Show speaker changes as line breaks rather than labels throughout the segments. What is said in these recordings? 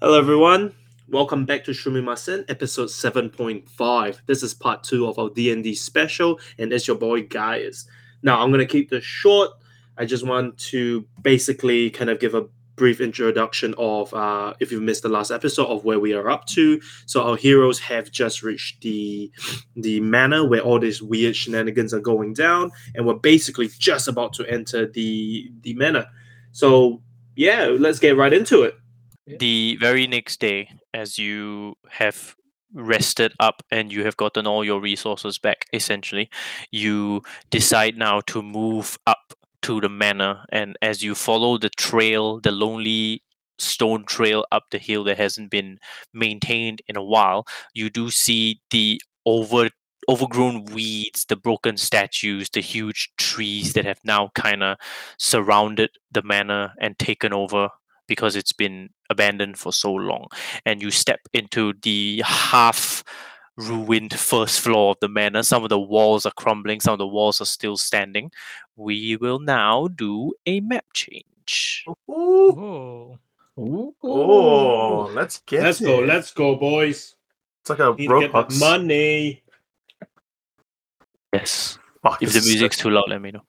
Hello, everyone. Welcome back to Shumimasen, episode 7.5. This is part two of our D&D special, and it's your boy, Gaius. Now, I'm going to keep this short. I just want to basically kind of give a brief introduction of, uh, if you missed the last episode, of where we are up to. So our heroes have just reached the, the manor where all these weird shenanigans are going down, and we're basically just about to enter the, the manor. So, yeah, let's get right into it.
the very next day as you have rested up and you have gotten all your resources back essentially you decide now to move up to the manor and as you follow the trail the lonely stone trail up the hill that hasn't been maintained in a while you do see the over overgrown weeds the broken statues the huge trees that have now kind of surrounded the manor and taken over because it's been abandoned for so long. And you step into the half ruined first floor of the manor. Some of the walls are crumbling, some of the walls are still standing. We will now do a map change.
Oh,
Oh, let's get
let's go,
it.
let's go, boys.
It's like a
Need to get that
Roblox.
money.
Yes.
Fuck,
If
this
the
is
music's
such-
too loud, let me know.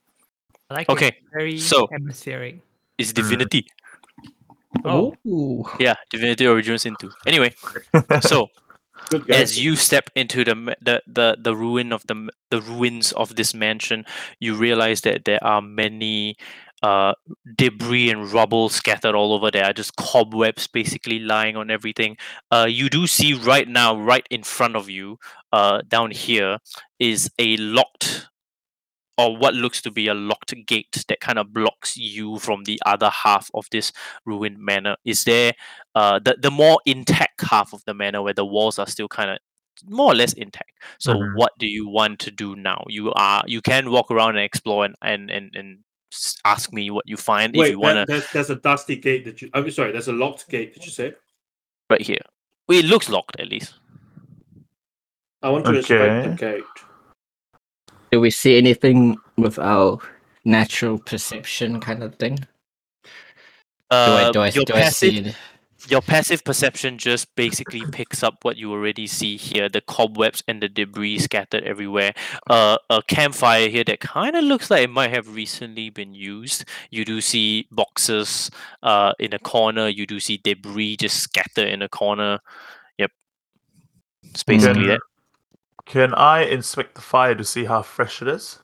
I like
Okay,
It. Very
so-
atmospheric.
It's
Mm.
Divinity.
Oh,
Yeah, Divinity originates into. Anyway, so
Good guys.
as you step into the ma- the the, the ruin of the m- the ruins of this mansion you realize that there are many uh, debris and rubble scattered all over there just cobwebs basically lying on everything uh, you do see right now right in front of you uh, down here is a locked or what looks to be a locked gate that kind of blocks you from the other half of this ruined manor is there uh, the, the more intact half of the manor where the walls are still kind of more or less intact so
Mm-hmm.
Mhm.
what do you want to do now you are you can walk around and explore and and and, and s- ask me what you find if
Wait,
you want to
that, that's, that's a dusty gate that you. I'm sorry, that's a locked gate. Did you say?
right here well, it looks locked at least
I want to inspect the gate.
Do we see anything with our natural perception kind of thing? Do
uh,
I, do I,
your
do I
passive
see it?
your passive perception just basically picks up what you already see here the cobwebs and the debris scattered everywhere uh, a campfire here that kind of looks like it might have recently been used you do see boxes uh, in a corner you do see debris just scattered in a corner yep it's basically
Then- Can I inspect the fire to see how fresh it is?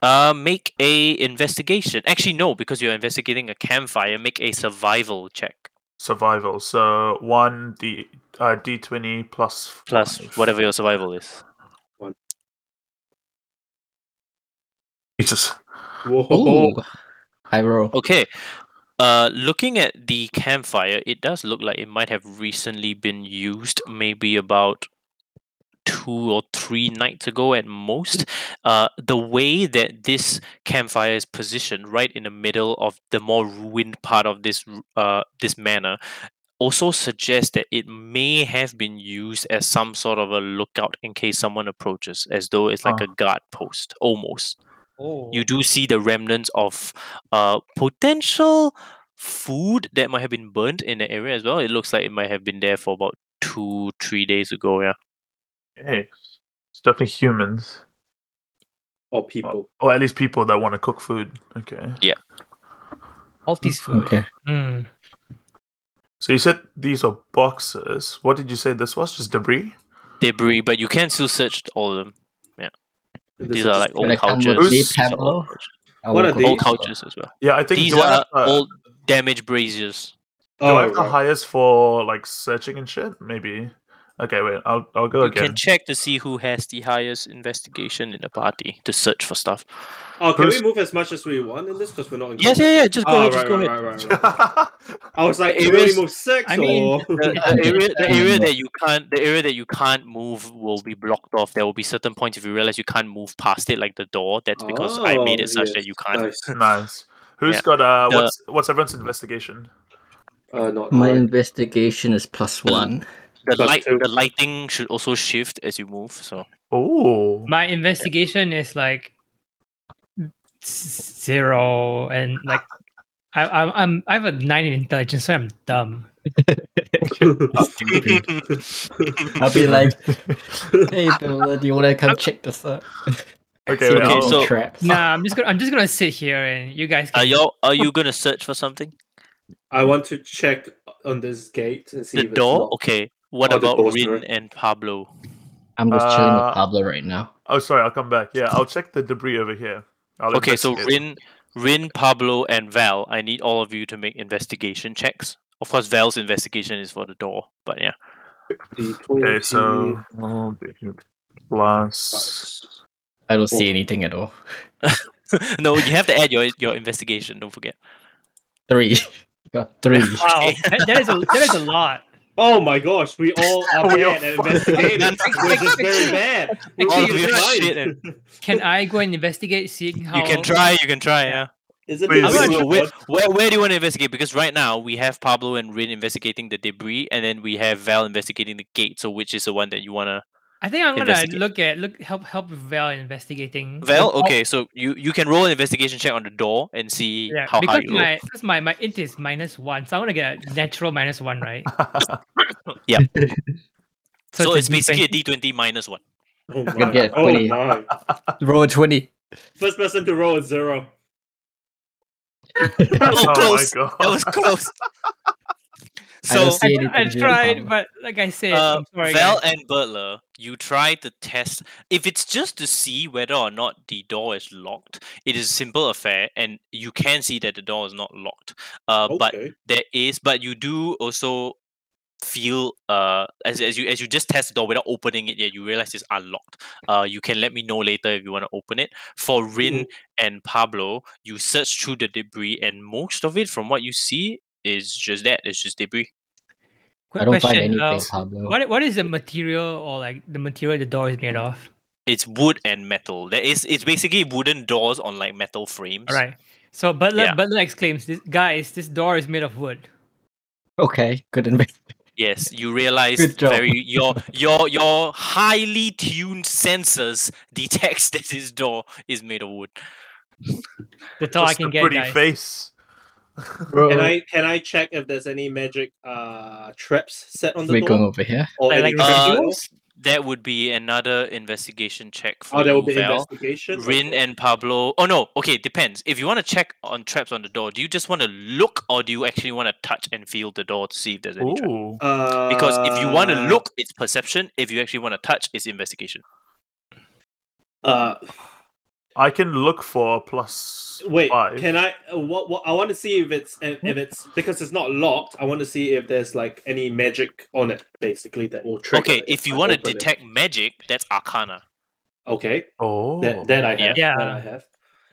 that uh, make a investigation actually no because you're investigating a campfire make a survival check
Survival. So one d uh, d twenty plus
plus
five.
whatever your survival is
Jesus.
Whoa!
Ooh, I roll.
Okay. Uh, looking at the campfire, it does look like it might have recently been used, maybe about two or three nights ago at most. Uh, the way that this campfire is positioned, right in the middle of the more ruined part of this ru- uh this manor, also suggests that it may have been used as some sort of a lookout in case someone approaches, as though it's like
Ah.
a guard post, almost
oh.
you do see the remnants of uh potential food that might have been burnt in the area as well. It looks like it might have been there for about two, three days ago. Yeah.
Hey, it's definitely humans,
Or Oh, people.
or at least people that want to cook food. Okay.
Maltese food.
Okay.
Mm.
So you said these are boxes. What did you say this was? Just debris?
Debris, but you can still search all of them.
This
These
is
are like
Can I
old
come with
cultures.
me,
These are
Pablo?
old cultures.
I
What
will
are
go
these?
Old
as well.
cultures as well.
Yeah, I think.
These
do I
are
have, uh,
old damaged braziers.
do I have the
Oh, right.
highest for like searching and shit? Maybe. Okay, wait. I'll I'll go
You
again.
can check to see who has the highest investigation in the party to search for stuff.
Oh, can we
Who's-
move as much as we want in this? Because we're not. In
Yes,
combat.
yeah, yeah. Just go
Oh,
ahead.
right,
Just go
right,
ahead.
right, right, right.
That's
I was like,
It
it really
is-
moves six.
I mean,
or...
the, the area, the
Um,
area that you can't the area that you can't move will be blocked off. There will be certain points if you realize you can't move past it, like the door. That's because I made
Oh,
it such that
yes,
you can't.
nice.
nice. Who's
Yeah.
got uh?
The-
What's what's everyone's investigation?
Uh, not
My
mine.
investigation is plus one.
The
Plus
light
two.
the lighting should also shift as you move. So
Oh,
My investigation is like zero and like I, I, I'm I have a nine in intelligence, so I'm dumb.
I'll be like, hey, Bella, do you want to come check this out?
Okay,
See
wait,
if
I'll-
it's
so-
trapped.
Nah, I'm just gonna I'm just gonna sit here and you guys.
Are
can-
you are you gonna search for something?
I want to check on this gate and see
The
if it's
door?
locked.
Okay. What
Or Oh, the
about
door,
Rin
sorry.
and Pablo?
I'm just chilling
Uh,
with Pablo right now.
Oh, sorry, I'll come back. Yeah, I'll check the debris over here. I'll
Okay, so
investigate.
Rin, Rin, Pablo, and Val. I need all of you to make investigation checks. Of course, Val's investigation is for the door, but yeah.
The
Okay,
20
so oh, plus.
bucks.
I don't see
oh.
anything at all.
no, you have to add your your investigation. Don't forget.
Three. Got three.
Wow, that- that is a that is a lot.
Oh my gosh, we all are
We are
bad at investigating, which is very bad. We're
All
all
of you
are
blind.
shit and-
Can I go and investigate, seeing how
You can try. You can try. Yeah.
Is it
Wait,
this
wait,
one?
So where, where, where do you want to investigate? Because right now we have Pablo and Rin investigating the debris, and then we have Val investigating the gate. So which is the one that you wanna?
I think I'm gonna
investigate?
look at look help help Val investigating.
Val,
Oh,
okay. So you you can roll an investigation check on the door and see
Yeah,
how high
because
you roll.
my because my my int is minus one, so I want to get a natural minus one, right?
Oh
So, it's,
a
basically a
D20.
D twenty minus one.
Oh
can
my.
get
oh
20.
my.
Roll a 20.
First person to roll is zero.
Oh,
my
close.
God.
That was close.
I
so
don't see anything.
I
dude.
tried, but like I said,
uh,
I'm sorry,
Val
guys.
and Butler, you try to test if it's just to see whether or not the door is locked. It is a simple affair, and you can see that the door is not locked. Uh, But
Okay.
there is, but you do also feel uh as, as you as you just test the door without opening it yet, you realize it's unlocked. Uh, you can let me know later if you want to open it. For Rin
Mm-hmm.
and Pablo, you search through the debris, and most of it, from what you see, is just that. It's just debris.
I don't
Quick
find
question.
anything,
uh,
Pablo.
what what is the material or like the material the door is made of?
It's wood and metal. There is it's basically wooden doors on like metal frames.
All right. So Butler
Yeah.
Butler exclaims, "This guys, this door is made of wood."
Okay, good investment.
Yes, you realize
Good job.
very your your your highly tuned sensors detects that this door is made of wood.
That's all I
Just
can
a
get,
pretty
guys.
face.
Can I can I check if there's any magic uh traps set on the
We're
door?
going over here.
Or
Like-
any
like
trap
uh,
doors?
That would be another investigation check
uh,
for
Oh, there will be
you, Val.
investigation.
Rin
Okay.
and Pablo. Oh no, okay, depends. If you want to check on traps on the door, do you just want to look or do you actually want to touch and feel the door to see if there's any trap?
Ooh.
Uh,
Because if you want to look, it's perception. If you actually want to touch, it's investigation.
uh,
I can look for a plus
wait,
five.
can I? uh, What, what I want to see if it's if if it's because it's not locked. I want to see if there's like any magic on it, basically that will trigger.
Okay,
it
if you
I
want to
open it.
detect magic, that's Arcana.
okay,
Oh.
that, that I have.
Yeah.
that I have.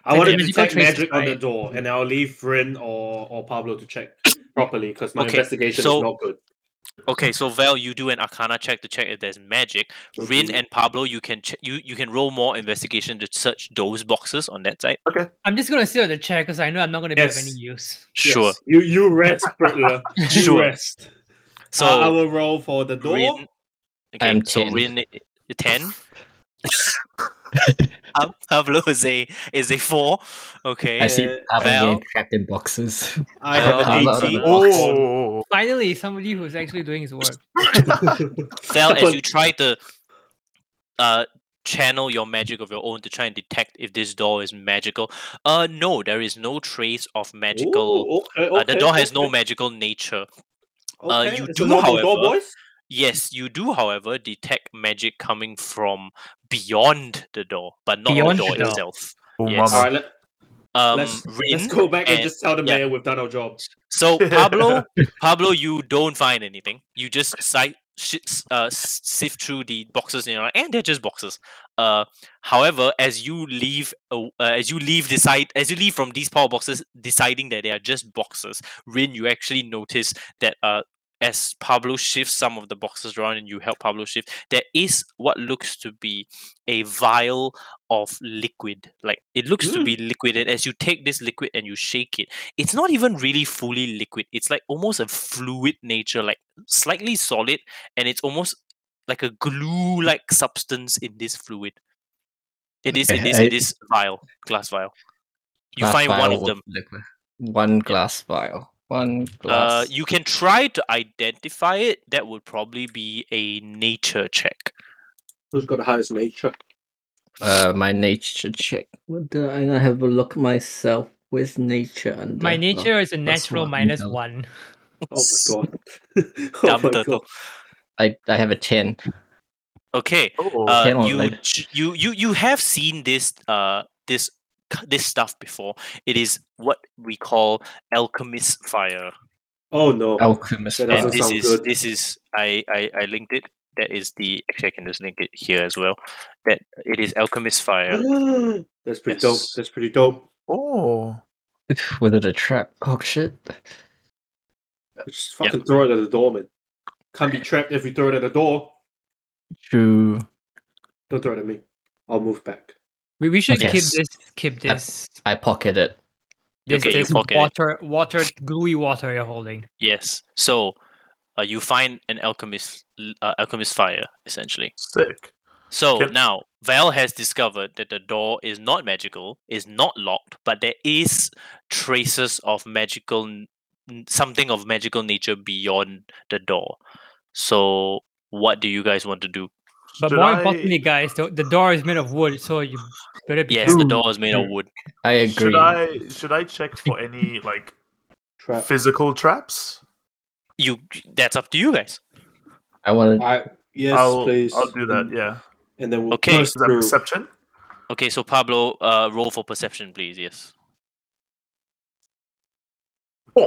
Like
I want to
the magical
detect
traces,
magic on the
right?
door, and I'll leave Rin or or Pablo to check properly because my
Okay,
investigation
so-
is not good.
Okay, so Val, you do an Arcana check to check if there's magic. Rin
Mhm.
and Pablo, you can ch- you you can roll more investigation to search those boxes on that side.
I'm just gonna sit on the chair because I know I'm not gonna be of any
Yes.
use.
Sure,
Yes, You you rest, Butler. You
Sure.
rest.
So
Uh, I will roll for the door.
Rin, okay,
I'm
so
10.
Rin i- i- ten. Pa- Pablo is a is a four. Okay,
I see
Uh,
Pablo
well-
getting trapped in boxes.
I have
Uh,
an
Pablo out of
18.
the box.
Oh.
Finally, somebody who's actually doing his work.
Val, as
But-
you try to uh channel your magic of your own to try and detect if this door is magical. Uh, no, there is no trace of magical.
Ooh, okay,
uh, the
okay,
door has
okay.
no magical nature. Uh,
Okay,
you
it's a
do,
normal
however-
door, boys.
Yes, you do, however, detect magic coming from beyond the door, but not
Beyond
the
the
door
door.
itself.
Oh,
Yes.
All
mama.
right, let,
Um,
let's
Rin,
let's go back and,
and-
just tell the
yeah.
mayor we've done our job.
So Pablo, Pablo, you don't find anything. You just sight, shi- s- uh, s- sift through the boxes, and you're like, and they're just boxes. Uh, however, as you leave, uh, uh, as you leave the site, as you leave from these power boxes, deciding that they are just boxes, Rin, you actually notice that uh, as Pablo shifts some of the boxes around, and you help Pablo shift, there is what looks to be a vial of liquid. Like it looks to
Mm.
be liquid, and as you take this liquid and you shake it it's not even really fully liquid. It's like almost a fluid nature, like slightly solid, and it's almost like a glue-like substance in this fluid. It is. It
Okay,
is. It
I-
is vial, glass vial. You
Last
find one
vial
of
was
them.
liquid. One glass vial. One
Uh,
glass.
you can try to identify it. That would probably be a nature check.
Who's got the highest nature?
Uh, my nature check. What do I I have a look myself with nature? Under?
My
oh,
nature is a
plus
natural
one,
minus
no.
one.
Oh my god.
Dumb
oh my
turtle.
god.
I, I have a ten.
Okay.
Oh,
Uh,
Hang on,
you,
like-
ch- you you you have seen this uh this c- this stuff before. It is what we call alchemist fire,
Oh no.
Alchemist.
That
and
doesn't
vial.
this
sound
is
good.
this is I, I I linked it. That is the actually I can just link it here as well. That it is alchemist fire.
That's pretty dope.
Yes.
That's pretty dope.
oh.
Was it a trap? Oh shit!
Just
Yeah.
fucking throw it at the door, man. Can't be trapped if you throw it at the door.
True.
Don't throw it at me. I'll move back.
We, we should
Yes.
keep this keep
I-
this
I pocket it.
this,
Okay, you
this
pocket it.
water water gooey water you're holding.
Yes. So uh, you find an alchemist l- uh, alchemist fire essentially.
Sick.
So
Can-
now Val has discovered that the door is not magical, is not locked, but there is traces of magical n- n- something of magical nature beyond the door. So what do you guys want to do?
But
Should
more
I-
importantly, guys, the, the door is made of wood, so you better be
Yes, the
careful.
door is made of wood.
I agree.
Should I should I check for any like
Trap.
physical traps?
You that's up to you guys.
I want to.
I, yes,
I'll
please. Mm.
I'll do that.
And-
Yeah.
And then we'll
Okay.
push
Is that
through.
perception?
Okay, so Pablo, uh, roll for perception, please. Yes.
Whoa!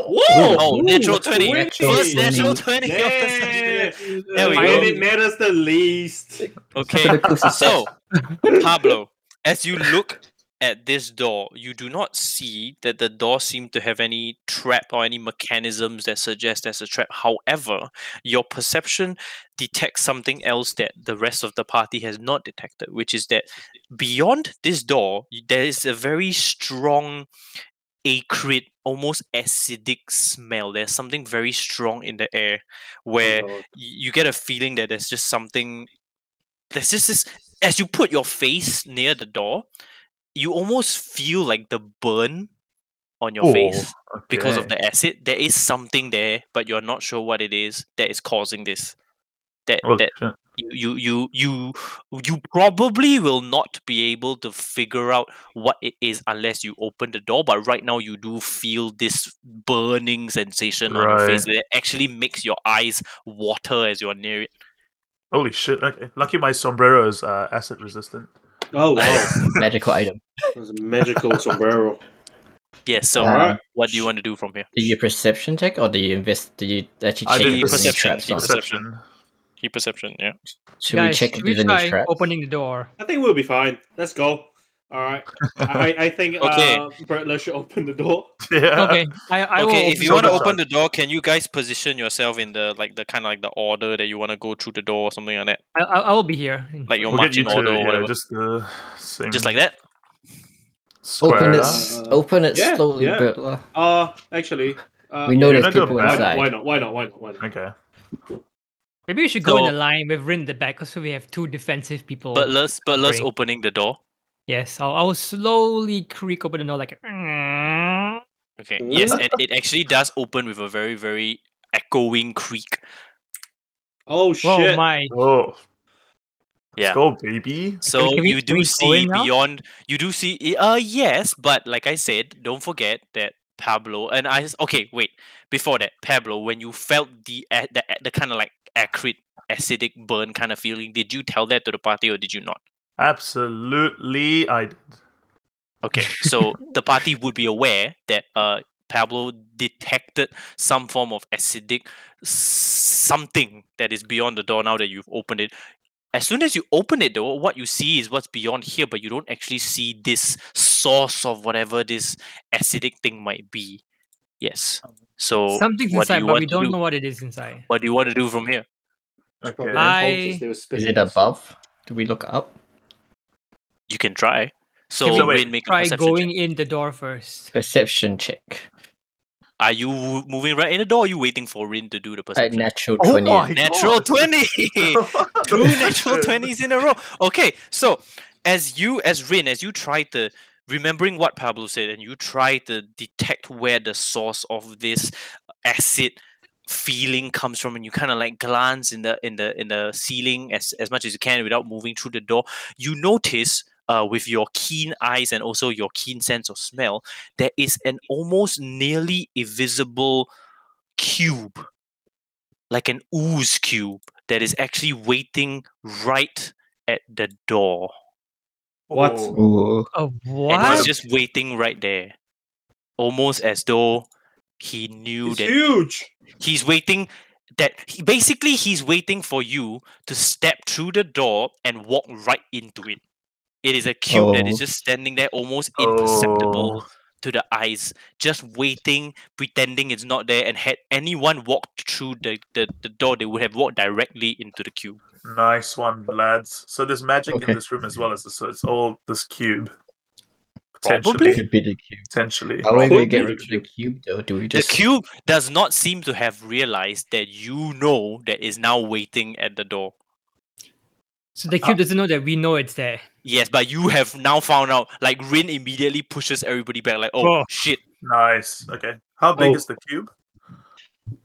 Oh, natural
Ooh,
twenty.
natural
First natural
20.
twenty. of perception. There
Yeah,
we
Find
go.
it matters the least.
Okay. So,
Pablo.
Oh, Pablo, as you look at this door, you do not see that the door seems to have any trap or any mechanisms that suggest there's a trap. However, your perception detects something else that the rest of the party has not detected, which is that beyond this door, y- there is a very strong acrid, almost acidic smell. There's something very strong in the air where y- you get a feeling that there's just something there's just this as you put your face near the door you almost feel like the burn on your face
Oh,
because of
okay.
the acid there is something there but you're not sure what it is that is causing this that
Well,
that
sure.
you you you you you probably will not be able to figure out what it is unless you open the door but right now you do feel this burning sensation on your face that actually makes your eyes water as you're near it
Holy shit! Okay. Lucky my sombrero is uh, acid resistant.
Oh, wow.
Magical item.
That's a magical sombrero.
yes so
Um,
what do you want to do from here
Do you perception check or do you invest? Do you actually
I
check
did
if there's any
perception,
traps
did
on?
perception.
Perception.
key perception yeah
Should
guys,
we check
should
if
we
there's any
try
traps?
opening the door?
I think we'll be fine. Let's go. All right. I, I think
Okay.
uh, Bertler should open the door.
Yeah.
Okay, I, I will.
okay if
open
you
the
want to
door.
open the door can you guys position yourself in the like the kind of like the order that you want to go through the door or something like that
I, I I will be here.
like your
We'll get you
marching
to
order or
yeah,
whatever
just the same.
just like that
Open
square.
it.
up.
s-
Uh,
Open it
yeah,
slowly,
yeah.
Bertler.
Uh, actually, uh,
We know
yeah,
there's
no, no,
people
why not?
inside.
Why not? Why not? Why not? Why not?
Okay.
Maybe we should go in
So-
a line with Rin in the back, because we have two defensive people.
but let's but let's
Great.
opening the door
yes, I'll, I'll slowly creak open the door like.
okay yes
Mm.
and it actually does open with a very very echoing creak
Oh shit!
Whoa, my!
Whoa.
Yeah.
Let's go, Oh. baby.
So
can we-
you
can
do
we go
see
in now?
beyond. You do see. i- Uh, yes, but like I said, don't forget that Pablo and I. s- Okay, wait. Before that, Pablo, when you felt the a- the, a- the kind of like acrid, acidic burn kind of feeling, did you tell that to the party or did you not?
Absolutely, I did.
Okay, so the party would be aware that uh Pablo detected some form of acidic s- something that is beyond the door now that you've opened it. As soon as you open it though, what you see is what's beyond here, but you don't actually see this source of whatever this acidic thing might be. Yes. So
Something's
Oh, what do
inside,
you
but
want
we
to
don't
do?
know what it is inside.
what do you want to do from here?
Okay.
I-
Is it above? Do we look up?
You can try. So,
we
Rin, make a
Try
perception check.
going in the door first.
Perception check.
Are you w- moving right in the door? Or are you waiting for Rin to do the
A
perception?
natural
Oh
twenty.
my
Natural
God.
twenty. two natural 20s in a row. Okay, so as you as Rin, as you try to remembering what Pablo said, and you try to detect where the source of this acid feeling comes from and you kind of like glance in the in the in the ceiling as as much as you can without moving through the door you notice uh, with your keen eyes and also your keen sense of smell there is an almost nearly invisible cube like an ooze cube that is actually waiting right at the door
What?
Oh,
Ooh.
Oh,
and
what?
it's just waiting right there almost as though he knew
It's
that
huge.
He's waiting that he, basically he's waiting for you to step through the door and walk right into it. It is a cube that is
Oh.
just standing there almost imperceptible
Oh.
to the eyes, just waiting, pretending it's not there, and had anyone walked through the, the, the door, they would have walked directly into the cube.
Nice one, lads. So there's magic
Okay.
in this room as well as this. So it's all this cube.
Probably.
Potentially.
Could be the cube.
Potentially.
How do we
Probably
get
the
rid of the cube though? Do we just
The cube does not seem to have realized that you know that is now waiting at the door.
So the cube doesn't know that we know it's there.
Yes, but you have now found out. Like Rin immediately pushes everybody back. Like, oh
Oh.
shit,
Nice. Okay. How big
Oh.
is the cube?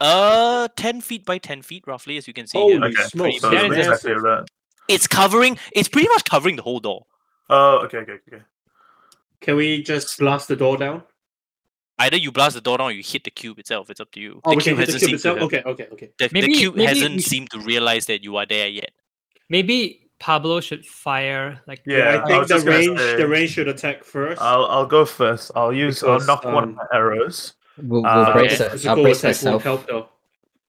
Uh, ten feet by ten feet, roughly, as you can see. here.
Holy
Okay.
smokes,
So
that
it's
is
exactly that.
It's covering. It's pretty much covering the whole door.
Oh, okay, okay, okay.
Can we just blast the door down?
Either you blast the door down, or you hit the cube itself. It's up to you.
Oh, we can
cube
hit the
hasn't
cube
seemed to
itself.
have-
Okay, okay, okay.
The, the
Maybe-
cube
maybe
hasn't
we-
seemed to realize that you are there yet.
Maybe Pablo should fire like
Yeah,
I
I
think
was
the
just gonna
range,
say-
the range should attack 1st
Uh,
I'll I'll go first. I'll use
Because,
I'll knock one of
um,
my arrows.
we'll, we'll
Uh,
brace,
okay.
our-
Physical
I'll brace
attack won't
myself.
help though.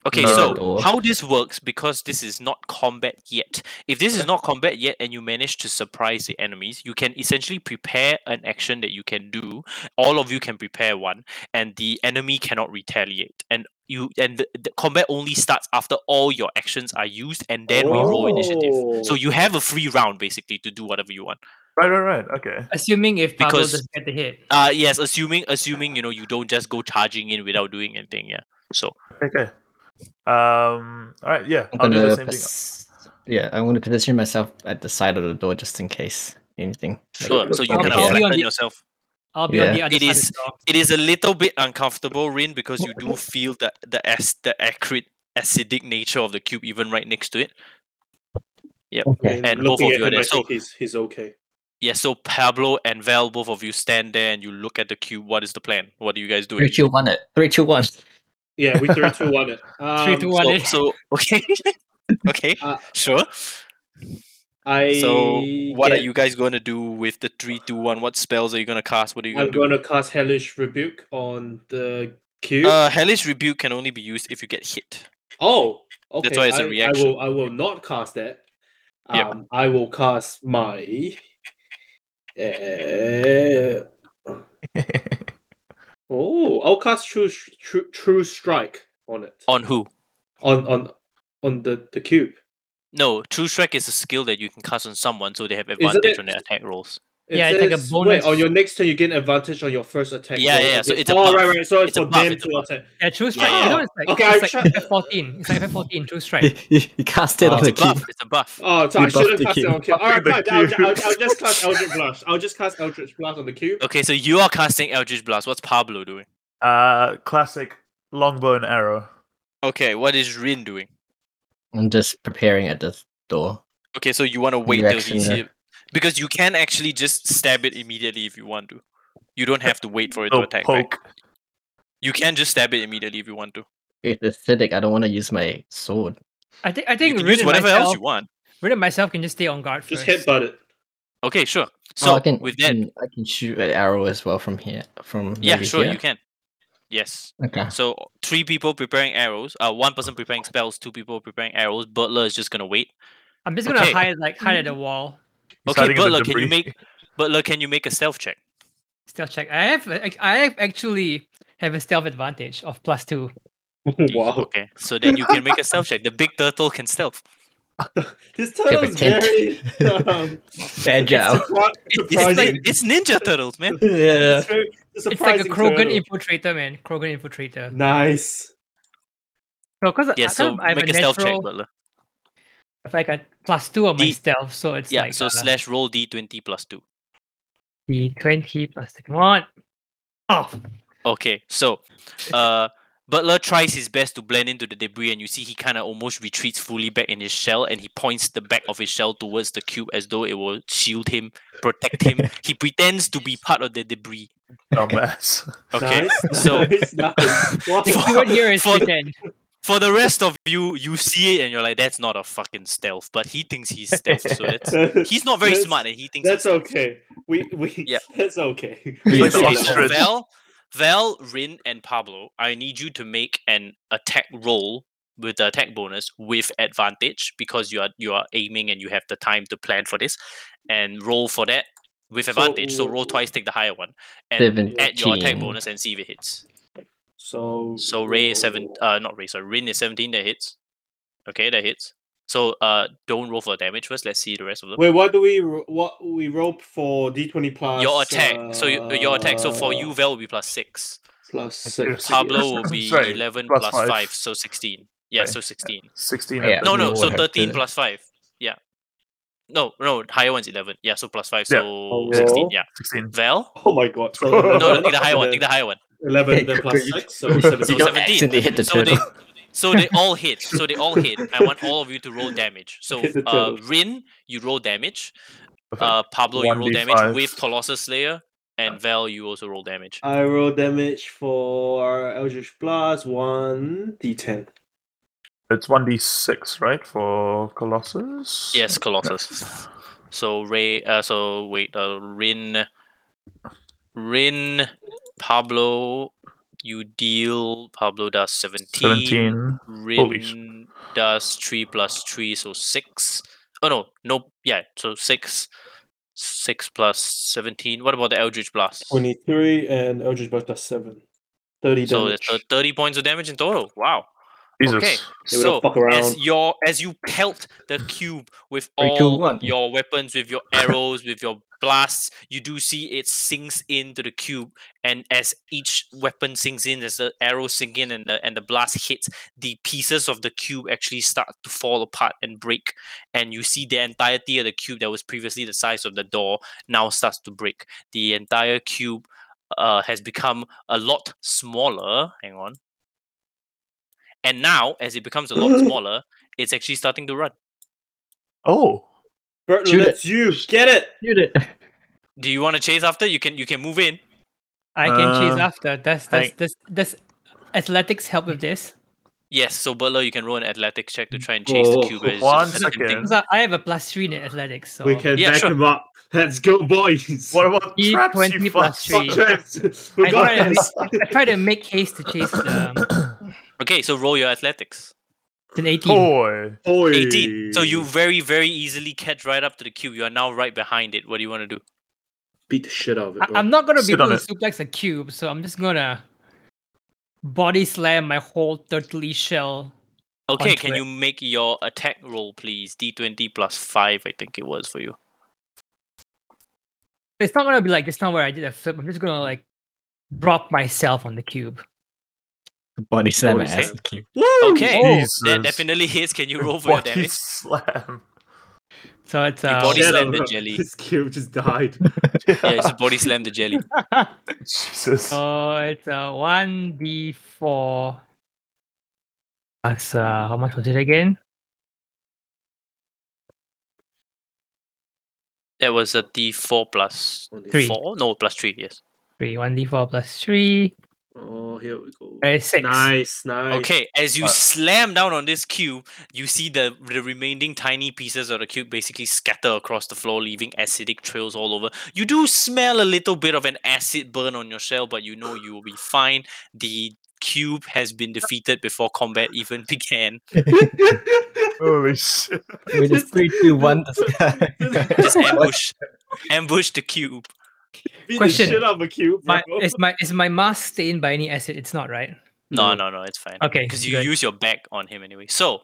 Okay,
No.
so
Door.
how this works because this is not combat yet. If this is not combat yet and you manage to surprise the enemies, you can essentially prepare an action that you can do. All of you can prepare one, and the enemy cannot retaliate. And you and the, the combat only starts after all your actions are used, and then we roll initiative.
Oh.
So you have a free round basically to do whatever you want.
Right, right, right. Okay.
Assuming if Pablo
Because-
doesn't get the hit.
Uh yes, assuming assuming you know you don't just go charging in without doing anything. Yeah. So
Okay. Um all right, yeah.
I'm
I'll do
gonna
the same thing.
pos- yeah, I'm gonna position myself at the side of the door just in case anything.
sure. So you
Okay.
can
I'll be
on
flatten
the-
yourself.
I'll be on the
Yeah.
other
It
side
is-
of the door.
it is a little bit uncomfortable, Rin, because you do feel the the ac- the acrid acidic nature of the cube even right next to it.
Okay.
And both
looking
of
at
you are
him,
there,
I
so-
think he's he's okay.
Yeah, so Pablo and Val, both of you stand there and you look at the cube. What is the plan? What are you guys doing?
Three, two, one. It. Three, two, one.
Yeah, we three two one it. Um,
Three, two, one.
So,
eh?
so okay, okay,
Uh,
sure.
I
So what are
get-
you guys gonna do with the three, two, one? What spells are you gonna cast? What are you gonna
I'm
do?
gonna cast Hellish Rebuke on the cube.
Uh, Hellish Rebuke can only be used if you get hit.
oh, okay.
that's why it's a
I-
reaction.
I will I will not cast that. Um,
Yep.
I will cast my. Uh, oh, I'll cast True Sh- True, true Strike on it.
On who?
on on on the the cube.
No, True Strike is a skill that you can cast on someone, so they have
it-
advantage on their attack rolls.
It
Yeah, it's like a
says-
bonus.
Wait, on your next turn, you gain advantage on your first attack.
Yeah,
roll.
yeah, yeah, so it's a
oh,
buff.
right, right. So it's,
It's a
for
buff,
them
it's a
to
buff.
attack.
Yeah, true strike. You know, it's like,
Okay, I
it's like
tried-
F14. It's like F14, true strike.
you, you cast it
Oh,
on
it's
the
Ah, It's a buff.
cube.
It's a buff.
Oh, so I
We buffed
should
the
have cast it
cube.
on cube. All right,
Buffing the
fine. I'll, ju- I'll,
cube.
I'll just cast Eldritch Blast. I'll just cast Eldritch Blast on the cube.
Okay, so you are casting Eldritch Blast. What's Pablo doing?
Uh classic longbow and arrow.
Okay, what is Rin doing?
I'm just preparing at the door.
Okay, so you want to wait till
Reaction,
he
yeah.
see it. Because you can actually just stab it immediately if you want to. You don't have to wait for it to
No
attack. Right?
Oh, poke.
You can just stab it immediately if you want to.
It's acidic. I don't want to use my sword.
I think I
You
think
can
Rin
use
and
whatever
myself,
else you want.
Rin and myself can just stay on guard
Just
first.
headbutt it.
Okay, sure.
So
So
Oh, I can,
with
I
that,
can, I can shoot an arrow as well from here. From
yeah,
maybe
sure,
here.
you can. Yes.
Okay.
So three people preparing arrows. Uh, one person preparing spells. Two people preparing arrows. Butler is just gonna wait.
I'm just gonna
Okay.
hide like hide at
Mm-hmm.
the wall.
Okay,
Starting in the
Butler, can you
debris.
make Butler? Can you make a stealth check?
Stealth check. I have ac- I have actually have a stealth advantage of plus two.
wow.
Okay, so then you can make a stealth check. The big turtle can stealth.
This turtle is very. Um,
Bad job.
surpri-
It's, like,
surprising.
it's ninja turtles, man.
yeah.
It's, very, it's,
It's like a Krogan
surprising turtle.
infiltrator, man. Krogan infiltrator.
Nice.
No, because
Yeah, so
I have
make
a
a stealth check, uh,
natural,
Butler.
if I got plus two on my
D-
stealth, so it's
Yeah,
like
so
uh,
slash roll d twenty plus two.
The 20 plus the. Come on. Oh,
Okay, so uh Butler tries his best to blend into the debris and you see he kinda almost retreats fully back in his shell and he points the back of his shell towards the cube as though it will shield him, protect him. he pretends to be part of the debris.
Oh, Dumbass.
Okay.
Nice,
So
nice, nice. Wow.
the keyword here is
For-
pretend.
for the rest of you, you see it and you're like, that's not a fucking stealth, but he thinks he's stealth, so that's he's not very
That's-
smart and he thinks
That's
he's
okay. We we
Yeah.
that's okay.
We
We
It's
can-
Okay,
an
so
ostrich.
Val, Val, Rin, and Pablo, I need you to make an attack roll with the attack bonus with advantage because you are you are aiming and you have the time to plan for this, and roll for that with advantage. So, roll
So-
twice, take the higher one, and
Seventeen.
add your attack bonus and see if it hits.
So
So Ray is seven, uh, not Ray, sorry, Rin is seventeen. That hits. Okay, that hits. So uh, don't roll for damage first. Let's see the rest of them.
Wait, what do we ro- what we rope for D twenty plus
Your attack. so you, your attack. So for
uh,
you, Val will be plus six.
plus six.
Pablo will be
Sorry,
11
plus
plus
five.
5. so 16. Yeah,
Right.
so 16.
16.
Yeah.
No,
we
no,
will
so
have
13
to-
plus 5. Yeah. No, no, higher one's 11. Yeah, so plus 5,
Yeah.
so
Yeah.
16. Yeah.
16.
Val?
Oh my god! So
No,
No,
no,
11,
take the higher one,
then
take the higher one.
Eleven, then plus six, so
You
So
seventeen.
don't
17.
accidentally hit the
So they,
turtle.
so they all hit. So they all hit. I want all of you to roll damage. So
Hit the
uh,
turtles.
Rin, you roll damage.
Okay.
Uh, Pablo, you roll damage
1d5.
with Colossus Slayer. And Val, you also roll damage.
I roll damage for Eldritch Blast one D ten.
It's 1d6, right? For Colossus?
Yes, Colossus. So Ray, uh, so wait, uh, Rin, Rin, Pablo, you deal. Pablo does seventeen.
17. Holy sh-
Rin does three plus three, so six. Oh no, no, yeah, so six, six plus seventeen. What about the Eldritch Blast?
Twenty three and Eldritch Blast does seven. Thirty
So
damage.
that's uh, thirty points of damage in total. Wow.
Jesus.
Okay.
They would've
So
fuck
as
around.
your as you pelt the cube with
Three, two,
all
one.
your weapons, with your arrows, with your blasts, you do see it sinks into the cube. And as each weapon sinks in, as the arrow sink in and the and the blast hits, the pieces of the cube actually start to fall apart and break. And you see the entirety of the cube that was previously the size of the door now starts to break. The entire cube uh, has become a lot smaller. Hang on. And now, as it becomes a lot smaller, it's actually starting to run.
Oh.
Bertland,
Shoot it.
that's you. Get it.
Shoot it.
Do you want to chase after? You can you can move in.
I can chase
Uh,
after. Does, does, does, does athletics help with this?
Yes, so Butler, you can roll an athletics check to try and chase
Oh,
the cube. but it's
one
just an empty-
second.
Because I- I have a plus three in athletics. So.
We can
Oh, Yeah,
back
sure.
him up. Let's go, boys.
What about
E
traps?
20
you
plus
fuck?
three.
James, we
I
got
try, to
this.
make, I try to make haste to chase the. Um,
Okay, so roll your athletics.
it's an 18.
Oh. Boy.
18. So you
Oi.
very, very easily catch right up to the cube. You are now right behind it. What do you want to do?
beat the shit out of it.
I,
bro.
I'm not gonna be
Sit
able
on
to
it.
suplex a cube, so I'm just gonna body slam my whole turtley shell.
Okay,
Onto
can
it.
you make your attack roll, please? D20 plus 5, I think it was for you.
It's not gonna be like this time where I did a flip. I'm just gonna like drop myself on the cube.
Oh,
Body slam
Body
ass.
slam.
Cute.
Woo!
Okay,
Jesus.
that oh, definitely hits. Can you roll for your
Body
damage?
slam.
So it's
You
uh,
body
Shut
slam
up,
the
bro.
jelly.
This cube just died.
Yeah, it's body slam the jelly.
Jesus.
so it's uh, one d four. That's uh, how much was it again?
That was a D4 plus
Three.
4? No, plus 3, yes.
Three one d four plus three.
Oh, here we go.
Uh, six.
Nice, nice.
Okay, as you
Uh,
slam down on this cube, you see the, the remaining tiny pieces of the cube basically scatter across the floor, leaving acidic trails all over. You do smell a little bit of an acid burn on your shell, but you know you will be fine. The cube has been defeated before combat even began.
Holy shit.
We just three, two, one. this guy.
Just ambush, ambush the cube.
Beat the
Question.
shit out of a cube.
My,
bro.
is my is my mask stained by any acid? It's not, right?
No, no, no, it's fine.
Okay,
because you
good.
use your back on him anyway. So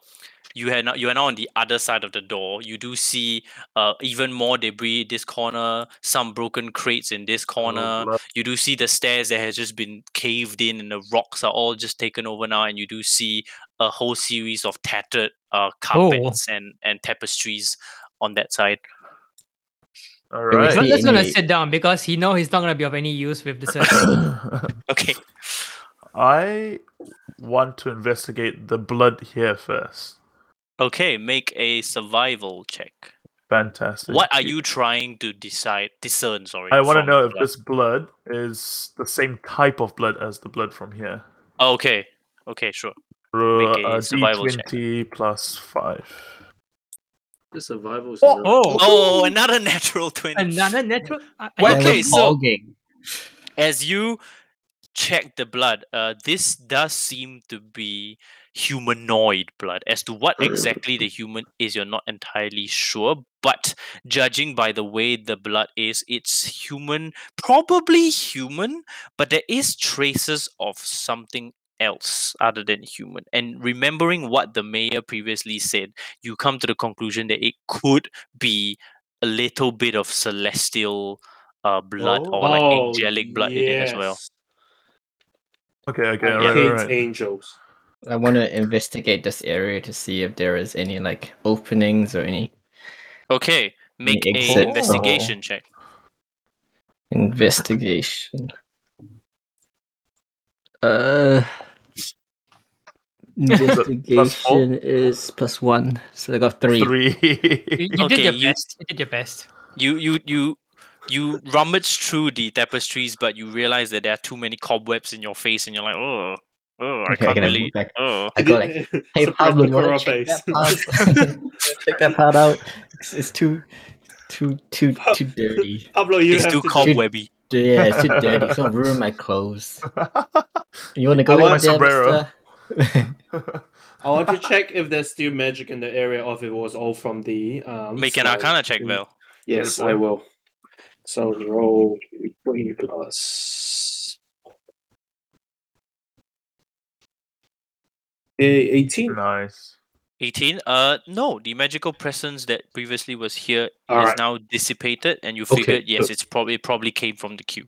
you are now you are now on the other side of the door. You do see uh, even more debris this corner, some broken crates in this
Oh,
corner.
blood.
you do see the stairs that has just been caved in, and the rocks are all just taken over now. And you do see a whole series of
Oh.
tattered uh, carpets and and tapestries on that side.
All
There
right.
is-
But
see
that's gonna
any-
sit down because he know he's not gonna be of any use with the search.
Okay.
I want to investigate the blood here first.
Okay, make a survival check.
Fantastic.
What are you trying to decide discern, sorry?
I want to
from
know if
the-
this blood is the same type of blood as the blood from here.
Okay. Okay, sure.
Ro-
Make a
uh,
survival check.
D20 plus five.
The survival is
oh,
real.
oh,
Oh, another natural 20.
another natural. I- I-
Well,
Well,
okay,
the
so-
ball game.
as you check the blood, uh, this does seem to be humanoid blood. As to what exactly the human is, you're not entirely sure, but judging by the way the blood is, it's human, probably human, but there is traces of something else other than human. And remembering what the mayor previously said, you come to the conclusion that it could be a little bit of celestial uh, blood or like
Oh,
angelic blood in it as well.
yes.
Okay, okay,
I
all right,
hate
all right.
angels.
I want to investigate this area to see if there is any like openings or any
Okay, make
Make
a
exit
investigation check.
investigation. Uh, investigation is plus one, so I got three.
Three.
You, you
Okay,
did
you-
your best. You did your best.
You you you you rummage through the tapestries, but you realize that there are too many cobwebs in your face, and you're like, oh, oh, I
Okay,
can't
gotta
really.
move back.
Oh,
I got like, hey
Suppress
Pablo,
the
you wanna
Korra
check
face.
that part? check that part out. It's, it's too, too, too, too dirty.
Pablo, you
it's
have
too
to
cobweb.
cobwebby.
Yeah, it's too dirty. It's gonna ruin my clothes. You wanna
I
go
want
in there,
sombrero.
mister?
I want to check if there's still magic in the area, or if it was all from the. Um,
Make an
snow.
arcana check,
Mm.
Val.
Yes, I will. So roll three plus. Eh, 18.
nice.
18 uh no the magical presence that previously was here is
All right.
now dissipated and you
Okay,
figured yes
good.
it's probably it probably came from the cube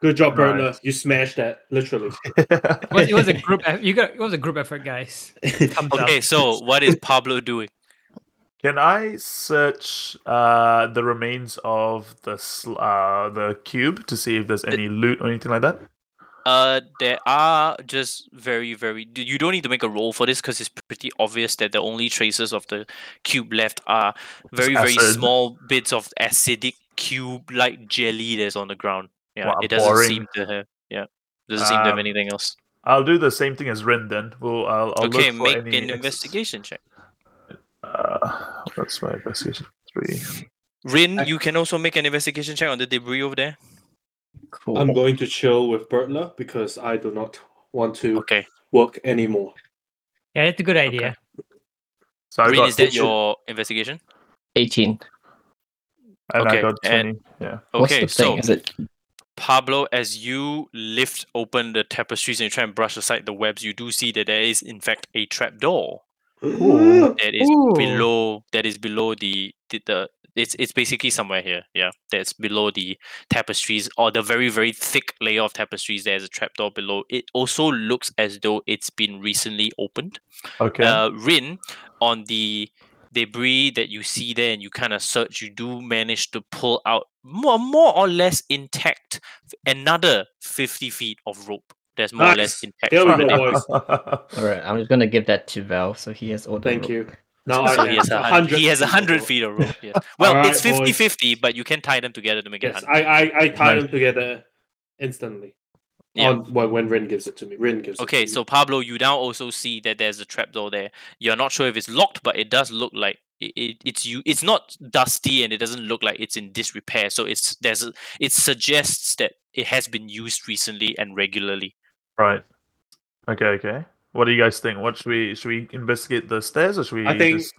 Good job,
Nice.
Berna. You smashed that, literally.
It was, it was a group. eff- You got. It was a group effort, guys. Thumbs up.
okay so what is pablo doing
Can I search uh, the remains of the sl- uh, the cube to see if there's any loot or anything like that?
uh there are just very very d- you don't need to make a roll for this because it's pretty obvious that the only traces of the cube left are very very
acid.
small bits of acidic cube like jelly that's on the ground yeah
Wow,
it doesn't
boring.
seem to have yeah doesn't seem to have
Um,
anything else
I'll do the same thing as Rin then. We'll I'll, I'll
okay
look for
make
any
an
ex-
investigation check
Uh, that's my investigation three.
rin you can also make an investigation check on the debris over there
cool.
I'm going to chill with Bertla because I do not want to
okay
work anymore.
Yeah, that's a good idea.
So I
Green,
got
is that
18,
your investigation?
18.
and
okay,
I got
and-
twenty. Yeah.
What's
Okay,
the thing?
so
Is it
Pablo, as you lift open the tapestries and you try and brush aside the webs, you do see that there is in fact a trapdoor
Ooh.
that is
Ooh.
below that is below the, the the it's it's basically somewhere here, yeah. That's below the tapestries or the very very thick layer of tapestries. There's a trapdoor below. It also looks as though it's been recently opened.
Okay.
uh, Rin on the debris that you see there and you kind of search, you do manage to pull out more, more or less intact f- another 50 feet of rope. That's more or
Nice.
less intact.
There we
from
go,
the debris.
boys.
all right? I'm just gonna give that to Val, so he has all the.
Thank
rope.
you. Now
So
I
he has
have
a hundred, he has a
100
hundred feet of rope. Yeah. Well,
Alright,
it's 50 50, but you can tie them together to make it
Yes,
100.
I I, I tie
Nice.
them together instantly.
Yeah.
On when, when Rin gives it to me. Rin gives it
Okay,
to me.
so Pablo, you now also see that there's a trapdoor there. You're not sure if it's locked, but it does look like it, it, it's you. It's not dusty, and it doesn't look like it's in disrepair. So it's there's a, it suggests that it has been used recently and regularly.
right. Okay. Okay. What do you guys think? What should we should we investigate the stairs or should we?
I think-
just-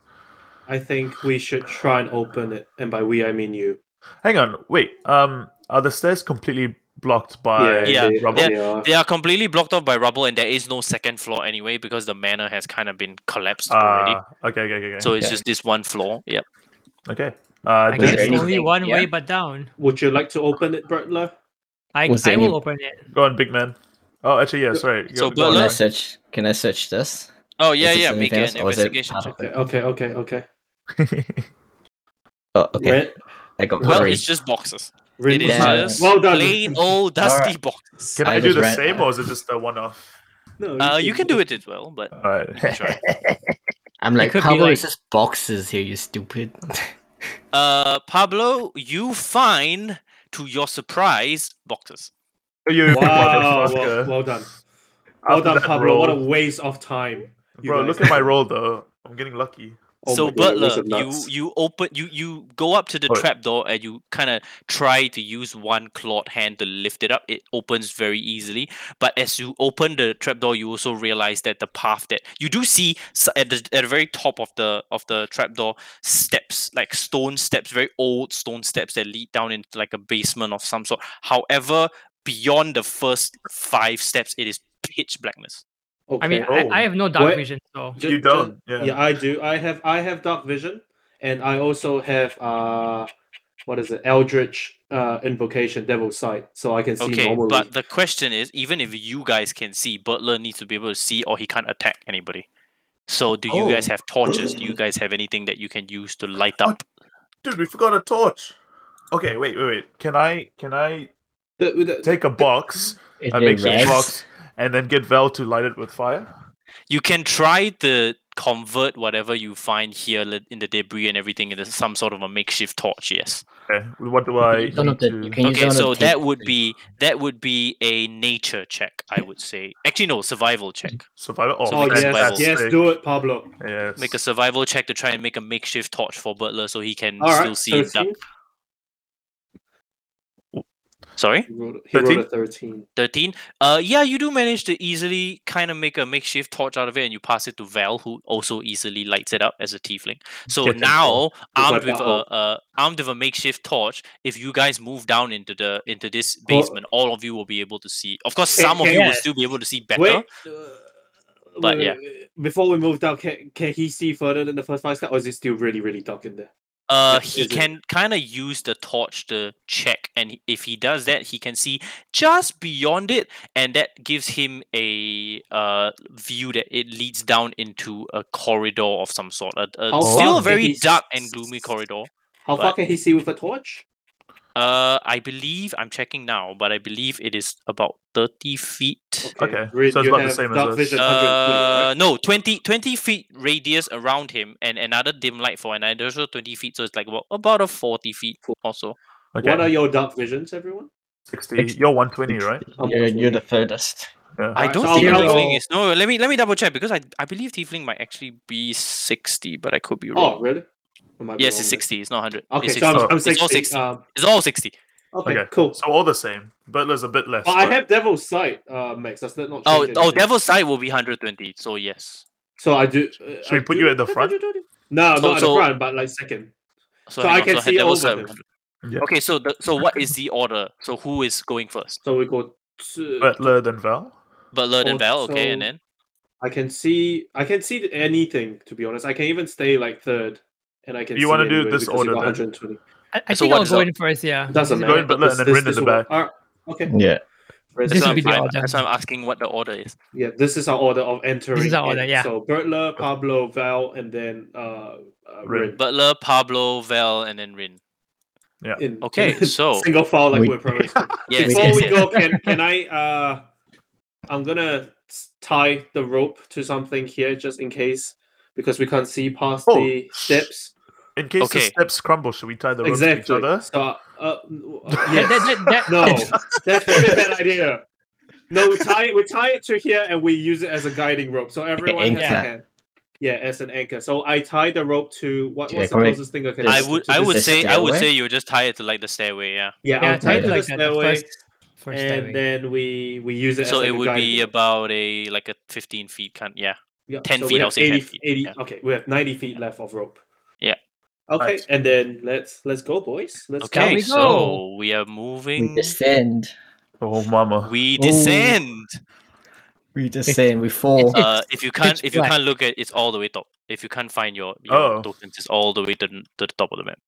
I think we should try and open it. And by we I mean you.
Hang on. Wait. Um. Are the stairs completely blocked by
Yeah,
they-
rubble?
they are.
They are completely blocked off by rubble, and there is no second floor anyway because the manor has kind of been collapsed already.
Ah, okay, okay, okay, okay.
So it's
okay.
just this one floor. Yep.
okay. Uh,
I
do
guess
there
there's
you-
only
anything-
one
yeah?
way but down.
Would you like to open it, Bertler?
I,
Was
I
there
will
any-
open it.
go on, big man. Oh, actually, yeah. Sorry.
So, Well,
go- go on,
Can I
Butler-
sorry.
search? Can I search this?
Oh yeah,
Is this
yeah.
anything
Make an
else, or is it Ah,
investigation
part
check.
of
Okay,
it?
okay, okay, okay.
Oh, okay.
Rin,
I got
Well,
three.
it's just boxes.
Really?
It is
Yeah.
just
Well done.
plain old dusty
Alright.
boxes.
Can I,
I
do
was
the
right
same,
there.
or is it just a one-off?
No,
Uh, you can do it as well, but
All right.
sure.
I'm like,
could be
Pablo,
like-
it's just boxes here, you stupid.
Uh, Pablo, you find, to your surprise, boxes.
Oh,
Wow,
you
well,
motherfucker.
well done. Well
After
done,
that
Pablo. What a
roll-
waste of time. you
bro!
guys
Look at my
had.
roll, though. I'm getting lucky.
Oh
so
my God,
Butler,
those are
you
nuts.
you open you you go up to the
Alright.
trapdoor and you kind of try to use one clawed hand to lift it up. It opens very easily, but as you open the trapdoor, you also realize that the path that you do see s- at the at the very top of the of the trapdoor steps like stone steps, very old stone steps that lead down into like a basement of some sort. However, beyond the first five steps, it is pitch blackness.
Okay.
I mean,
oh.
I, I have no dark
What?
vision, so
Ju-
you
ju-
don't. Yeah.
yeah, I do. I have I have dark vision, and I also have uh, what is it? Eldritch uh invocation, devil sight, so I can see
Okay,
normally.
but the question is, even if you guys can see, Butler needs to be able to see, or he can't attack anybody. So, do you guys have torches? Do you guys have anything that you can use to light
Oh,
up?
Dude, we forgot a torch. Okay, wait, wait, wait. Can I can I
The- the-
take a box,
Is
a
it
makeshift
red?
box, and then get Val to light it with fire?
You can try to convert whatever you find here li- in the debris and everything into some sort of a makeshift torch. Yes.
Okay. What do I?
None of
need
the-
to-
you can- use
okay,
it on a
so that
tape
would
thing.
be that would be a nature check, I would say. Actually, no, survival check.
survival. Oh,
oh
make a survival.
yes, yes,
fantastic.
do it, Pablo.
Yes.
Make a survival check to try and make a makeshift torch for Butler, so he can
All
still
right,
see. in dark.
13.
Sorry.
He rolled, he rolled a thirteen.
13 uh yeah you do manage to easily kind of make a makeshift torch out of it and you pass it to val who also easily lights it up as a tiefling so
Get them
now armed
like
with
that
a
hole.
uh, armed with a makeshift torch if you guys move down into the into this
Well-
basement all of you will be able to see of course
Can-
some of
can-
you will
yeah.
still be able to see better
Wait, uh,
But,
wait,
yeah.
wait, Before we move down, can, can he see further than the first five steps, or is it still really, really dark in there?
Uh,
Yes,
he
is it?
can kind of use the torch to check, and he- if he does that, he can see just beyond it, and that gives him a uh view that it leads down into a corridor of some sort. A, a
How
still
far
a
can
very
he
dark and gloomy corridor.
How far
But-
can he see with a torch?
Uh, I believe I'm checking now, but I believe it is about thirty feet.
Okay,
Rin,
so it's
you
about the
have
same as
dark
us.
vision, 100 feet,
Uh,
right?
no, 20, 20 feet radius around him, and another dim light for another so twenty feet. So it's like about about a forty feet or so.
Okay.
What are your dark visions, everyone?
60. You're 120, right?
You're, you're the furthest.
Yeah.
I
Alright,
don't
so
think
I'll
Tiefling
go-
is. No, let me let me double check because I I believe Tiefling might actually be sixty, but I could be
Oh,
wrong.
really? I might be
yes,
wrong
it's
then.
sixty. It's not hundred.
Okay,
it's
so I'm, I'm
It's
60.
all 60.
Um,
It's all sixty.
okay,
Okay.
cool.
So all the same. Butler's a bit less.
Well, I
but-
have Devil's Sight, uh, Max. That's not. change
Oh, oh,
anything.
Devil's Side will be hundred twenty. So yes.
So I do. Uh,
Should we put you at the front?
No,
So-
not at
so-
the frfront, but like second. So
hang
I
on,
can
ha-
see
Devil's
over
Side will
him.
be 100.
Yeah.
Okay, so the, so what is the order? So who is going first?
So we go. To,
Butler than Val.
Butler and Bell. Okay, and
Also-
then
I can see. I can see anything. To be honest, I can even stay like third, and I can.
You
see
wanna do
anyway
this
because you
order
got
then?
120.
I, I
So
think
what
I'll
is
go
up?
in first. Yeah,
Doesn't
Go in
matter. but
Butler
this-
and then
this-
Rin in
this
the
will-
back.
Alright, Okay.
Yeah.
Rin,
This
so
will
I'm,
be the
I'm-
order.
so I'm asking what the order is.
Yeah, this is our order of entering.
our
in.
order, yeah.
So Bertler, Pablo, Val, and then uh, uh
Rin.
Rin.
Butler, Pablo, Val, and then Rin.
In,
Okay,
in
so-
single file like
We-
we're promised.
Yes,
Before
yes,
we
yes.
go, can can I? Uh, I'm gonna s- tie the rope to something here just in case, because we can't see past
Oh,
the steps.
In case
Okay.
the steps crumble, should we tie the ropes
Exactly.
to each other?
So, uh, uh, w-
That,
yes.
that, that, that,
no, that's probably a bad idea. No, we tie it. We tie it to here, and we use it as a guiding rope. So everyone has
anchor.
a hand. Yeah, as an anchor. So I tie the rope to what,
Yeah,
what's the
correct.
closest thing I can.
I
Is-
would
to
I
this?
would
a
say I would
stairway?
say you just tie it to like the stairway. Yeah.
Yeah,
yeah,
I'll tie
try
it
to
to the
like that the
stairway,
first, first
and
stairway.
then we we use it.
so
as
it
like a
would be
guiding-
about a like a 15 feet kind yeah
Yeah,
10
so we
feet, I'll
have
say 10 feet,
80
yeah.
Okay, we have 90 feet left of rope.
Yeah.
Okay,
Nice.
and then let's let's go, boys. Let's
okay
we
so
go.
we are
We
moving
descend.
Oh, mama.
we descend
We descend. We fall.
uh if you can't
pitch
if you
black.
can't look at it's all the way top if you can't find your, your
Oh.
tokens it's all the way to, the- to the top of the map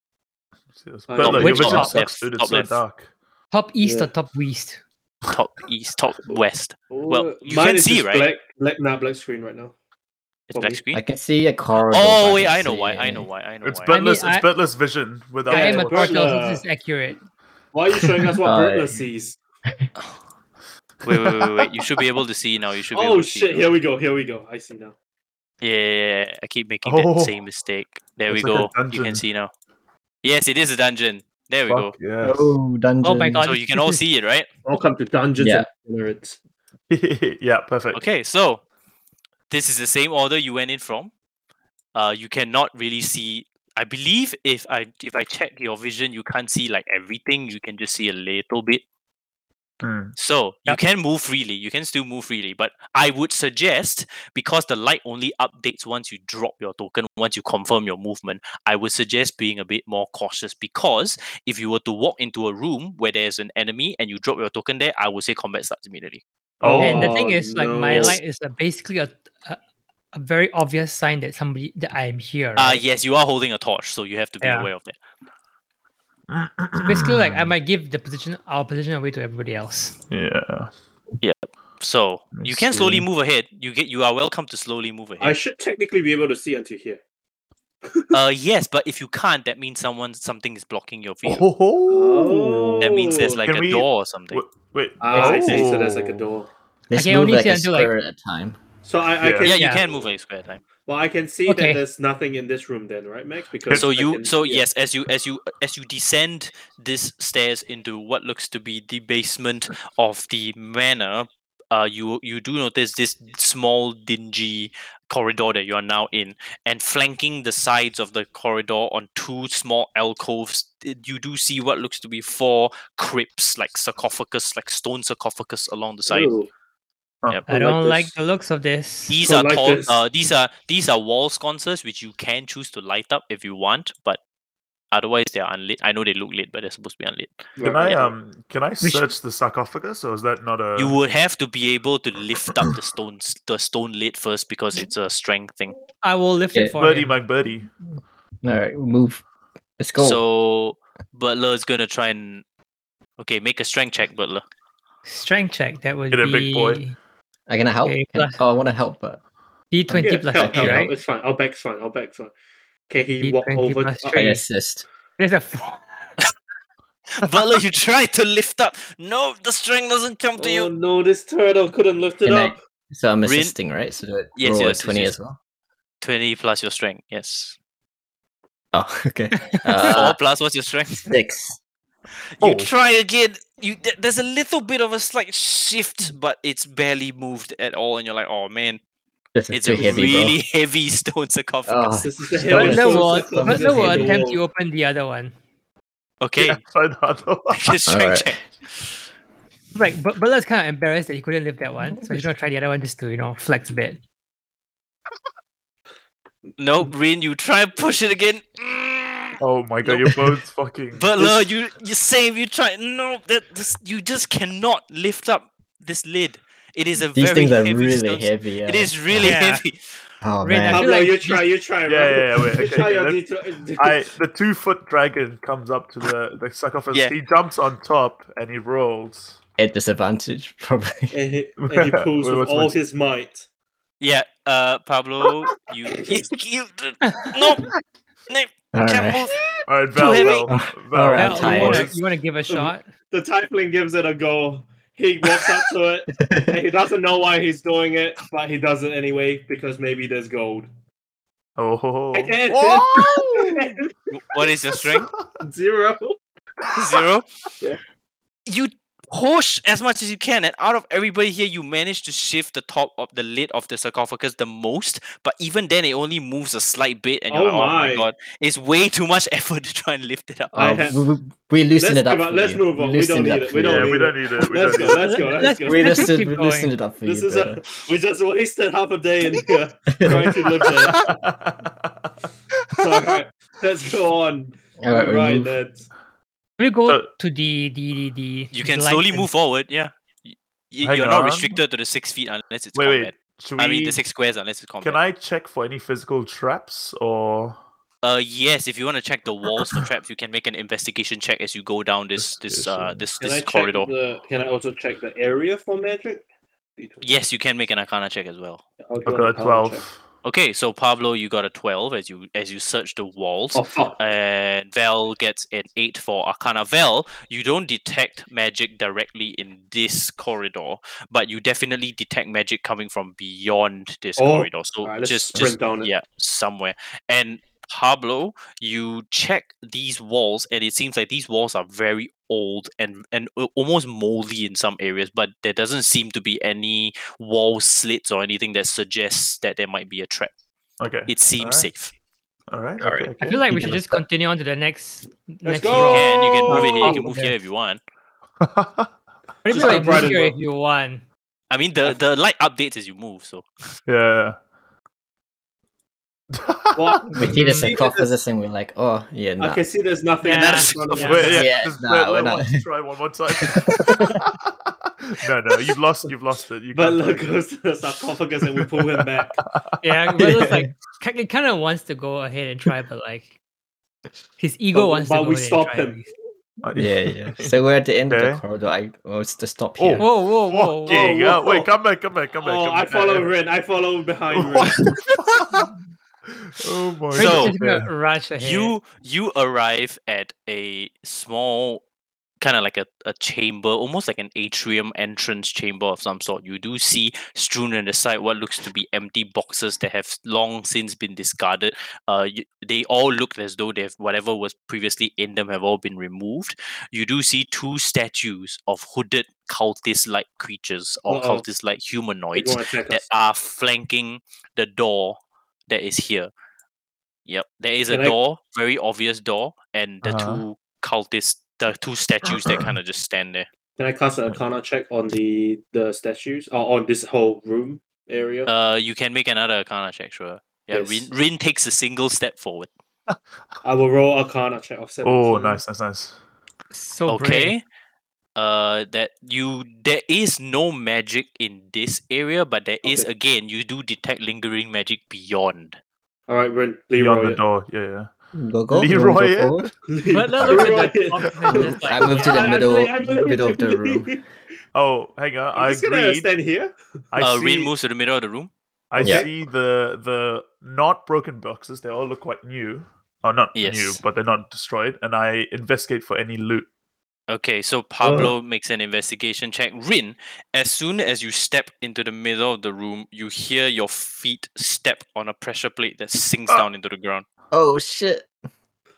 Jesus.
Uh,
Butler,
Top
your
left,
vision
top
sucks,
left,
dude. It's
top
so
left.
dark.
Top east
Yeah.
or top west?
top east top west
go.
well,
Uh,
you
mine
can
is
see,
just
right?
Black, black, nah, black screen right now.
It's
What we-
back screen.
I can see a corridor. but
oh wait,
can't
I know
see
why. I
any.
know why. I know
It's
why.
but- mean,
Bitless.
I-
it's Bitless vision without.
I am
the
Well,
a
torch.
tortoise.
uh,
This is accurate.
Why are you showing us what
Alright.
Bertler sees?
wait, wait, wait, wait, wait. You should be able to see now. You should. Be able
Oh
to see
shit! Here we go. Here we go. I see now.
Yeah, yeah, yeah. I keep making
Oh.
that same mistake. There
It's
we
like a
go. you
dungeon.
can see now. Yes, it is a dungeon. There we go.
Fuck yes.
Oh, dungeon.
my God.
So you can all see it, right?
Welcome to Dungeons
Yeah.
and Nerds.
yeah, perfect.
Okay, so this is the same order you went in from. Uh, you cannot really see. I believe if I if I check your vision, you can't see like everything. You can just see a little bit.
Hmm.
So you can move freely. You can still move freely, but I would suggest because the light only updates once you drop your token, once you confirm your movement. I would suggest being a bit more cautious because if you were to walk into a room where there's an enemy and you drop your token there, I would say combat starts immediately.
Oh,
and the thing is, like my
uh, no.
light is a, basically a, a a very obvious sign that somebody that I am here.
Uh
right?
yes, you are holding a torch, so you have to be
Yeah.
aware of that.
So basically, like I might give the position our position away to everybody else.
Yeah.
So
I
you can slowly
see.
move ahead. You get you are welcome to slowly move
I
ahead.
should technically be able to see until here.
uh yes, but if you can't, that means someone something is blocking your view.
Oh,
Oh.
That means there's like
Can
a
we-
door or something.
Wait. wait.
Oh.
Ah, I see. So there's like a
Oh.
door.
Let's
I can
move
only
like
see
a
until, like-
square at a time.
So I, I
Yeah.
can.
yeah, you
Yeah.
can move a square at a time.
Well, I can see that
Okay.
there's nothing in this room then, right, Max? Because
So
I
you
can-
so
yeah.
yes, as you as you as you descend this stairs into what looks to be the basement of the manor, uh you you do notice this small dingy corridor that you are now in and flanking the sides of the corridor on two small alcoves i- you do see what looks to be four crypts like sarcophagus like stone sarcophagus along the side
Ooh,
I
I like
don't like
this.
the looks of this.
these
So
are
like
tall,
this-
uh, these are these are wall sconces which you can choose to light up if you want, but otherwise they are unlit. I know they look lit, but they're supposed to be unlit.
Can
right,
I
right.
um? Can I
should-
search the sarcophagus, or is that not a?
Uh.
you would have to be able to lift up the stones, the stone lid first because it's a strength thing.
I will lift
Yeah.
it for you.
birdie, my birdie.
All right, move. Let's go.
So Butler is gonna try and okay, make a strength check, Butler.
Strength check. That would
Get a
be
big boy.
I gonna help.
Okay,
Can-
plus-
oh, I want to help, but
D twenty
Yeah,
plus
help,
AP,
help, help.
right?
It's fine. I'll back's fine. I'll back's fine. Can he walk
D20
over?
plus
oh,
I
Okay.
assist.
There's a four.
Butler, you try to lift up. No, the strength doesn't come to
oh
you.
no, this turtle couldn't lift it
Can I-
up.
So I'm
Rin-
assisting, right? So do I
Yes,
roll a
yes, yes,
twenty
yes.
as well.
Twenty plus your strength, yes.
Oh, okay.
Four
Uh,
plus what's your strength?
six.
You
Oh.
try again. You th- there's a little bit of a slight shift, but it's barely moved at all, and you're like, "Oh man,
This is
it's
too
a
heavy,
really heavy stone sarcophagus."
Oh.
This is the hill.
Don't But
Butler
it's-
will,
it's-
Butler will
it's-
attempt to open the other one.
Oh.
Okay,
Yeah, I know.
make a strength
Alright.
check.
Like, but Butler's kind of embarrassed that he couldn't lift that one, so he's gonna try the other one just to, you know, flex a bit.
No, Rin, you try and push it again. Mm.
Oh my god, your bones fucking.
Butler, you you save. You try. No, that this, you just cannot lift up this lid. It is a
bro. These
very
things are
heavy
really
stone.
heavy. Yeah.
It is really
Yeah.
heavy.
Oh
Rin, I
man.
feel
Pablo,
like
you
this-
try. You try.
Yeah,
right?
yeah, yeah, wait,
You
okay,
try
okay,
your
let's-
D20.
I the two foot dragon comes up to the the sarcophagus.
Yeah.
He jumps on top and he rolls.
At disadvantage, probably.
and he, and he pulls
Wait,
with
what's
all
my-
his might.
Yeah, uh, Pablo, you, you, you no, no,
All
can't
right.
move.
All right, Val,
heavy.
Val, Val,
right,
Now,
I'm
you,
tired.
wanna,
boys.
you wanna give a shot?
The Typhling gives it a go. He walks up to it. and he doesn't know why he's doing it, but he does it anyway because maybe there's gold.
Oh, ho,
I
ho.
did.
What is your strength?
Zero.
zero.
Yeah.
You push as much as you can, and out of everybody here, you manage to shift the top of the lid of the sarcophagus the most. But even then, it only moves a slight bit, and you're
Oh
like, "Oh
my.
my god, it's way too much effort to try and lift it up."
I
Oh,
have-
we, we- we loosen
Let's
it up.
give up-
for
let's
you.
move on, we
loosen
don't
it up
need it,
for
we
you.
don't
Yeah, we
need
don't need it. We
Let's
don't
go.
need it.
Let's go. Let's
Let's-
go.
We
Let's
loosened,
keep
we
going.
loosened it up for
This
you.
is a we just wasted half a day in here trying to live there. All right, let's go on.
All right, we
right,
move.
let's
We go
So-
to the the the, the
Uh, You can
light
slowly
and-
move forward. Yeah, Y- y-
Hang
you're not
on.
restricted to the six feet unless it's
wait,
combat.
wait. Should we?
I mean, the six squares unless it's combat.
Can I check for any physical traps or?
Uh, yes. If you want to check the walls for traps, you can make an investigation check as you go down this this uh
Investigation.
this
can
this
I
corridor.
check the can I also check the area for magic?
Yes, you can make an arcana check as well.
I'll do
I've got
an
a
arcana check.
twelve.
Okay, so Pablo, you got a twelve as you as you search the walls.
Oh,
Uh,
fuck.
and Vel gets an 8 for Arcana. Vel, you don't detect magic directly in this corridor, but you definitely detect magic coming from beyond this
Oh,
corridor. So
alright, let's
just,
sprint
just
down it.
yeah, somewhere. And Pablo, you check these walls, and it seems like these walls are very old and and a- almost moldy in some areas. But there doesn't seem to be any wall slits or anything that suggests that there might be a trap.
Okay.
It seems
Alright.
safe.
All right.
All right.
Okay,
I
okay.
feel like we
you
should
can
just continue on to the next. next
go!
round.
Yeah, and you can move it here. You
Oh,
can move here if you want.
Or you
Just
can,
go
like,
bright
move
and
here
go.
if you want.
I mean, the the light updates as you move. So
yeah.
Well,
We did
Mm.
a off position. We're like, oh yeah,
I
no.
can see there's nothing.
Yeah.
in front of
Wait,
me.
Yeah.
yeah,
Yeah,
just
nah,
wait,
we're
wait,
not-
once, try one more time. no, no, you've lost. You've lost it. You
But
can't
look
play
goes to the sarcophagus and we pull him back.
Yeah, Vello's
Yeah.
like ki- he kind of wants to go ahead and try, but like his ego
But-
wants
but
to go
we
ahead and
stop
try at
him.
least.
again.
Yeah, yeah. So we're at the end of
Okay.
the corridor. I well, it's to stop
Oh,
here.
Whoa, whoa, whoa!
Fuck
whoa.
yeah, yeah.
whoa.
Wait, come back, come back, come back.
Oh,
come
I
back.
follow Rin. I follow behind Rin.
oh my
We're
So-
just gonna rush ahead.
you you arrive at a small kind of like a, a chamber almost like an atrium entrance chamber of some sort you do see strewn on the side what looks to be empty boxes that have long since been discarded uh you, they all look as though they've whatever was previously in them have all been removed you do see two statues of hooded cultist like creatures or
Uh-oh.
cultist like
They
humanoids
gonna attack
that
us.
are flanking the door that is here. Yep, there is
Can
a
I-
door, very obvious door, and the
Uh-huh.
two cultists, the two statues that kind of just stand there.
Can I cast an Arcana check on the the statues or on this whole room area?
Uh, you can make another Arcana check, sure. Yeah,
Yes.
Rin, Rin takes a single step forward.
I will roll Arcana check of seven.
Oh, nice, nice, nice.
so
Oh,
brave.
okay. Uh, that you there is no magic in this area, but there is
Okay.
again you do detect lingering magic beyond.
All right, Rin,
Beyond
Leroy.
the door. Yeah, yeah.
Go go. you wanna
Leroy it?
Go forward?
But that looks like the box and just like-
I moved to the middle, middle of the room.
Oh, hang on. I
I'm just gonna
agreed.
stand here.
I
uh,
see.
Rin moves to the middle of the room.
I
Yeah.
see the the not broken boxes. They all look quite new. Oh, not new,
Yes.
but they're not destroyed. And I investigate for any loot.
Okay, so Pablo makes an investigation check. Rin, as soon as you step into the middle of the room, you hear your feet step on a pressure plate that sinks
Ah.
down into the ground.
Oh shit!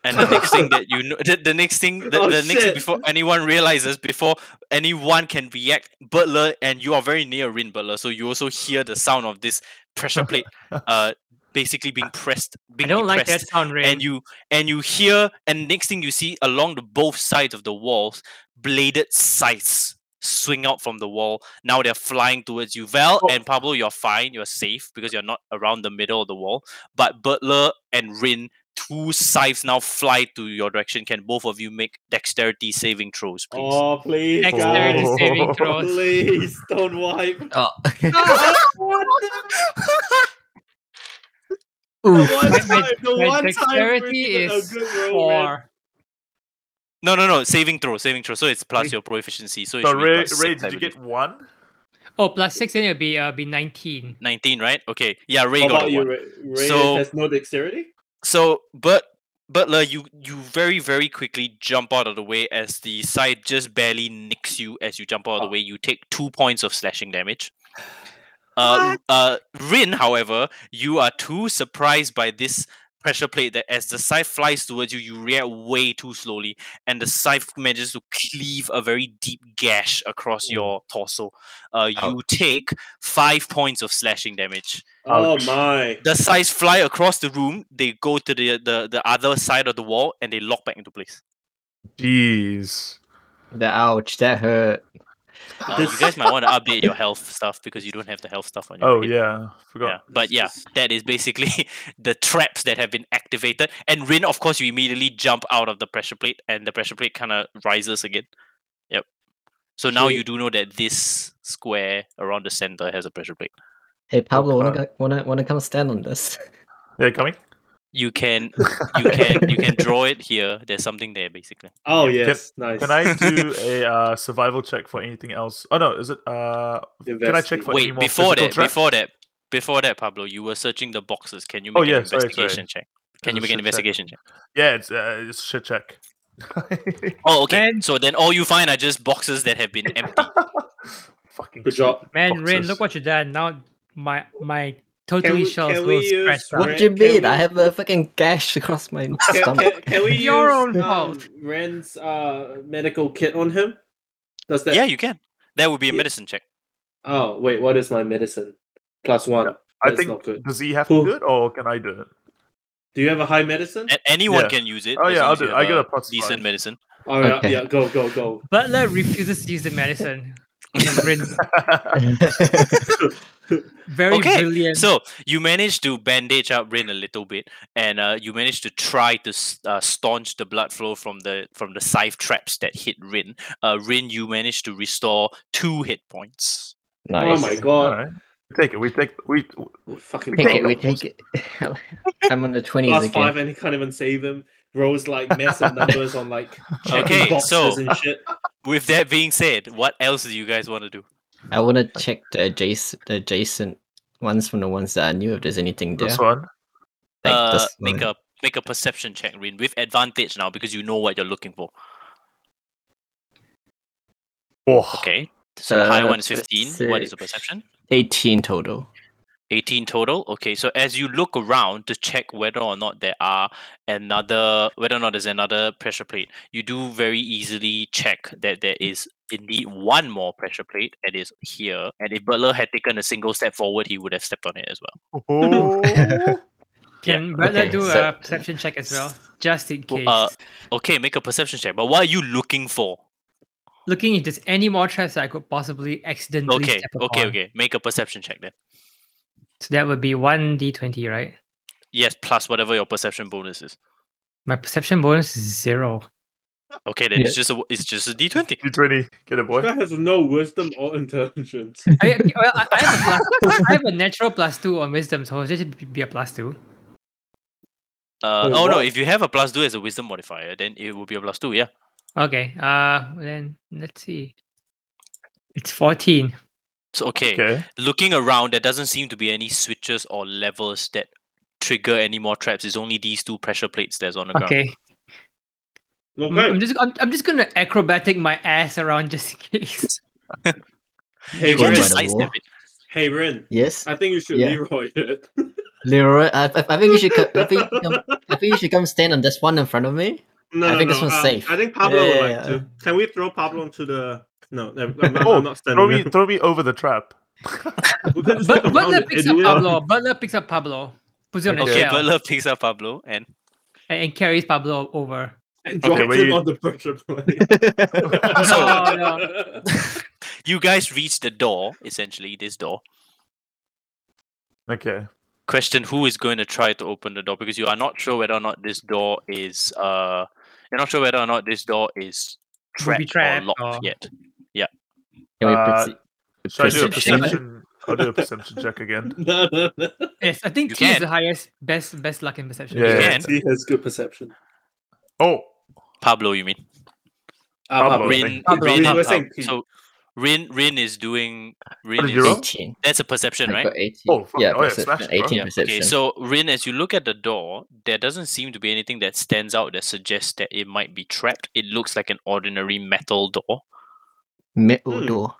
And the next thing that you know, the, the next thing, the,
Oh,
the next
shit.
before anyone realizes, before anyone can react, Butler, and you are very near Rin Butler, so you also hear the sound of this pressure plate, uh, basically being pressed.
I
Being
don't like
depressed
that sound ring.
and you and you hear and next thing you see along the both sides of the walls bladed scythes swing out from the wall now they're flying towards you val
Oh.
and pablo you're fine you're safe because you're not around the middle of the wall but butler and rin two scythes now fly to your direction can both of you make dexterity saving throws please
Oh, please.
Dexterity
guys.
saving throws.
Please don't wipe.
Oh.
The
Oof.
one time, the
My
one time we
dexterity
did a
is
good roll, Rin.
four.
no no no saving throw saving throw so it's plus your proficiency so, it
So
should be
Ray,
plus
Ray,
six, I
did you
believe.
get one?
Oh, plus six, then it'll be uh, be nineteen.
19 right okay yeah ray
How
got a
about you,
one
Ray? Ray
So-
has no dexterity?
So, but Butler, you you very very quickly jump out of the way as the side just barely nicks you as you jump out of the way. You take two points of slashing damage. Uh, uh, Rin, however, you are too surprised by this pressure plate that as the scythe flies towards you, you react way too slowly, and the scythe manages to cleave a very deep gash across your torso. Uh, you take five points of slashing damage
Oh
Ouch.
my.
the sides fly across the room. They go to the, the the other side of the wall and they lock back into place.
Jeez.
The ouch that hurt.
Uh, you guys might want to update your health stuff because you don't have the health stuff on your.
Oh
head.
yeah,
Yeah,
forgot.
but yeah, that is basically the traps that have been activated. And Rin, of course, you immediately jump out of the pressure plate, and the pressure plate kind of rises again. Yep. So now you
Shit.
do know that this square around the center has a pressure plate.
Hey Pablo, wanna
Okay.
go- wanna wanna come stand on this?
They're coming.
You can you can you can draw it here. There's something there basically.
Oh, yes. nice.
Can I do a uh, survival check for anything else? Oh no, is it? Uh, can I check
Investigate.
for any
Wait,
more
before
physical
that,
traps?
before that, before that, Pablo, you were searching the boxes. Can you
Oh,
make
yeah,
an
sorry, sorry.
investigation check? Can you
a
make an
shit check.
investigation check?
Yeah, it's uh, it's shit check.
Oh, okay.
And-
So then all you find are just boxes that have been empty.
Fucking
Good job.
Man, Rin,
Boxes.
look what you done. Now my my totally
we-
shells
can
will
we use-
stress.
What
Right,
do you
can
mean? I
we-
have a fucking gash across my
Can,
stomach.
can- can we
Your
use um,
own fault.
Ren's uh, medical kit on him? Does that?
yeah, you can. That would be a
Yeah.
medicine check.
Oh wait, what is my medicine? Plus one.
I
That's
think-
not good.
Does he have
Who-
to do it, or can I do it?
Do you have a high medicine?
A- anyone
Yeah.
can use it.
Oh
as
yeah,
long
I'll
as
do
you
it.
have
I got a
a
plus
decent
five.
medicine.
All right,
Okay.
Oh, yeah, go, go, go.
Butler refuses to use the medicine. And Rin's very
Okay,
brilliant.
So you managed to bandage up Rin a little bit, and uh, you managed to try to s- uh, staunch the blood flow from the from the scythe traps that hit Rin. Uh, Rin, you managed to restore two hit points.
Oh my god!
Alright. We Take it. We take we
Fucking
Take it,
Pablo.
we take it. I'm on the 20s
Plus
again.
five, and he can't even save him. Rolls like massive numbers on like checking
Okay,
boxes
so-
and shit.
With that being said, what else do you guys want to do?
I want to check the adjacent, the adjacent ones from the ones that I knew if there's anything there.
this one.
Like
uh,
this
make
one.
a make a perception check, Rin, with advantage now because you know what you're looking for.
Oh,
Okay. So the high
Uh,
one is 15. What is the
six.
perception?
18 total.
18 total. Okay, so as you look around to check whether or not there are another, whether or not there's another pressure plate, you do very easily check that there is indeed one more pressure plate and is here. And if Butler had taken a single step forward, he would have stepped on it as well.
Oh.
Can Butler
Okay,
do
so-
a perception check as well? Just in case.
Well, uh, Okay, make a perception check. But what are you looking for?
Looking if there's any more traps that I could possibly accidentally
Okay,
step
okay,
upon.
okay. Make a perception check then.
So that would be one d twenty, right?
Yes, plus whatever your perception bonus is.
My perception bonus is zero.
Okay, then
Yeah.
it's just a it's just a D twenty.
D twenty. Get it, boy.
That has no wisdom or intelligence.
I, I- well, I, I, have a plus, I have a natural plus two on wisdom, so it should be a plus two.
Uh,
Wait,
oh no,
what?
if you have a plus two as a wisdom modifier, then it will be a plus two. Yeah.
Okay. Uh, then let's see. It's fourteen.
So okay.
Okay.
looking around, there doesn't seem to be any switches or levels that trigger any more traps. It's only these two pressure plates that's on the ground.
Okay. I'm- I'm
Okay,
just I'm, I'm just gonna acrobatic my ass around just in case.
hey
You can
Right.
Ren,
just
Right.
sidestep it.
hey Ren.
Yes,
I think you should
Yeah.
Leroy it.
Leroy. I, I, I think you should. co- I think, you come, I think you should come stand on this one in front of me.
No,
I
no,
think
no.
this one's
um,
safe.
I think Pablo
Yeah,
would
yeah,
like
yeah.
to. Can we throw Pablo into the? No, no, I'm, I'm,
Oh,
I'm not
Throw
standing.
me,
there.
throw me over the trap.
We can just look
But
around
Butler
it.
picks
Do
up
we-
Pablo. Butler picks up Pablo, puts it on his
Okay,
shell,
Butler picks up Pablo and
and, and carries Pablo over.
and dropped
where
him
you-
on the pressure plate.
Oh, no.
you guys reach the door, essentially this door.
Okay.
Question who is going to try to open the door because you are not sure whether or not this door is uh you're not sure whether or not this door is
Will be
trapped,
trapped
or locked
or-
yet.
Can we
Uh,
proceed-
Should I do a
Perception.
perception? I'll do a perception check again.
no, no, no.
Yes, I think
You
T is
can.
the highest, best, best luck in perception.
Yeah.
Again,
He has good perception.
Oh,
Pablo, you mean?
Ah,
Pablo.
Pablo.
Rin,
Pablo,
Rin,
we were
Pab-
saying Pete.
so Rin, Rin is doing. Rin
did you roll?
is,
18.
that's a perception,
I
right?
got 18.
Oh, fuck,
yeah,
oh, yeah,
percep-
smash it, bro.
18
Yeah,
perception.
Okay, so Rin, as you look at the door, there doesn't seem to be anything that stands out that suggests that it might be trapped. It looks like an ordinary metal door.
metal
Hmm.
door.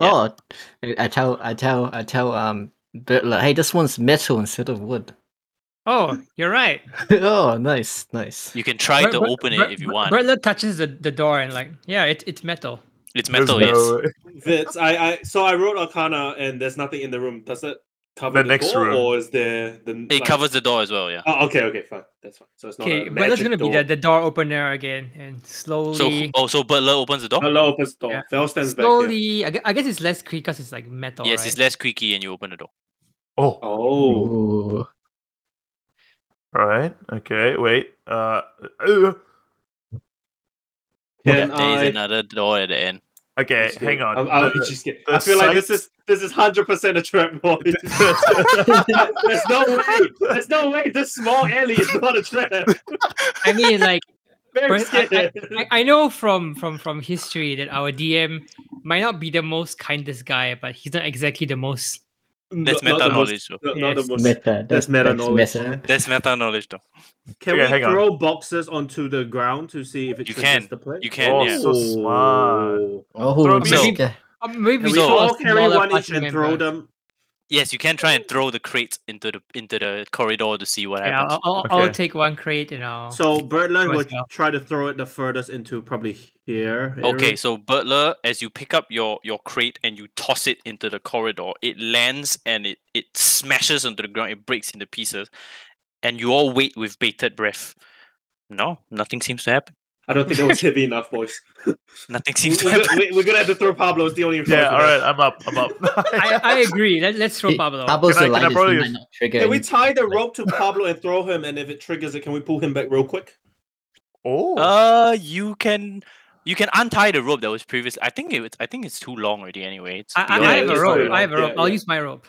Yeah.
Oh, I- I tell, I tell, I tell, um, Butler, hey, this one's metal instead of wood.
Oh, you're right.
oh, nice, nice.
You can try
Bert-
to
Bert-
open it
Bert-
if you
Bert-
want.
Bertler touches the, the door and like, yeah, it, it's metal.
it's
there's
metal, yes.
no-
Vince, I, I, so I wrote Arcana, and there's nothing in the room. Does it cover
The
the,
next
door,
room.
or is there the?
It covers the door as well, yeah.
Oh, okay, okay, fine. That's fine. So it's not.
Okay,
Okay,
Butler's gonna be
door.
the, the door opener again, and
So, who-
slowly,
oh, so Butler opens the door?
Hello, opens the door.
Yeah.
Vel stands back. Here.
slowly. I gue- I guess it's less creaky because it's like metal.
yes,
right?
it's less creaky and you open the door.
Oh, all
Oh,
Ooh.
right. Okay, wait. Uh, uh,
Can
There is
I-
another door at the end.
okay.
Just
Eh, Hang
kidding.
on. Uh,
I'm, I'm
The-
just kidding.
the
I feel like this
sights-
is this is hundred percent a trap, boy. There's no way. There's no way. This small alley is not a trap.
I mean, like
Very
But I-
scared.
I, I know from from from history that our DM might not be the most kindest guy, but he's not exactly the most
That's
Not- not
meta
the most-
knowledge, though.
not- not the
Yes.
most-
Meta.
That's meta knowledge.
meta.
That's meta knowledge, though.
Can
Okay,
we
hang on.
throw boxes onto the ground to see if it
You
triggers
can.
the play?
You can,
Oh,
yeah.
so smart.
Oh.
Oh,
Throw
it's
me
like a-
Uh, maybe
Can we
So-
all
should
carry
roll a
one each
party
and
member.
throw them?
Yes, you can try and throw the crates into the into the corridor to see what
Yeah,
happens.
I'll, I'll,
Okay.
I'll take one crate and I'll.
So Birdland would
Myself.
try to throw it the furthest into probably here.
Okay,
area.
so Butler, as you pick up your your crate and you toss it into the corridor, it lands and it it smashes onto the ground. It breaks into pieces, and you all wait with bated breath. No, nothing seems to happen.
I don't think that was heavy enough, boys.
Nothing
We-
seems to
we're,
happen.
gonna, we- we're gonna have to throw Pablo. It's the only
Yeah,
choice we
all
have.
right, I'm up. I'm up.
I, I agree. Let, let's throw Pablo.
Pablo's
Can I- can
the
I
lightest,
borrow
he
your-
might not trigger.
Can we
any-
tie the rope to Pablo and throw him? And if it triggers it, can we pull him back real quick?
oh,
Uh, you can you can untie the rope that was previous. I think it's I think it's too long already. Anyway, it's
I, I,
beyond
I
Yeah,
have
the
a
it's
rope.
fine.
I have a
Yeah,
rope. I'll
yeah.
use my rope.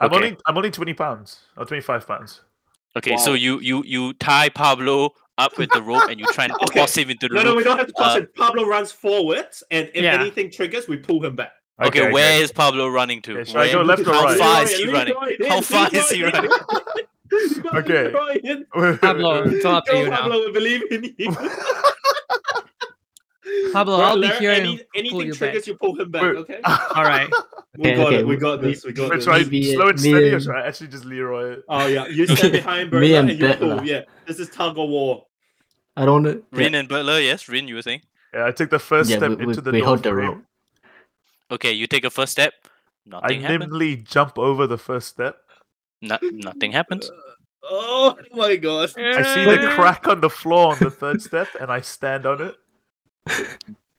I'm
okay.
only I'm only twenty pounds or twenty five pounds.
Okay, so
Wow.
you you you tie Pablo up with the rope and you try and
Okay.
toss him into the
No, no,
room.
we don't have to toss
Uh,
it. Pablo runs forwards, and if
Yeah.
anything triggers, we pull him back.
Okay, where is Pablo running to?
Yeah, should I
Where-
go left or
how
right?
far is he running? How far is he running?
Okay.
Pablo, it's all up to
Go,
you now.
Pablo, we believe in you.
Pablo, I'll be
Butler,
here.
Any,
and-
anything
you back.
triggers, you pull him back.
Wait.
Okay.
All right.
We
Okay,
got
okay,
it. We
we-
got this. We got
Should
this.
I
Maybe
slow
it-
and steady,
maybe-
or should I actually just Leroy it?
Oh yeah, you stand behind
Me
Bertha
and
and you pull.
Bertha.
Yeah, this is tug of war.
I don't know.
Rin and Butler, yes, Rin, you were saying.
Yeah, I take the first
Yeah,
step
we- we-
into the
we
door
hold
of the
the
room.
rope.
Okay, you take a first step.
I
Nothing happens.
nimbly jump over the first step.
No, nothing happens.
Oh my gosh.
I see the crack on the floor on the third step, and I stand on it.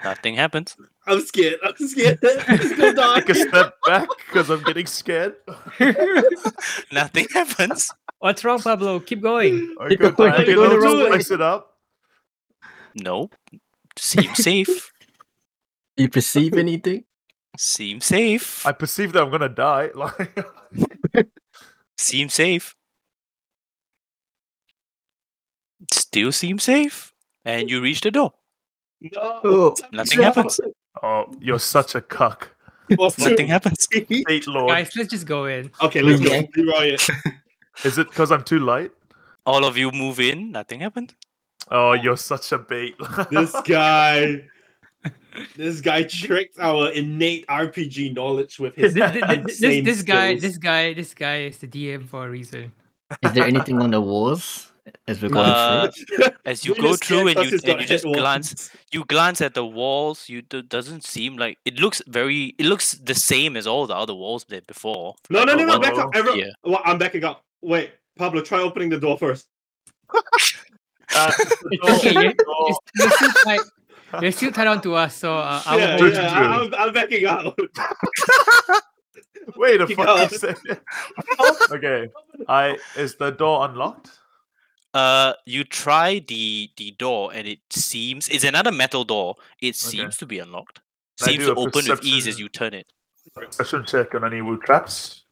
Nothing happens.
I'm scared. I'm scared. It's gonna die.
Take a step back because I'm getting scared.
Nothing happens.
What's wrong, Pablo? Keep going.
Oh, I
Keep
go
going,
back
keep
and
going the
I'll
wrong
just
way.
place it up.
No. Seems safe.
Do you perceive anything?
Seems safe.
I perceive that I'm gonna die. Like,
Seems safe. Still seems safe. And you reach the door.
No.
Nothing happens.
oh, you're such a cuck.
Nothing happens.
State lord.
Guys, let's just go in.
Okay, let's go.
Yeah.
Leroy it.
Is it because I'm too light?
All of you move in. Nothing happened.
Oh, you're such a bait.
This uh, guy. This guy tricked our innate RPG knowledge with his.
This, this,
insane
this, this guy,
skills.
this guy, this guy is the DM for a reason.
Is there anything on the walls as we're going
Uh,
through?
as you
We're
go
just scared
through and
because
you
he's got
and you just
headwalls.
glance you glance at the walls you it doesn't seem like it looks very it looks the same as all the other walls there before
No,
like,
no, no,
or
no.
one-
Back up. Everyone.
Oh, yeah.
Well, I'm backing up. Wait, Pablo, try opening the door first.
Uh, the
It's okay,
door,
you-
the door.
It's- They're still tied,
Oh.
they're still tied onto us, so uh, I will
yeah,
hold
yeah,
True, true.
I- I'm, I'm backing up.
Wait a
Keep
fucking
going.
second. okay. I is the door unlocked?
uh you try the the door and it seems it's another metal door it
Okay.
seems to be unlocked
Can I
seems
do
to
a
open with ease as
perception-
you turn it
Perception check on any wood traps.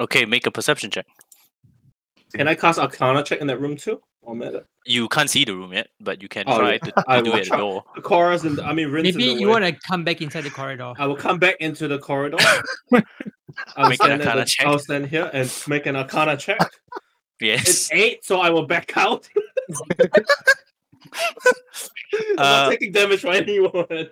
okay make a perception check
Can I cast Arcana check in that room too? Or matter.
you can't see the room yet but you can
Oh,
try
yeah.
to,
I
to do
will
it at the
try.
door
The chorus and I mean, rinse
Maybe you want to come back inside the corridor.
I will come back into the corridor. I'll,
Make an
stand at
arcana
the-
check.
I'll stand here and make an arcana check.
yes
It's eight, so I will back out. I'm
Uh,
not taking damage from anyone.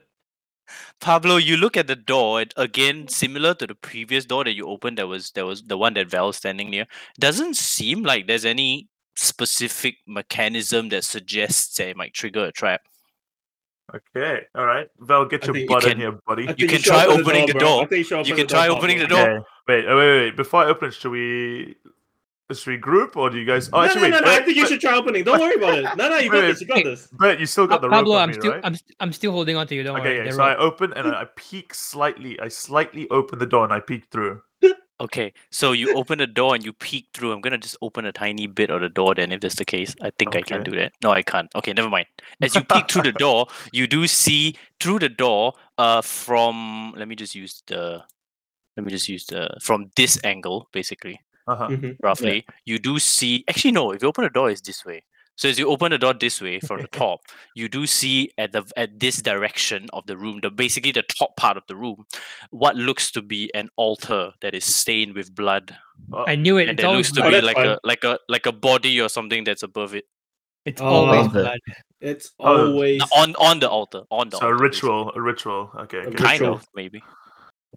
Pablo, you look at the door and again, similar to the previous door that you opened. That was that was the one that Val's standing near. Doesn't seem like there's any specific mechanism that suggests that it might trigger a trap.
Okay. All right. Vel, get
I
your
think
you
butt in
can-
here, buddy.
I think
You can
should
try
open
opening the
bro.
door.
I think should
You
open
can
the
try
door,
opening the
Pablo.
door.
Okay. Wait, oh, wait, wait, wait. Before I open it, should we should we group or do you guys? Oh,
no,
actually,
no,
wait.
no, no, I
Bert,
think you
Bert-
should try opening. Don't worry about it. No, no, you got
Wait,
this. You got this.
Bert, you still got the
Uh,
rope
Pablo,
on
I'm
me,
still,
right?
I'm, st- I'm still holding on to you. Don't
okay,
worry.
okay,
the
so I
rope.
open and I peek slightly. I slightly open the door and I peek through.
Okay, so you open the door and you peek through. I'm gonna just open a tiny bit of the door. Then, if that's the case, I think I can
Okay.
do that. No, I can't. Okay, never mind. As you peek through the door, you do see through the door. Uh, from let me just use the, let me just use the from this angle basically.
Uh huh.
Mhm.
roughly, you do see. Actually, no. If you open the door, it's this way. So as you open the door this way from the top, you do see at the at this direction of the room, the basically the top part of the room, what looks to be an altar that is stained with blood,
I knew it.
and
It's
there
always
looks to
blood.
be
blood.
Oh, that's
like
fine.
a like a like a body or something that's above it
It's
Oh,
always
wow.
blood.
It's
Oh.
always
on on the altar on the
So a
altar, basically.
ritual, a ritual. Okay.
A
good.
kind
Ritual.
of maybe.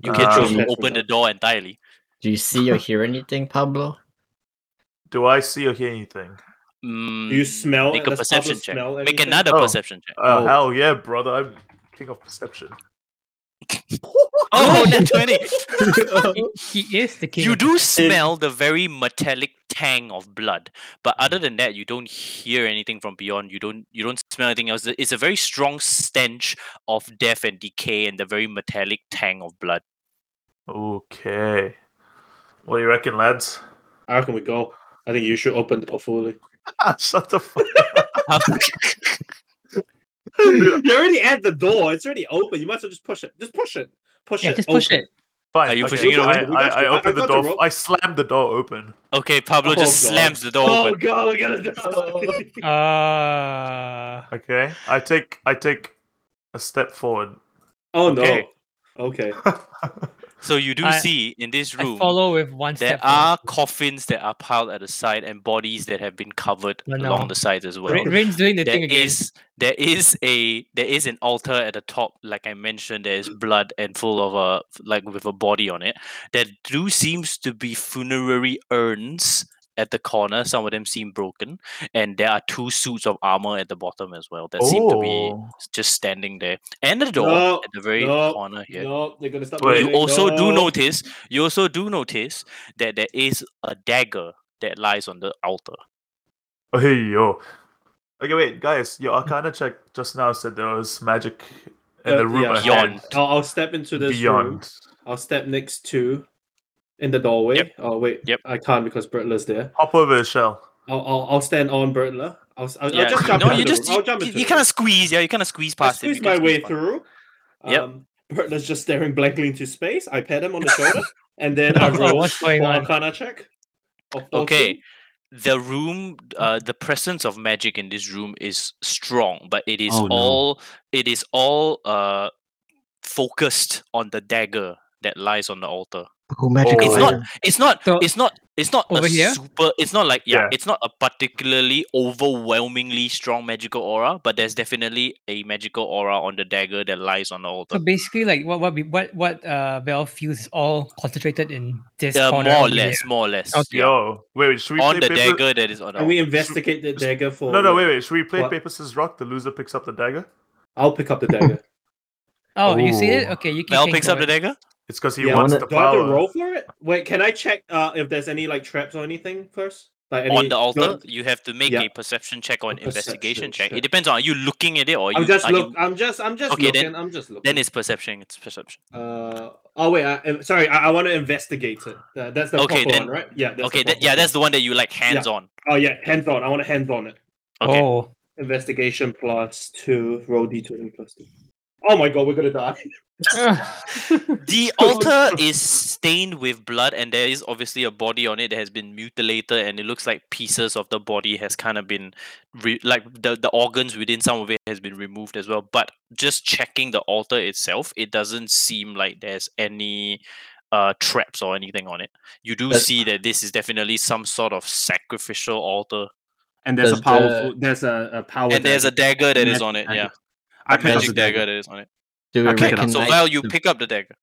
You can
Uh,
choose to
Ritual.
open the door entirely.
Do you see or hear anything, Pablo?
Do I see or hear anything?
Do you
Mm,
smell
Make
it?
a
Does Pablo
perception check.
smell
Make
anything?
another
Oh.
perception check.
Uh,
Oh.
Hell yeah, brother! I'm king of perception.
Oh, nat twenty. oh.
He, he is the king.
You
of-
do smell the very metallic tang of blood, but other than that, you don't hear anything from beyond. You don't you don't smell anything else. It's a very strong stench of death and decay, and the very metallic tang of blood.
Okay. What do you reckon, lads?
How can we go? I think you should open the portfolio.
Shut the fuck.
Oh,
you already at the door. It's already open. You might as well just push it. Just push it. Push
Yeah,
it.
just push
Open.
it.
Fine.
Are you
okay.
pushing it
I,
away?
I, I
I- I
opened the
got the
door.
rope.
I slammed the door open.
okay, Pablo
Oh,
just
God.
slams the door
Oh
open.
god, I gotta do
Uh,
Okay. I take I take a step forward.
Oh no.
Okay.
Okay.
So you do
Oh, I-
see in this
I
room
follow with one
there
step.
are coffins that are piled at the side and bodies that have been covered
No,
along
no.
the sides as well.
Ra- Rain's doing the
There
thing again.
is there is a there is an altar at the top, like I mentioned. There is blood and full of a like with a body on it. There do seems to be funerary urns at the corner. Some of them seem broken, and there are two suits of armor at the bottom as well that seem to be
Oh.
just standing there. And the door
No,
at the very
no,
corner here.
No, they're gonna stop.
Wait.
You
moving.
also do
No.
notice. You also do notice that there is a dagger that lies on the altar.
Oh, hey yo. Okay, wait, guys. Your Arcana check just now said there was magic in
Uh,
the room
yeah, I'll-
Beyond.
ahead.
I'll, I'll step into this room.
Beyond.
I'll step next to in the doorway.
Yep.
Oh wait.
Yep.
I can't because Bertla's there.
Hop over the shell.
I'll I'll, I'll stand on Bertla. I'll, s- I'll, I'll just jump
no,
into
you
the
just
room.
you,
I'll jump into
you
the
kind
room.
of squeeze. Yeah, you kind of squeeze
I
past it.
squeeze
you can
my way
past-
through.
Yep.
Um, Bertla's just staring blankly into space. I pat him on the shoulder, and then I
Oh,
roll
what's going
for
on?
Arcana check. of 14.
Okay. The room, uh, the presence of magic in this room is strong, but it is
Oh, no.
all it is all uh focused on the dagger that lies on the altar.
Oh,
magical
It's not. It's not.
So,
it's not. It's not
over
a
here?
super. It's not like yeah,
Yeah.
It's not a particularly overwhelmingly strong magical aura, but there's definitely a magical aura on the dagger that lies on the altar.
So basically, like what what we- what what uh Bell feels is all concentrated in this
Uh,
corner
more or
over here.
less. More or less.
Okay.
yeah.
Yo, wait, wait, should we
On
play
the
paper?
dagger that is on the
And we
altar.
investigate the dagger for.
No, no, wait, wait. Should we play
Oh, What?
paper scissors rock? The loser picks up the dagger.
I'll pick up the dagger.
Oh, you see it?
Ooh.
Okay, you can.
Mel
can
picks
go
up the
ahead.
dagger.
It's because he
Yeah, I
wants
wanna-
the
Do I have
power.
to roll for it? Wait, can I check uh, if there's any like traps or anything first? Like any,
on the altar,
No,
you have to make
Yeah.
a perception check or an
A perception
investigation check. It
check.
depends on are you looking at it or
I'm
you,
just
are you-
look. I'm just. I'm just
Okay, then-
looking. I'm just looking.
then it's perception. It's perception.
Uh, oh wait, I, I'm sorry. I, I want to investigate it. Uh, that's the
Okay,
proper
then-
one, right? Yeah. That's the
okay, that,
proper
yeah,
one.
that's the one that you like hands on.
Oh yeah, hands on. I want to hands on it.
Okay.
Oh,
Investigation plus two. Roll d twenty plus two. Oh my god, we're gonna die.
The altar is stained with blood, and there is obviously a body on it that has been mutilated, and it looks like pieces of the body has kind of been, re- like the the organs within some of it has been removed as well. But just checking the altar itself, it doesn't seem like there's any uh traps or anything on it. You do
Does-
see that this is definitely some sort of sacrificial altar,
And
there's a Does the- powerful-
There's a, a power.
and there's a dagger that is on it. Yeah,
magic-
a magic dagger that is on it.
Do we
I pick it
recognize?
So Val, you
the-
pick up the dagger.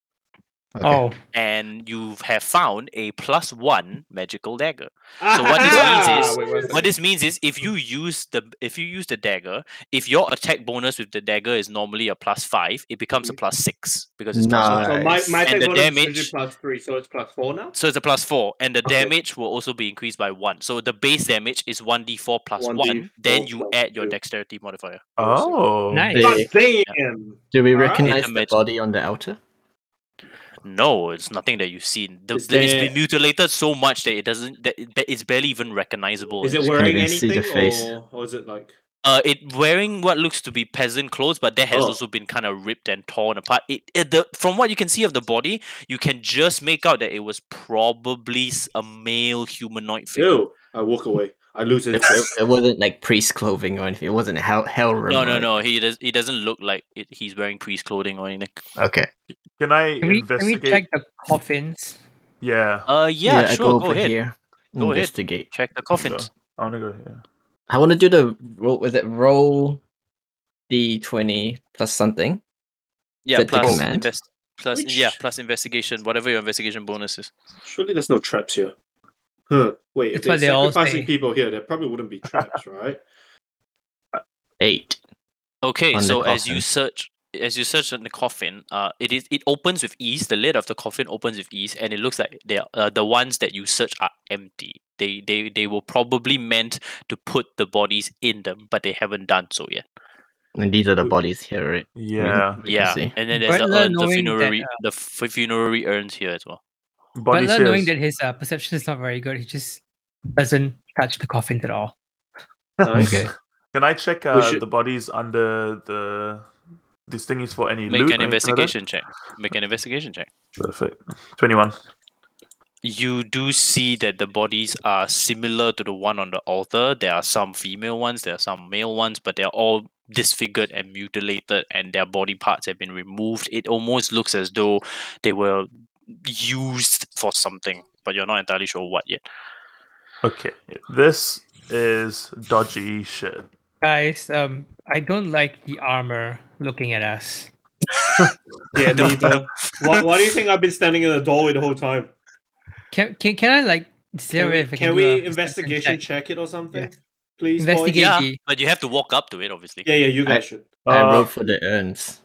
okay.
oh,
and you have found a plus one magical dagger.
Ah,
So what this means is-
wait, one
What
second.
this means is if you use the if you use the dagger, if your attack bonus with the dagger is normally a plus five, it becomes a plus six because it's plus one.
Nah.
so my
Nice.
my attack
And the
bonus is usually
damage-
plus three, so it's plus four now.
So it's a plus four, and the
Okay.
damage will also be increased by one. So the base damage is one d four plus one.
1d4
Then you
plus
add your
two.
dexterity modifier.
Oh,
nice.
Yeah.
God damn!
Do we
Alright.
recognize the
Imagine.
body on the altar?
No, it's nothing that you've seen. The,
Is
the- It's
there-
been mutilated so much that it doesn't. That it, that it's barely even recognizable.
Is
at
it
this point.
wearing
even see
anything,
the face.
Or, or is it like?
Uh, it wearing what looks to be peasant clothes, but that has
Oh.
also been kind of ripped and torn apart. It, it the from what you can see of the body, you can just make out that it was probably s- a male humanoid figure.
Ew! I walk away. I lose
It,
it.
it, it wasn't like priest clothing or anything. It wasn't hell hell room.
No, no,
right?
no. He does. He doesn't look like it, he's wearing priest clothing or anything.
Okay.
Can I
Can we, can we
investigate?
check the coffins?
Yeah,
Uh, yeah,
I
sure. Go
over
ahead.
Here,
Go ahead.
investigate.
Check the coffins.
I want to go here.
I want to do the roll. Was it roll d twenty plus something?
Yeah,
Fit the
plus
command.
invest. Plus, yeah,
Which-
plus investigation. Whatever your investigation bonus is.
Surely there's no traps here. Huh. Wait, if
That's what
they're
they all
sacrificing
say.
people here, there probably wouldn't be traps, right?
Eight.
Okay,
on the
so as you
coffin.
search as you search on the coffin, uh, it is it opens with ease. The lid of the coffin opens with ease, and it looks like they are, uh, the ones that you search are empty. They they they were probably meant to put the bodies in them, but they haven't done so yet.
And these are the
Wh-
bodies here, right? We can-
Yeah,
we can
Yeah,
see.
and then there's the,
Butler
urn, the
knowing that,
funerary
uh,
the f- funerary urns here as well.
body
but not knowing
seals.
that his uh, perception is not very good, he just doesn't touch the coffins at all.
Nice.
Okay.
Can I check uh,
should-
the bodies under the these thingies for any
Make
loot?
an
or anything like that?
investigation check. Make an investigation check.
Perfect. Twenty-one.
You do see that the bodies are similar to the one on the altar. There are some female ones, there are some male ones, but they're all disfigured and mutilated, and their body parts have been removed. It almost looks as though they were used for something, but you're not entirely sure what yet.
Okay, this is dodgy shit.
Guys, um, I don't like the armor looking at us.
Yeah, neither. why, why do you think I've been standing in the doorway the whole time?
Can can, can I like
Can
zero
we,
if I
can
do a
we
perception
investigation
check?
check it or something?
Yeah.
Please. boys?
Investigate.
Yeah,
Gigi.
but you have to walk up to it, obviously.
Yeah, yeah, you guys
I-
should.
I
Uh,
rolled for the urns.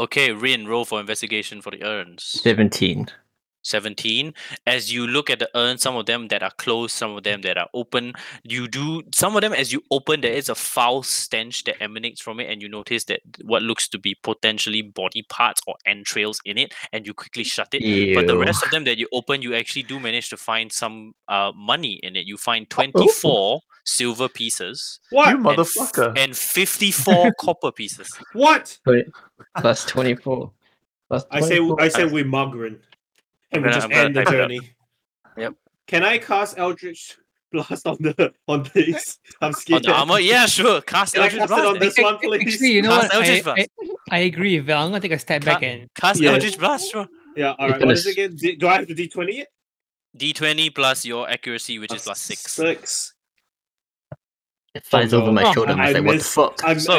Okay, Rin, roll for investigation for the urns.
Seventeen.
17 as you look at the urn some of them that are closed some of them that are open you do some of them as you open there is a foul stench that emanates from it and you notice that what looks to be potentially body parts or entrails in it and you quickly shut it but the
Ew.
rest of them that you open you actually do manage to find some uh, money in it you find
Oh.
24 silver pieces
What?
you
and f-
motherfucker!
and 54 copper pieces
what?
plus twenty four. Plus
I say
24.
I say we muggering. And we
gonna-
just
I'm gonna
end the
type it up.
journey.
Yep.
Can I cast Eldritch Blast on the on these? I'm
on
scared.
the armor yeah sure cast
Can I
Eldritch
cast it
Blast
on
then.
this
Ac-
one,
ac- Actually,
please.
you know what?
Cast
I,
Eldritch
I,
Blast.
I agree, Val. I'm gonna take a step back
Ca-
and
cast
Yeah.
Eldritch Blast sure
Yeah, all
It's
right.
gonna
What is
s-
it again? Do, do I have to D20 it?
d20 plus your accuracy, which is plus six.
Six.
It flies
Oh,
over my
no.
shoulder. and I
I
was like, what the
missed-
fuck?
I'm,
So-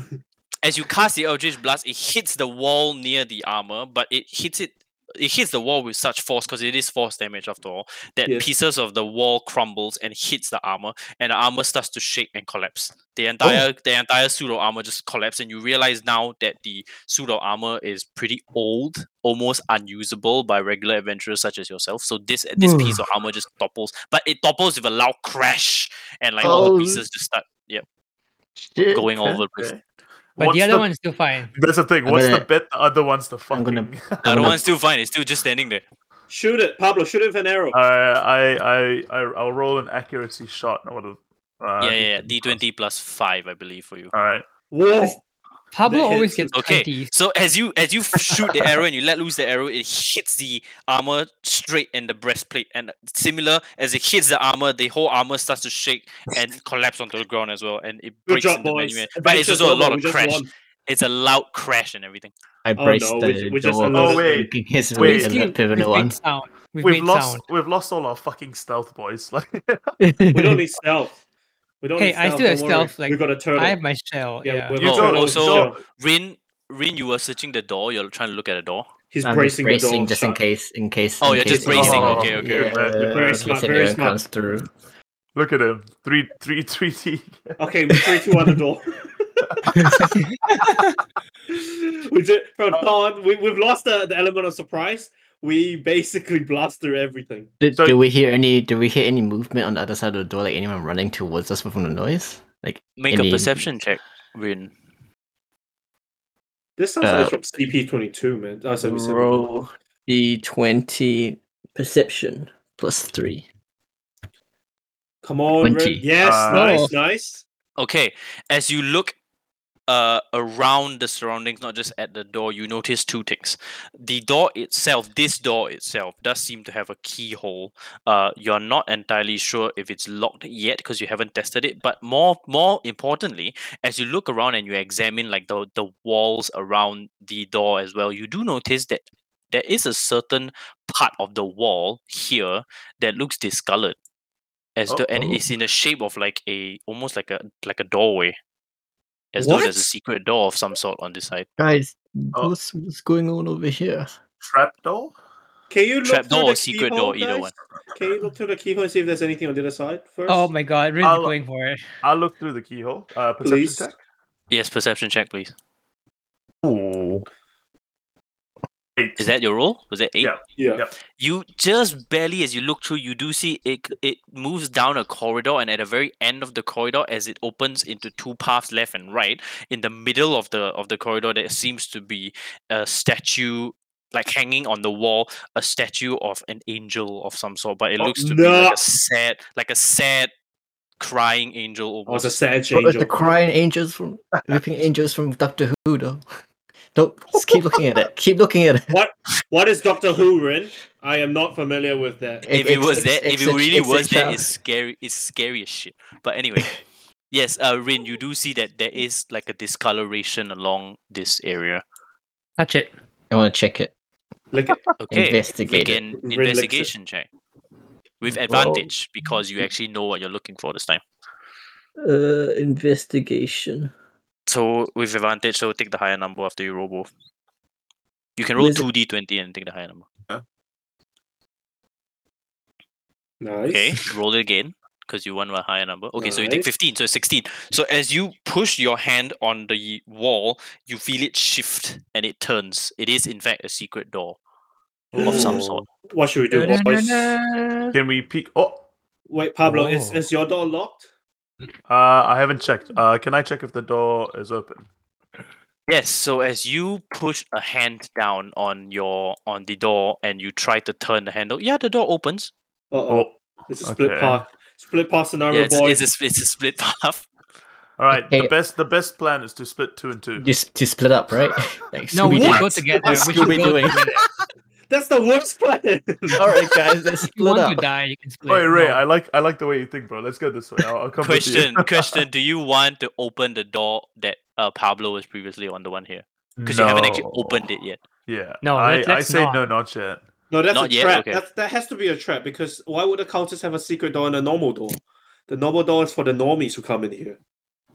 I'm-
As you cast the Eldritch Blast, it hits the wall near the armor, but it hits it. It hits the wall with such force because it is force damage after all. That
Yes.
pieces of the wall crumbles and hits the armor, and the armor starts to shake and collapse. The entire the entire pseudo armor just collapses, and you realize now that the pseudo armor is pretty old, almost unusable by regular adventurers such as yourself. So this this piece of armor just topples, but it topples with a loud crash, and like all
Oh.
the pieces just start
Shit.
going all over the place.
but
What's
the other
the-
one's still fine.
That's the thing.
I'm
What's the
gonna-
bet? The other one's the
I'm
fucking.
gonna-
The other
gonna-
one's still fine. It's still just standing there.
shoot it, Pablo. Shoot it with an arrow.
Uh,
I I I I- I'll roll an accuracy shot. What a. Uh,
yeah, yeah, yeah. D twenty plus five, I believe, for you.
All right.
Whoa.
Pablo
The
always
hits-
gets
Okay,
20s.
so as you as you f- shoot the arrow and you let loose the arrow, it hits the armor straight and the breastplate, and similar as it hits the armor, the whole armor starts to shake and collapse onto the ground as well, and it
Good
breaks
job,
into many.
boys.
men- But it's
Adventure's
also a
over,
lot
we
of
just
crash.
won.
It's a loud crash and everything.
I braced
Oh, no,
the
we- we just
door.
unloaded
Oh, wait.
Looking his
Wait,
way
We've
and
still-
the pivotal
we've
one.
made sound. We've,
We've
made
lost.
sound.
We've lost all our fucking stealth, boys. Like,
We don't need stealth. We don't
Hey,
need
I
stealth.
still have
don't worry.
stealth, like,
we got a turtle.
I have my shell.
Yeah,
Yeah.
we're-
you
Oh,
don't.
also-
don't-
Rin, Rin, you were searching the door. You're trying to look at the door.
He's
I'm just
bracing, the
bracing
door
just in
shut.
case. In case.
Oh,
in
you're just
case
bracing,
anyone-
okay, okay,
Yeah,
okay.
in
Very
case
smart,
anyone
very smart.
comes through.
Look at him. Three, three, three T.
Okay, we three, two, on the door. we did from Thorn. We we've lost the, the element of surprise. We basically blast through everything.
Did,
So-
do we hear any? Do we hear any movement on the other side of the door? Like anyone running towards us from the noise? Like
Make
Any-
a perception check, Rin.
This sounds
Uh,
like from CP twenty two, man. That's what we said.
roll the twenty perception plus three.
Come on, Ren.
20.
yes,
Uh,
nice, nice.
Okay, as you look uh, around the surroundings, not just at the door, you notice two things. The door itself, this door itself, does seem to have a keyhole. Uh, you're not entirely sure if it's locked yet because you haven't tested it. But more, more importantly, as you look around and you examine like the the walls around the door as well, you do notice that there is a certain part of the wall here that looks discolored, as though and
Uh-oh.
it's in the shape of like a almost like a like a doorway as though there's a
What?
secret door of some sort on this side.
Guys,
Oh.
what's, what's going on over here?
Trapdoor?
Can you look
Trap
through
door
the
or secret
keyhole,
door, either
guys?
one.
Can you look through the keyhole and see if there's anything on the other side first?
Oh my god, really
I'll-
going for it.
I'll look through the keyhole. Uh, perception
Please.
check.
Yes, perception check, please.
Ooh. Eight.
Is that your roll? Was it eight?
Yeah.
yeah.
Yeah.
You just barely, as you look through, you do see it. It moves down a corridor, and at the very end of the corridor, as it opens into two paths, left and right, in the middle of the of the corridor, there seems to be a statue, like hanging on the wall, a statue of an angel of some sort. But it
Oh,
looks to be like
no.
a sad, like a sad, crying angel.
I was
Almost.
Oh, a sad
What,
angel.
the crying angels from weeping angels from Doctor Who though. Don't just keep looking at it. Keep looking at it.
What? What is Doctor Who, Rin? I am not familiar with that.
if it was that, if it really was
that,
that, it's scary. It's scary as shit. But anyway, yes, uh, Rin, you do see that there is like a discoloration along this area.
Touch it.
I want to check it.
Look at
Okay, make
Investigate it.
an
Rin licks it.
investigation check with advantage because you actually know what you're looking for this time.
Uh, investigation.
So with advantage, so take the higher number after you roll both. You can roll
With-
two d twenty and take the higher number.
nice.
Okay, roll it again because you want a higher number. Okay, so you take
Nice.
15, so 16. So as you push your hand on the wall, you feel it shift and it turns. It is, in fact, a secret door of some
Oh.
sort.
What should we do, boys?
Da-da-da-da.
Can we peek? Oh,
Wait, Pablo, is,
Oh.
is your door locked?
uh, I haven't checked. Uh, can I check if the door is open?
Yes, so as you push a hand down on your on the door and you try to turn the handle, yeah, the door opens.
Uh
Oh,
oh, it's a split
okay.
path. Split path scenario,
Yeah, it's,
boys.
it's, a, it's a split path.
all right. The
Okay.
best, the best plan is to split two and two.
Just to split up, right? Like
No, we
Scooby-Doo.
should go together. We should
Scooby
go
doing.
together.
That's the worst plan.
All right, guys, let's
If you
split
want to
up.
die, you can split.
Wait, Ray,
No.
I like, I like the way you think, bro. Let's go this way. I'll, I'll come with you.
Question, question, do you want to open the door that uh, Pablo was previously on the one here? Because you haven't actually
No.
opened it yet.
Yeah.
No,
I,
let-
I
let's
say
not.
no, not yet.
no, that's
Not
a
yet,
trap.
okay.
That's, that has to be a trap because why would the cultists have a secret door and a normal door? The normal door is for the normies who come in here.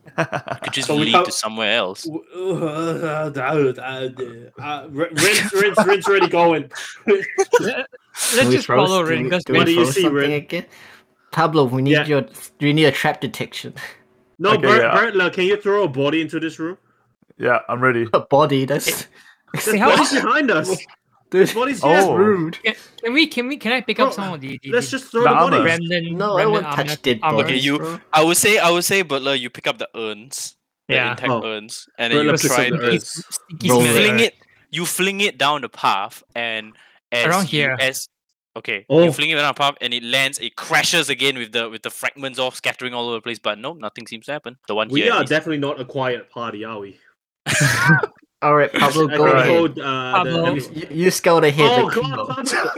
You could just
So we
lead
can't-
to somewhere else.
Uh, Rin's, Rin's, Rin's already going.
Let-
Can
Let's
we
just
throw-
follow
do
Rin
we-
because
do we
What do you
throw
see,
something
Rin?
again? Pablo, we need
Yeah.
your we need a trap detection.
No,
Okay,
Bert,
yeah.
Bertler, can you throw a body into this room?
Yeah, I'm ready.
A body. That's
There's
how-
bodies behind us.
dude,
There's bodies
Oh.
here.
that's rude.
Can we? Can we? Can I pick up
Bro,
some of the? the
Let's
the
just throw
The
the,
armor.
bodies.
remnant.
No, I won't
remnant armor-
touch dead
armor.
bodies.
Okay, you-
bro.
I would say I would say Butler, you pick up the urns, the
Yeah.
intact
Oh.
urns, and uh,
Butler
then you
picks up
try
the
to
urns.
Sticky
Roll
smelly.
fling it. You fling it down the path, and as
Around
you-
here.
as okay,
Oh.
you fling it down the path, and it lands. It crashes again with the with the fragments off, scattering all over the place. But nope, nothing seems to happen. The one
We
here.
are
is-
definitely not a quiet party, are we?
All right, Pablo,
I
go
can
ahead.
hold, uh, the-
Pablo.
You, you scout ahead.
Oh
like
god,
Kibo.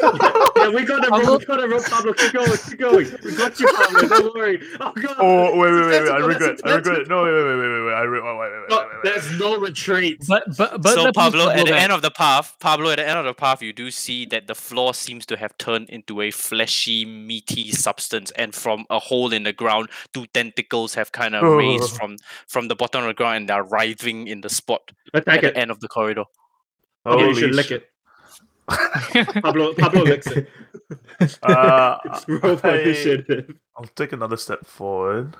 Pablo. yeah, we got to roll, we got to roll, Pablo. Keep going, keep going. We got you, Pablo. Don't worry. Oh god.
Oh wait, wait, wait, wait! I
That's
regret. I
intense.
regret. it. No, wait, wait, wait, wait, wait! wait, I re- oh, wait, wait,
No,
wait, wait, wait,
there's no retreat.
But but but
so
let
Pablo, at the
back.
end of the path, Pablo, at the end of the path, you do see that the floor seems to have turned into a fleshy, meaty substance, and from a hole in the ground, two tentacles have kind of raised
Oh.
from from the bottom of the ground and are writhing in the spot
Attack
at
it.
the end of the corridor.
wait.
Okay, you should
Holy
lick it. Pablo, Pablo licks it.
sh- Uh,
Roll for
I-
initiative.
I'll take another step forward.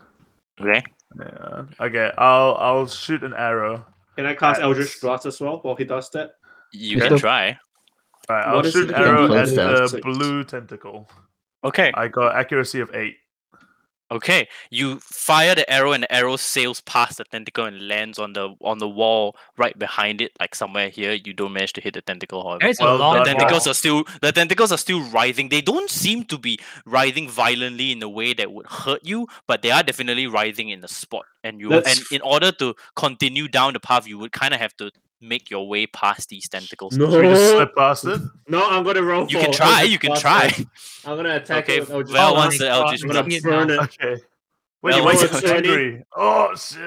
Okay.
Yeah. Okay, I'll I'll shoot an arrow.
Can I cast
That's-
Eldritch Blast as well while he does that?
You
Yeah.
can try.
All right,
What
I'll
is
shoot
it
an
again?
arrow
Close
at
down.
the
Six.
blue tentacle.
Okay.
I got accuracy of eight.
Okay, you fire the arrow, and the arrow sails past the tentacle and lands on the on the wall right behind it, like somewhere here. You don't manage to hit the tentacle, however.
That is
Well
a long
The
done,
walk.
tentacles are still the tentacles are still writhing. They don't seem to be writhing violently in a way that would hurt you, but they are definitely writhing in the spot. And you
That's-
and in order to continue down the path, you would kind of have to make your way past these tentacles.
No,
Should we just slip past it?
no, I'm gonna roll.
You
for
can
it.
try.
I'll
You can
just
try.
blast it. I'm gonna attack
Okay,
it. with Eldritch
Val
Blast.
wants the
God,
Eldritch
I'm
it's
gonna
Blast.
hit
burn
now.
it.
Okay. Wait,
Well,
you
it's
wasted
a twenty.
angry. Oh shit.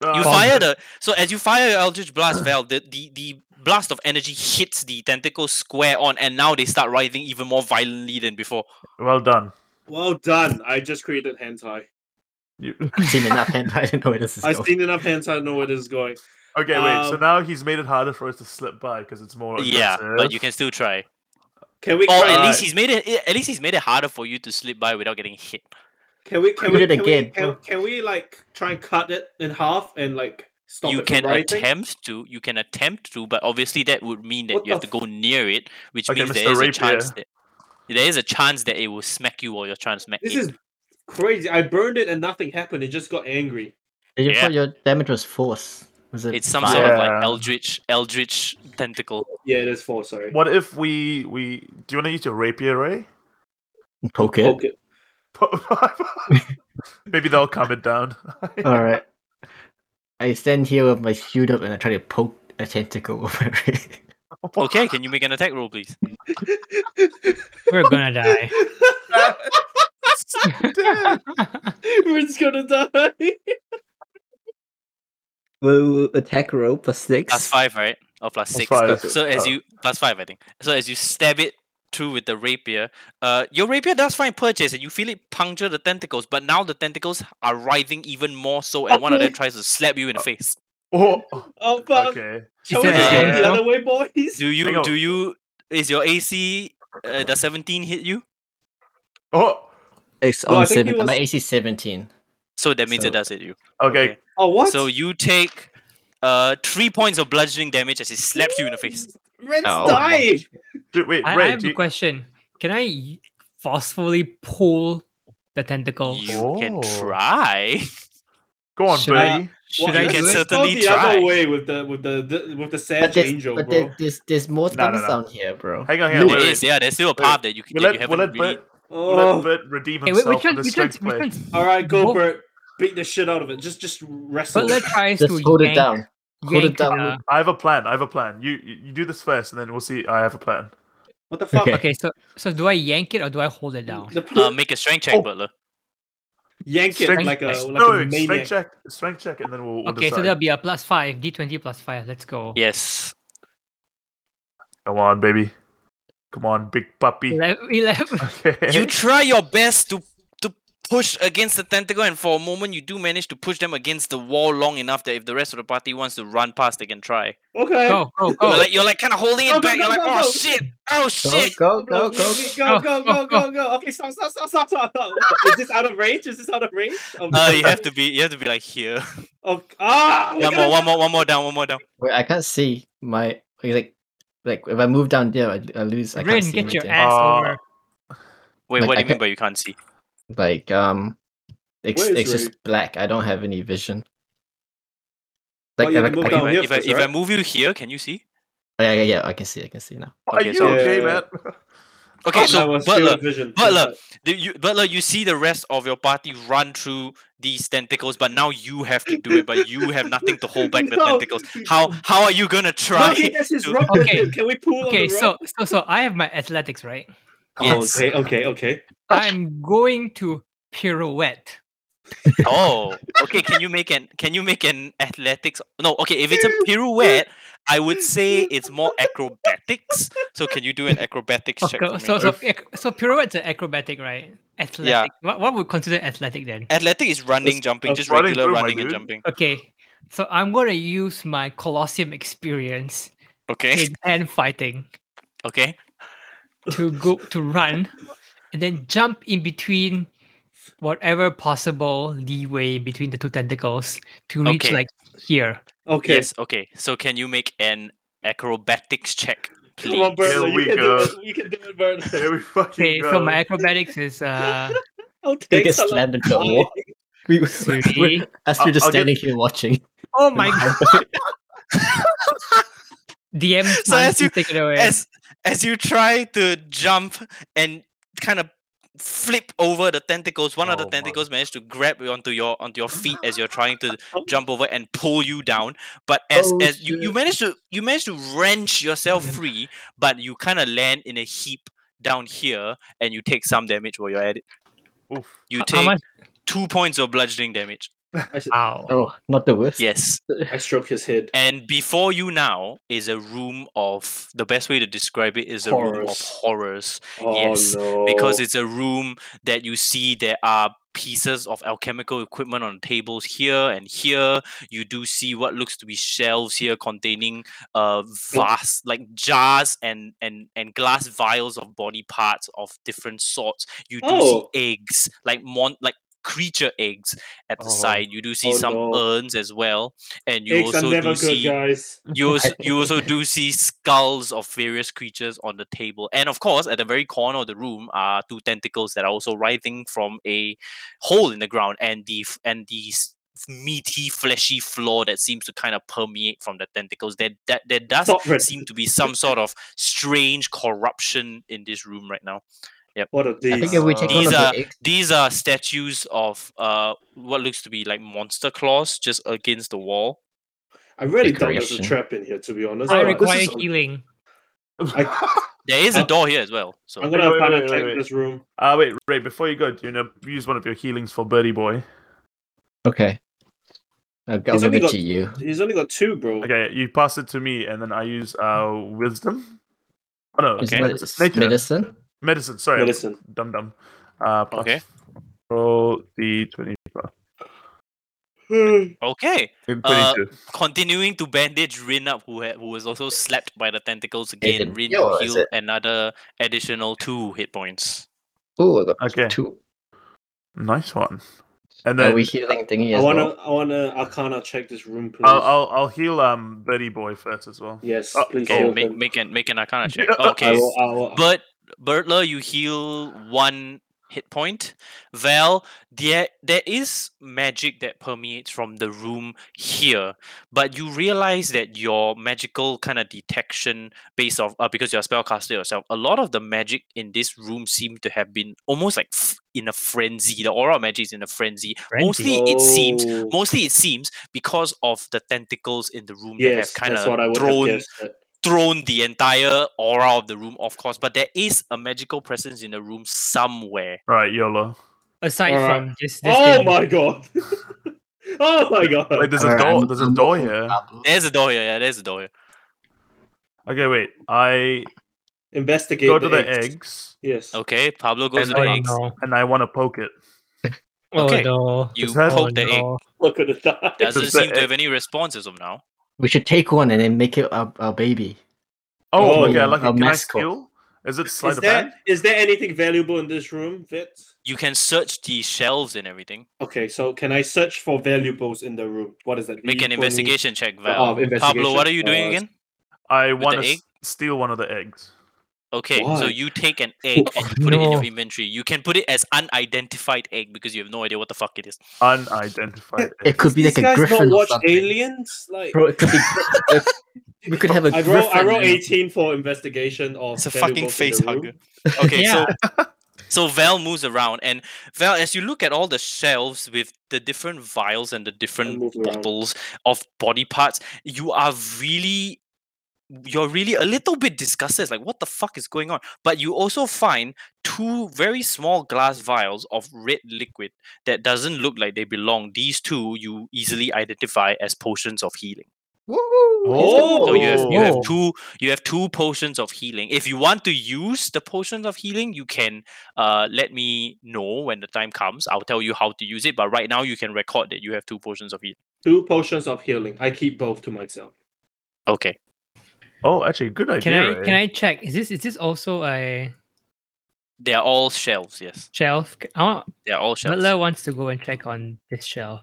You
Ah,
fire the so as you fire your Eldritch Blast, Val, the, the the blast of energy hits the tentacles square on, and now they start writhing even more violently than before.
Well done.
Well done. I just created hentai.
You...
I've seen enough hand. I don't know where this is
I've
going.
seen enough hentai to know where this is going.
Okay, wait. So
Um,
now he's made it harder for us to slip by because it's more.
Yeah, but
aggressive.
you can still try.
Can we?
Or
try-
at
Right.
least he's made it. eh, At least he's made it harder for you to slip by without getting hit.
Can we? Can
Do
we?
it
can we-
again.
Can, can we like try and cut it in half and like stop
you
it
can
from writing?
attempt to. You can attempt to, but obviously that would mean that
What
you have
the
to go near it, which
Okay,
means there
Mr.
is a
Rapier.
chance that there is a chance that it will smack you or you're trying to smack
This
it.
is crazy. I burned it and nothing happened. It just got angry.
Did you
Yeah.
thought your damage was force? Was it?
It's some
five?
sort of like
Yeah.
eldritch, eldritch tentacle.
Yeah, it is four. Sorry.
What if we we do you want to use your rapier, Ray?
poke it.
Poke it.
Maybe they'll calm it down.
All right. I stand here with my shield up and I try to poke a tentacle over it.
Okay, can you make an attack roll, please?
We're gonna die.
We're just gonna die.
Will attack roll plus six.
Plus five, right? Or plus six.
five.
So as
Oh.
you plus five, I think. So as you stab it through with the rapier, uh, your rapier does find purchase, and you feel it puncture the tentacles. But now the tentacles are writhing even more so, and one of them tries to slap you in the face.
oh,
Oh fuck!
okay.
Shall we
said
just go
again.
the other way, boys?
Do
Hang
you?
on.
Do you? Is your AC? Uh, does seventeen hit you?
Oh,
It's
No, I
on
think
seven.
it was-
My AC is seventeen.
So that means
So-
it does hit you.
okay.
Okay.
Oh what?
So you take uh three points of bludgeoning damage as it slaps you in the face.
Red's
Oh.
died.
Do- wait,
I, I
Ray.
have
do
a
you-
question. Can I y- forcefully pull the tentacle?
You can
Oh.
try.
Go on,
Should I-
Ray.
Should
Well,
I
you
let's
can
go
do it?
certainly
the other
try.
way with the with the, the with the
But
Sage
there's,
Angel,
but
bro.
there, there's there's more
No, no,
things
no.
down here, bro.
Hang on, hang on. Wait,
Loot
There
wait.
is, yeah, there's still a path that you can.
We'll
that you
let, we'll
haven't
let
really.
Bert, we'll let
Oh,
Bert redeem
Hey, wait, which
himself for
one?
the
Which one?
strength
Which
play.
one's
all right, go
Bo-
for it. Beat the shit out of it. Just just wrestle.
Butler tries
Just
to
hold it
yank-
down. Hold
yank
it down.
the-
I have a plan. I have a plan. You you you do this first, and then we'll see. I have a plan.
What the fuck?
Okay.
Okay, so so do I yank it or do I hold it down?
The
Uh, make a strength check,
Oh.
Butler.
yank it
Strength-
like a like
no,
a
wait, strength
maniac.
check. Strength check, and then we'll, we'll
Okay, so
decide.
there'll be a plus five, D twenty plus five. Let's go.
Yes.
Come on, baby. Come on, big puppy.
Eleven. 11.
Okay.
You try your best to to push against the tentacle, and for a moment, you do manage to push them against the wall long enough that if the rest of the party wants to run past, they can try.
Okay.
Go go go.
Oh.
You're like you're like kind of holding it
Go, go,
back.
go,
you're like,
go,
oh
go."
shit, oh
Go
shit.
go
Go,
go go.
go, go, go, go, go. Okay, stop, stop, stop, stop, stop. stop. Is this out of range? Is this out of range? Oh,
Uh, you have to be you have to be like here.
Oh, ah, we're
One
gonna
more, one more, one more down, one more down.
Wait, I can't see my like like if I move down there, I, I lose. I
Rin,
can't see
get your
anything.
ass
Uh,
over.
Wait,
Like,
what do you
I
mean
ca-
by you can't see?
Like um, it's
Where is
it's
Rin?
just black. I don't have any vision.
Oh,
Like
you
if I,
can move
I
down
can, Oh,
here
If I
first,
if I
right?
move you here, can you see?
yeah, yeah, yeah, I can see. I can see now.
Are
Okay,
you
so-
okay,
Yeah.
man?
Okay,
Oh, that
so
was field
Butler,
vision.
Butler, do you, Butler, you see the rest of your party run through these tentacles, but now you have to do it. But you have nothing to hold back the
No.
tentacles. How how are you gonna try?
Okay, that's his
to-
rock.
Okay.
Can we pull on
Okay,
the rock?
so so so I have my athletics right.
Yes.
Okay, okay, okay.
I'm going to pirouette.
Oh, okay. Can you make an can you make an athletics? No, okay. If it's a pirouette, I would say it's more acrobatics. So can you do an acrobatics check? for
Okay, so
me?
so ac- so pirouette's are acrobatic, right? Athletic. What what would consider athletic then?
Athletic is running, jumping,
that's
just
running
regular
through, my
running and
dude.
jumping.
Okay, so I'm gonna use my Colosseum experience
Okay,
in hand fighting
okay.
to go to run, and then jump in between whatever possible leeway between the two tentacles to reach
Okay.
like here.
Okay.
Yes. Okay. So can you make an acrobatics check, please?
Come on, Bert.
Here
you
we
can
go.
do it. You can do it, Bert.
Here we fucking
Okay,
go.
so my acrobatics is uh
I'll
They
take
get
some
slammed into a wall. We,
Seriously?
as we're
I'll get-
just standing here watching.
Oh my god. DM
So as
Mansi,
you-
take it away.
as as you try to jump and kind of flip over the tentacles one of the
Oh my-
tentacles managed to grab you onto your onto your feet as you're trying to jump over and pull you down but as
Oh,
as you, you
shit.
manage to you manage to wrench yourself free but you kind of land in a heap down here and you take some damage while you're at it
Oof.
you
How
take
much?
two points of bludgeoning damage
Wow.
Oh, not the worst.
yes
I stroke his head.
and before you now is a room of the best way to describe it is a room of
Horrors.
horrors
Oh
Yes,
no!
because it's a room that you see there are pieces of alchemical equipment on tables here and here you do see what looks to be shelves here containing uh vast like jars and and and glass vials of body parts of different sorts you do
Oh.
see eggs like mon like creature eggs at the
Oh.
side you do see
Oh,
some
no.
urns as well and you
eggs are
also
never
do
good,
see
guys.
you also, you also do see skulls of various creatures on the table. And of course, at the very corner of the room are two tentacles that are also writhing from a hole in the ground and the f- and the s- meaty, fleshy floor that seems to kind of permeate from the tentacles. There that there does
Not red.
seem to be some sort of strange corruption in this room right now.
What are these?
I think if we take one of
These
the
uh,
are-
eggs,
These are statues of uh what looks to be like monster claws just against the wall.
I really thought there's a
Decoration.
trap in here, to be honest.
I
But
require
this is-
healing.
There is
Oh.
a door here as well. So
I'm gonna
Wait, wait,
panic
wait,
check
wait, wait.
this room.
uh, wait, Ray, before you go, do you know, use one of your healings for Birdie Boy?
Okay. I'll, I'll
He's
give
only
it
got-
to you.
He's only got two, bro.
Okay, you pass it to me, and then I use uh, Wisdom? Oh, no.
Is
Okay.
that
it's nature.
medicine?
Medicine, sorry.
Medicine.
Dum dum. Uh, plus
Okay.
Roll the 20,
okay.
22.
Uh, continuing to bandage Rin up, who had, who was also slapped by the tentacles again.
didn't
Rin
heal, is
healed
it?
another additional two hit points.
Oh, I got
okay,
two.
nice one. And
Are
then
we healing thingy
I
as
wanna,
well?
I wanna Arcana check this room, please.
I'll, I'll I'll heal um Birdie Boy first as well.
yes,
Oh,
please.
Oh,
open.
make make an make an arcana check.
Yeah,
I
Okay,
will, I will,
but Bertler, you heal one hit point. Val, there there is magic that permeates from the room here, but you realize that your magical kind of detection, based off uh, because you're a spellcaster yourself, a lot of the magic in this room seem to have been almost like f- in a frenzy. The aura of magic is in a frenzy. Mostly, it seems
Oh,
mostly it seems because of the tentacles in the room
yes,
that have
that's
kind
what I
of
would have
thrown
guessed at.
thrown the entire aura of the room off course but there is a magical presence in the room somewhere
Right, YOLO.
Aside
uh,
Alright.
from this, this
Oh
thing.
my god! oh my god!
Wait, there's a
Alright,
door.
I'm-
There's a
I'm
door
open
here.
Mm.
up.
there's a door here yeah there's a door here
Okay, wait. I
Investigate.
go to the Oh.
eggs.
eggs
Yes.
okay pablo goes
And
to the
I-
eggs
Oh,
and I want to poke it.
no.
Okay.
Oh, no.
you
that-
poke the egg
no.
Look at the die.
doesn't
Is that
seem to
egg-
have any responses of now
We should take one and then make it our, our baby.
Oh,
Oh, okay. I like
a
it. Can I
mascot.
steal? Is it slide
Is
of
there,
hand?
is there anything valuable in this room, Vit?
you can search the shelves and everything
Okay, so can I search for valuables in the room? What is that?
make an
D20?
investigation check val
Oh,
pablo what
investigation.
are you doing
Uh,
again
I
the
want to
egg?
steal one of the eggs.
okay so
why?
you take an egg and you put it in
No.
your inventory you can put it as unidentified egg because you have no idea what the fuck it is
Unidentified.
It
egg.
could be
These
like a
guys
griffin
don't
or
watch
something.
aliens? Like
Bro, it could be. it- we could have a
I
griffin.
roll I roll
and-
eighteen for investigation of
It's a fucking
valuables in the
face hugger.
room.
Okay,
Yeah.
so so Val moves around, and Val, as you look at all the shelves with the different vials and the different
move around.
bottles of body parts, you are really, you're really a little bit disgusted. It's like, what the fuck is going on? But you also find two very small glass vials of red liquid that doesn't look like they belong. These two you easily identify as potions of healing. So you have you
Oh.
have two you have two potions of healing. If you want to use the potions of healing, you can uh let me know when the time comes. I'll tell you how to use it. But right now you can record that you have two potions of healing.
Two potions of healing. I keep both to myself.
Okay.
Oh, actually, good idea.
Can I
Ray.
can I check? Is this is this also a
They are all shelves, yes.
shelf? I want,
They are all shelves.
Butler wants to go and check on this shelf.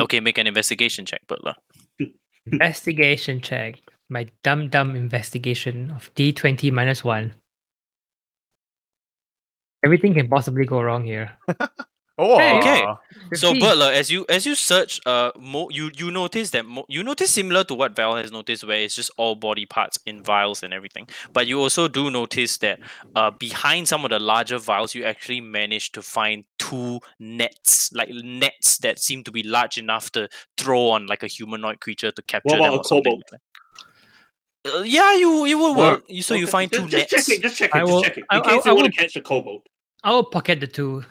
Okay, make an investigation check, uh, Butler.
Investigation check. My dumb dumb investigation of D twenty minus one. Everything can possibly go wrong here.
Oh,
Okay.
ah,
So
15.
Butler, as you as you search, uh, mo- you you notice that mo- you notice similar to what Val has noticed, where it's just all body parts in vials and everything. But you also do notice that uh, behind some of the larger vials, you actually managed to find two nets, like nets that seem to be large enough to throw on like a humanoid creature to capture
about
them.
a
or something
kobold?
like that. Uh, yeah, you you will
Well,
work. You, so you
Okay,
find two
just, just
nets.
Check it, just check it,
I will-
just check it. In
I- I-
case
I
you want to
will-
catch a kobold.
I'll pocket the two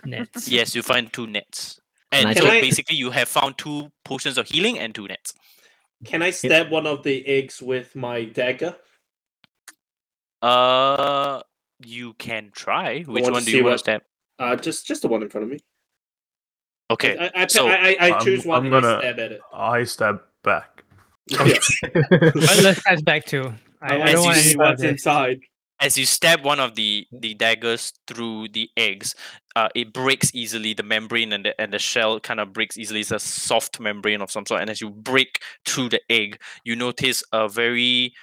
nets.
Yes, you find two nets. And
I
so
Can I-
basically, you have found two potions of healing and two nets.
Can I stab one of the eggs with my dagger?
Uh, you can try. Which
want
one
to
do
see
you want
what-
to stab?
Uh, just just the one in front of me.
Okay.
I, I, I,
so-
I, I, I
I'm-
choose one
I'm
and I
gonna-
stab at it.
I stab back.
Yeah.
Well, let's head back to. I, I
I
don't
As
want to see
you
want any
said-
more of
what's
this.
inside.
As you stab one of the the daggers through the eggs, uh, it breaks easily. The membrane and the and the shell kind of breaks easily. It's a soft membrane of some sort. And as you break through the egg, you notice a very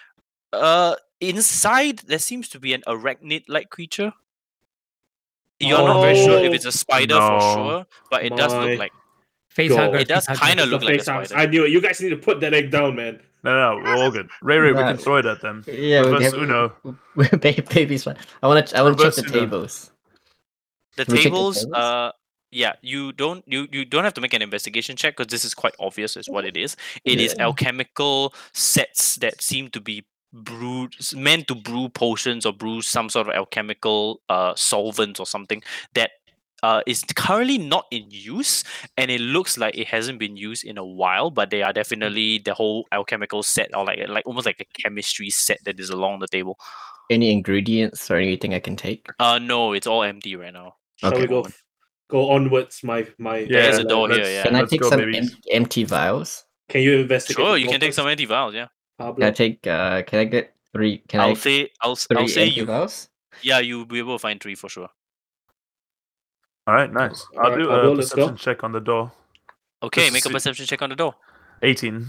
uh inside there seems to be an arachnid-like creature. You're not very sure if
Oh.
it's a spider for
No.
sure, but it does
My
look like
Face
God.
hugger.
It does
face
kinda
hugger.
It's
look
the
like a
face arms.
spider.
I knew it. You guys need to put that egg down, man.
No, no, we're all good. Ray, Ray, we can
Right.
throw it at them.
yeah, we
Reverse
get
Uno.
Ba- Baby's fine. I want to. I want to
Reverse
check the
Uno.
tables.
the
Can we check the
tables,
tables?
uh yeah you don't you you don't have to make an investigation check because this is quite obvious is what it is It is alchemical sets that seem to be brewed s- meant to brew potions or brew some sort of alchemical uh solvent or something that uh, is currently not in use and it looks like it hasn't been used in a while but they are
Mm.
definitely the whole alchemical set or like like almost like a chemistry set that is along the table
Any ingredients or anything I can take?
uh no it's all empty right now
Shall we
Okay.
go go onwards, my my uh,
Yeah,
there's a door here
let's-
yeah
Can I
let's
take
go,
some
babies.
em- empty vials?
Can you investigate?
Sure,
the
you can take
corpus,
some antivirals. Yeah,
Pablo?
Can I take? Uh, can I get three? Can
I'll
I
say, I'll, s-
3
I'll say
empty
you.
vials?
Yeah, you'll be able to find three for sure.
All right, nice.
All
I'll
right,
do
Pablo,
a
let's go.
perception check on the door.
Okay,
Let's
make a
see.
perception check on the door.
18.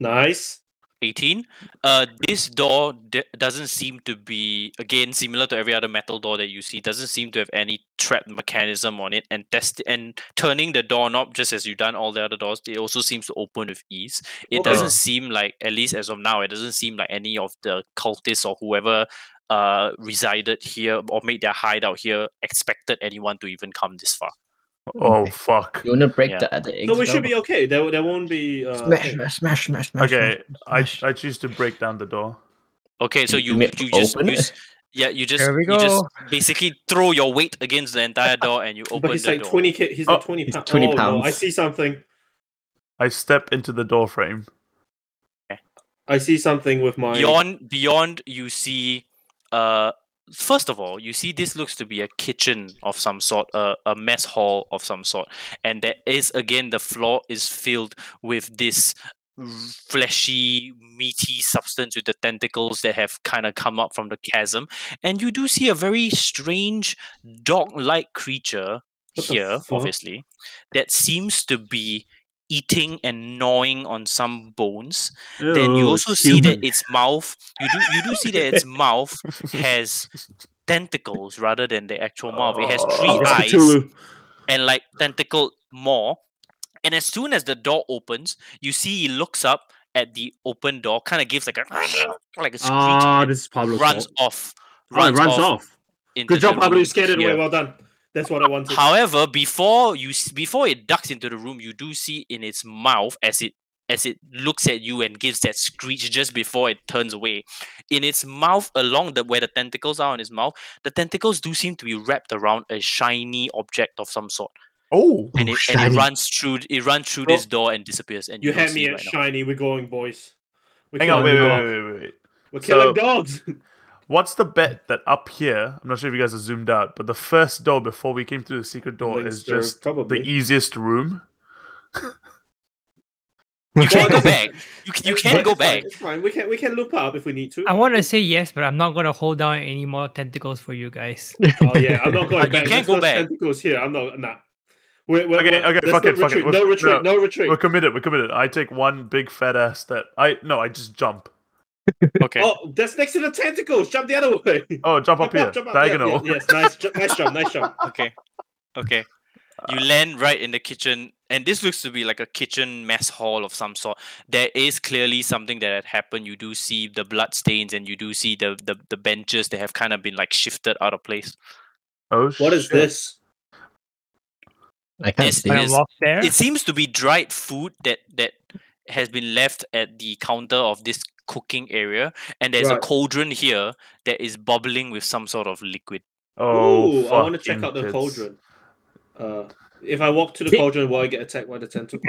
Nice.
18. Uh, this door d- doesn't seem to be again similar to every other metal door that you see. Doesn't seem to have any trap mechanism on it. And test and turning the doorknob just as you done all the other doors, it also seems to open with ease. It
Okay.
doesn't seem like, at least as of now, it doesn't seem like any of the cultists or whoever uh resided here or made their hideout here expected anyone to even come this far.
Oh, fuck.
You want to break
Yeah.
the other eggs?
So we should
though?
be okay. There, there won't be. Uh,
Smash, smash, smash, smash, smash.
Okay, I,
smash, smash.
I choose to break down the door.
Okay, so
You
you you,
mean
just
open
you,
it?
s- yeah you just
There we
you just
go.
basically throw your weight against the entire door and you open
but he's
the
like
door.
twenty. K, he's
Oh,
like twenty
he's
pounds.
20
oh, No, I
pounds.
see something.
I step into the door frame.
I see something with my.
Beyond beyond you see uh first of all you see this looks to be a kitchen of some sort a, a mess hall of some sort and there is again the floor is filled with this r- fleshy meaty substance with the tentacles that have kind of come up from the chasm and you do see a very strange dog-like creature
What the
here
fuck?
obviously that seems to be eating and gnawing on some bones then
Oh,
you also see that its mouth you do you do see that its mouth has tentacles rather than the actual mouth. It has three
Oh, it's
eyes
Cthulhu.
and like tentacled more. And as soon as the door opens, you see he looks up at the open door, kind of gives like a like a screech,
Ah,
and
this is Pablo.
runs off.
Oh, it runs off.
into
Good job,
the
Pablo.
room
You scared it away.
here.
Well done. That's what I wanted.
However, before you s- before it ducks into the room, you do see in its mouth as it as it looks at you and gives that screech just before it turns away. In its mouth, along the where the tentacles are on its mouth, the tentacles do seem to be wrapped around a shiny object of some sort,
Oh!
and
Oh,
it, and
shiny.
it runs through it runs through
Bro,
this door and disappears. And you,
You
don't
had
see
me at
it right now.
shiny. We're going, boys. We're
Hang on,
killing
wait, wait,
dogs.
wait, wait, wait.
We're killing
So-
dogs.
What's the bet that up here, I'm not sure if you guys are zoomed out, but the first door before we came through the secret door is
Linster,
just
probably.
the easiest room.
You can go
Well,
back. You can, you
It's
can
fine,
go
it's fine,
back.
It's fine. We can we can loop up if we need to.
I want to say yes, but I'm not gonna hold down any more tentacles for you guys.
Oh yeah, I'm not
Uh,
going
you
back.
can't
There's
go
no
back.
Tentacles here. I'm not. Nah. We're, we're,
Okay,
we're-
okay,
there's
fuck
no
it, fuck
retreat,
it, we're-
No retreat. No, retreat.
We're committed, we're committed. I take one big fat ass step. I no, I just jump.
Okay.
Oh, that's next to the tentacles. Jump the other way.
Oh, jump
Jump
up here.
jump up, yeah,
Diagonal.
yeah, yes, nice, ju- nice jump. Nice jump.
Okay. Okay. You
Uh.
land right in the kitchen, and this looks to be like a kitchen mess hall of some sort. There is clearly something that had happened. You do see the blood stains, and you do see the the, the benches that have kind of been like shifted out of place.
Oh,
What is
shit.
this?
I can't
It's-
see.
it
I
is-
walk there.
It seems to be dried food that that has been left at the counter of this cooking area, and there's a
Right.
cauldron here that is bubbling with some sort of liquid.
Oh,
Ooh, I want to check
fucking
out the
tits.
cauldron. Uh, if I walk to the
Thi-
cauldron, will I get attacked by the tentacle?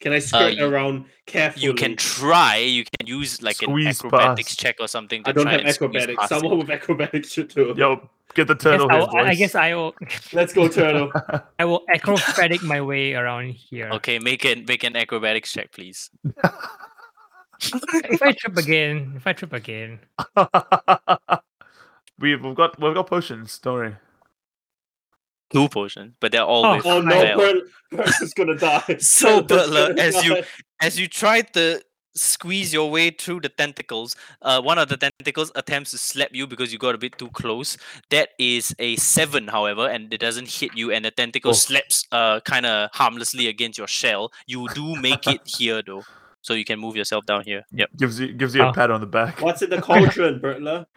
Can I skirt
Uh, you-
around carefully?
You can try. You can use like
Squeeze
an acrobatics
past.
check or something. To
I don't
try
have
and squeeze
acrobatics.
past it.
Someone with acrobatics should do it.
Yo, get the
Yes,
turtle.
I,
head
will- I- I
voice.
guess I will.
Let's go, Turtle.
I will acrobatic my way around here.
Okay, make an make an acrobatics check, please.
If I trip again, if I trip again,
we've, we've got we've got potions. Don't worry.
Two potions, but they're all
Oh,
with
oh no,
fail.
Bert, Bert is gonna die. Bert
So,
is
Butler,
gonna
as you-
die.
As you try to squeeze your way through the tentacles, uh, one of the tentacles attempts to slap you because you got a bit too close. That is a seven, however, and it doesn't hit you, and the tentacle
Oh.
slaps uh kind of harmlessly against your shell. You do make it here though, so you can move yourself down here. Yep.
Gives you gives you a
Oh.
pat on the back.
What's in the cauldron, Bertler?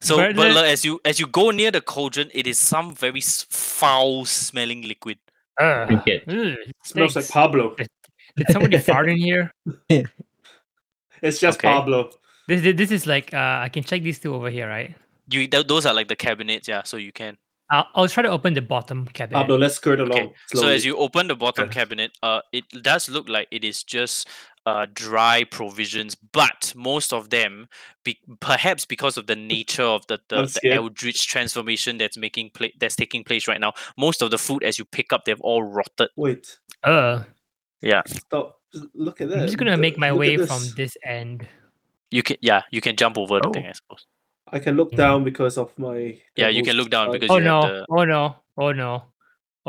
So,
But
but,
the-
like, as you as you go near the cauldron, it is some very s- foul-smelling liquid.
Ugh,
Drink it.
ugh,
Smells like
Mm, stinks.
Pablo.
Did somebody fart in here?
It's just
Okay.
Pablo.
This this- this is like uh, I can check these two over here, right?
You th- those are like the cabinets, yeah. So you can.
I'll, I'll try to open the bottom cabinet.
Pablo, let's skirt along.
Okay. So as
slowly.
you open the bottom
Okay.
cabinet, uh, it does look like it is just uh dry provisions, but most of them, be- perhaps because of the nature of the the,
I'm
the
scared.
eldritch transformation that's making pla- that's taking place right now, most of the food as you pick up, they've all rotted.
wait,
Ugh,
stop. Look at that.
I'm just Uh, gonna make my
Look at
way
this.
from this end.
You can yeah, you can jump over the
Oh.
thing, I suppose.
I can look
Yeah.
down because of my.
Yeah, you can
elbows.
look down
Uh,
because
Oh
you have
no!
the.
Oh no! Oh no!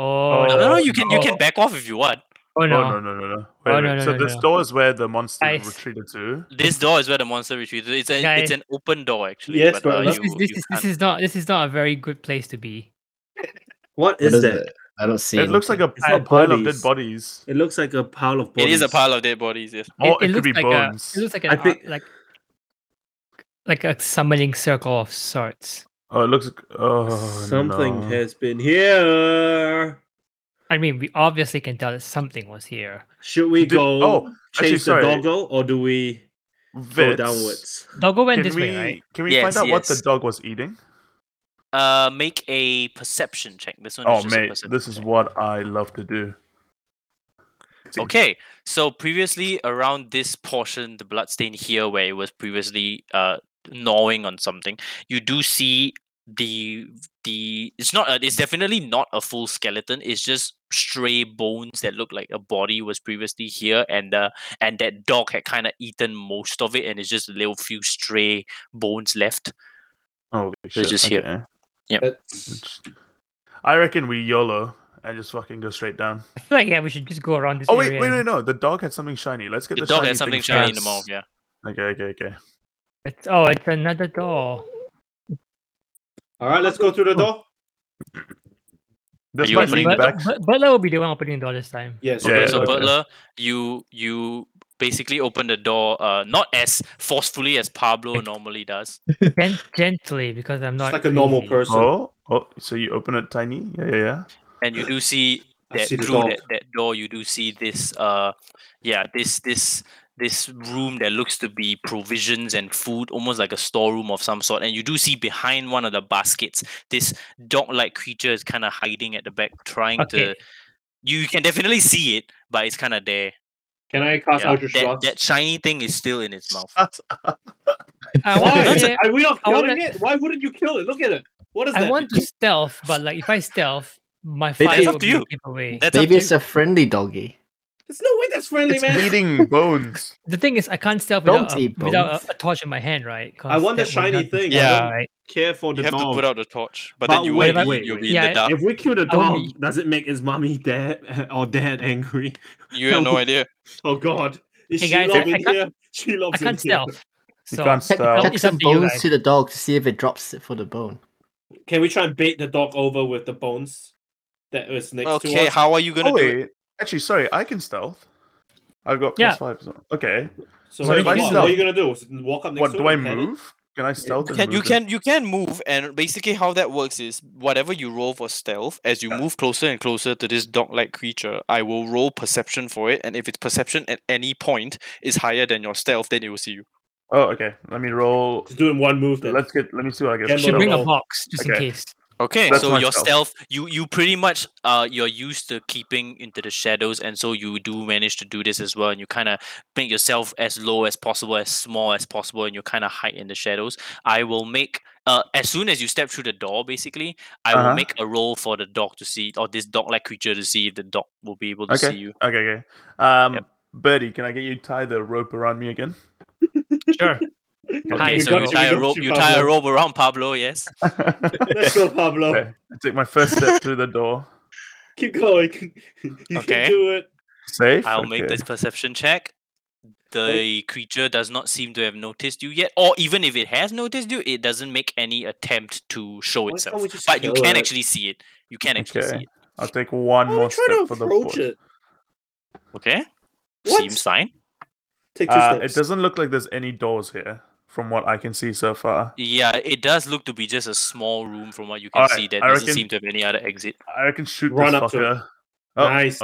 Oh,
Oh,
No,
no.
no, no, you can you
no.
can back off if you want.
oh
Oh
no!
no no no no. Wait,
Oh,
wait.
no, no,
so
no,
this
no.
door is where the monster
Guys.
retreated to.
This door is where the monster retreats. It's a, it's
Guys.
an open door actually.
Yes, but
but,
Oh,
uh,
this
This
you,
is this
you
is this
can't-
is not this is not a very good place to be.
What
What
is that?
it? I don't see.
It looks like a,
It's
a
like
pile of
bodies.
dead bodies.
It looks like a pile of bodies.
it is a pile of dead bodies. Yes.
Or Oh, it, could be
like
bones.
A, it looks like
I
an,
think-
ar- like like a summoning circle of sorts.
Oh, it looks. Oh,
Something
no.
has been here.
I mean, we obviously can tell that something was here.
Should we
Did-
go
oh, actually,
chase
sorry.
the doggo or do we go
Vits,
downwards?
Doggo went
Can
this
we,
way, right?
can we
Yes,
find out what the
yes.
dog was eating?
Uh, make a perception check. This one.
Oh,
is just a
mate,
perception
this is
check.
what I love to do.
Okay, so previously around this portion, the bloodstain here, where it was previously uh gnawing on something, you do see the the it's not a, it's definitely not a full skeleton it's just stray bones that look like a body was previously here and uh and that dog had kind of eaten most of it and it's just a little few stray bones left
Oh, shit.
just
okay.
here.
Let's-
I reckon we YOLO and just fucking go straight down.
I feel like yeah, we should just go around this
Oh wait,
area.
wait, wait, no. The dog had something shiny. Let's get
the
the,
dog
shiny
has something
thing
shiny in the mouth
first.
yeah
Okay, okay, okay.
It's, oh, it's another door.
All right, let's go through the door.
This
you
might
opening
lead
the
back.
But, but Butler will be the one opening the door this time.
Yes.
Yeah,
Okay,
yeah,
so
okay.
Butler, you you basically open the door, uh, not as forcefully as Pablo normally does.
Gen- gently, because I'm
Just
not
like a normal
crazy.
person.
Oh, oh. So you open it tiny? Yeah, yeah, yeah.
And you do see
I
that
see the
through
dog.
that, that door, you do see this uh yeah, this this this room that looks to be provisions and food, almost like a storeroom of some sort. And you do see behind one of the baskets, this dog-like creature is kind of hiding at the back, trying
Okay.
to you can definitely see it, but it's kind of there.
Can I cast
Yeah,
Eldritch
That,
Blast?
that shiny thing is still in its mouth.
I
Why?
want
That's
to,
Are we not
I wanna-
killing it? Why wouldn't you kill it? Look at it. What is
I
that?
want to stealth, but like if I stealth, my
It's
fire
up
will
to
be a
you.
giveaway.
That's up to
Maybe
you.
it's a friendly doggy.
There's no way that's friendly,
It's
man.
eating bones.
The thing is, I can't stealth
Don't
without, a,
eat
without
bones.
a, a torch in my hand, right?
I
'Cause
want the
that would
shiny
not be
thing. I
fair,
don't-
right?
Care for the
you have
dog.
to put out the torch, but,
But
then you
wait,
won't-
wait,
you'll
wait.
be in
Yeah,
the dark.
If we kill the
I
dog,
would be-
does it make his mommy dad or dad angry?
You have no idea.
Oh God! Is
Hey,
she
guys, I-
loving
I can't-
here? She
I
loves
can't
it here.
stealth. So
can't
Check,
Stop.
check
It's up
some
to you
bones
guys.
to the dog to see if it drops it for the bone.
Can we try and bait the dog over with the bones? that is next
Okay,
to us.
how are you gonna
oh,
do it?
wait. Actually, sorry, I can stealth. I've got
Yeah.
plus five. as well. Okay.
so
so
what,
if I
what- what
stealth-
are you gonna do? Walk up next
what
to
do I
him and panic?
move? Can I stealth? and
Can, you
move them?
can you can move, and basically how that works is whatever you roll for stealth, as you move closer and closer to this dog-like creature, I will roll perception for it, and if its perception at any point is higher than your stealth, then it will see you.
Oh, okay. Let me roll.
Just doing one move. Then.
Let's get. Let me see what I get.
Yeah,
for
Should
no,
bring
no.
stealth.
a box just in
Okay.
case.
Okay,
That's
so
my
your
stealth.
stealth, you you pretty much uh you're used to keeping into the shadows, and so you do manage to do this as well, and you kind of make yourself as low as possible, as small as possible, and you kind of hide in the shadows. I will make uh as soon as you step through the door, basically, I
Uh-huh.
will make a roll for the dog to see or this dog-like creature to see if the dog will be able to see
Okay.
you.
Okay. Okay. Um,
Yep.
Birdie, can I get you to tie the rope around me again?
Sure. Hi,
Okay,
you
so
got
you
you,
tie a
got
rope,
you,
you tie a
Pablo.
rope around Pablo. Yes.
Let's go, Pablo.
Okay. I take my first step through the door.
Keep going. you
Okay.
can do it.
Safe.
I'll make
Okay.
this perception check. The creature does not seem to have noticed you yet, or even if it has noticed you, it doesn't make any attempt to show
Why can't
itself.
we just
But you
kill
can
it?
actually see it. You can actually
Okay.
see it.
I'll take one
Why are we
more step
trying to
for the
approach
board.
it?
Okay.
What?
Seems fine.
Take two
Uh, it
steps.
doesn't look like there's any doors here, from what I can see so far.
Yeah, it does look to be just a small room from what you can
Alright,
see. That
I
doesn't
reckon-
seem to have any other exit.
I can shoot
Run
this
up to it.
fucker. Oh,
Nice.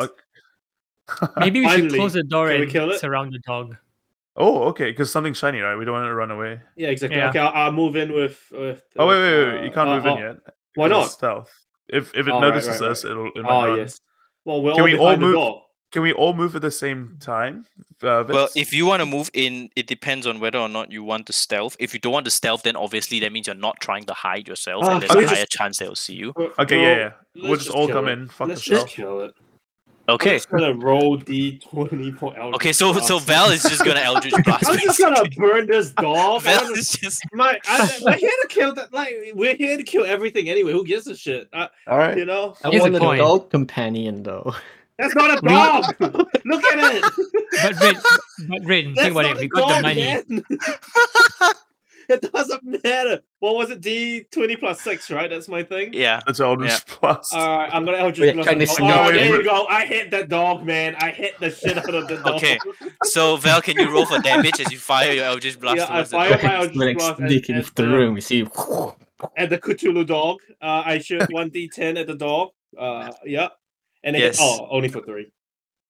Okay.
Maybe we should
Finally.
close the door
Can we
and
kill it?
surround the dog.
oh, okay. Because something's shiny, right? We don't want it to run away.
Yeah, exactly.
Yeah.
Okay, I'll, I'll move in with. with
Oh wait, wait, wait!
uh,
You can't
oh,
move
oh,
in yet.
Why
because it's
not?
Stealth. If if it
Oh, right,
notices
right, right.
us, it'll. It might
Oh
run.
yes. Well, we're
Can
all
we all
behind the
move-
door.
Can we all move at the same time?
Well,
Uh, Vince?
if you want to move in, it depends on whether or not you want to stealth. If you don't want to stealth, then obviously that means you're not trying to hide yourself,
Ah,
and there's
okay,
a
just-
higher chance they'll see you.
okay,
Bro,
yeah, yeah.
let's
We'll just, all
kill
come
it.
in. Fuck
Let's
yourself.
just kill it. I'm
Okay.
just gonna roll d twenty for Eldritch.
Okay, so so
Blast.
Val is just gonna Eldritch Blast.
Ah. I'm just gonna
basically.
burn this dog. I
Val
don't-
is just
My, I, we're here to kill that. Like we're here to kill everything anyway. Who gives a shit? Uh,
All right.
you know,
I
Here's a
want an
coin.
adult companion though.
that's not a
We-
dog. Look at it.
But Rin, but Rin,
That's
think about
not
it. We
a
got the
dog,
money.
man. it doesn't matter. What was it? D twenty plus six, right? That's my thing.
yeah.
That's all just plus.
All right, I'm gonna
Wait,
Eldritch Blast.
can
the
this
dog.
go
Oh, there
in?
you go. I hit that dog, man. I hit the shit out of the dog.
Okay, So Val, can you roll for damage as you fire your Eldritch Blast
Yeah, I
towards the
fire
dog?
my- I'll
It's like
just go
sneaking
and-
through,
and-
and we see.
at the Cthulhu dog. Uh, I shoot one d10 at the dog. Uh, yeah, and it
Yes.
hit- oh, only for three.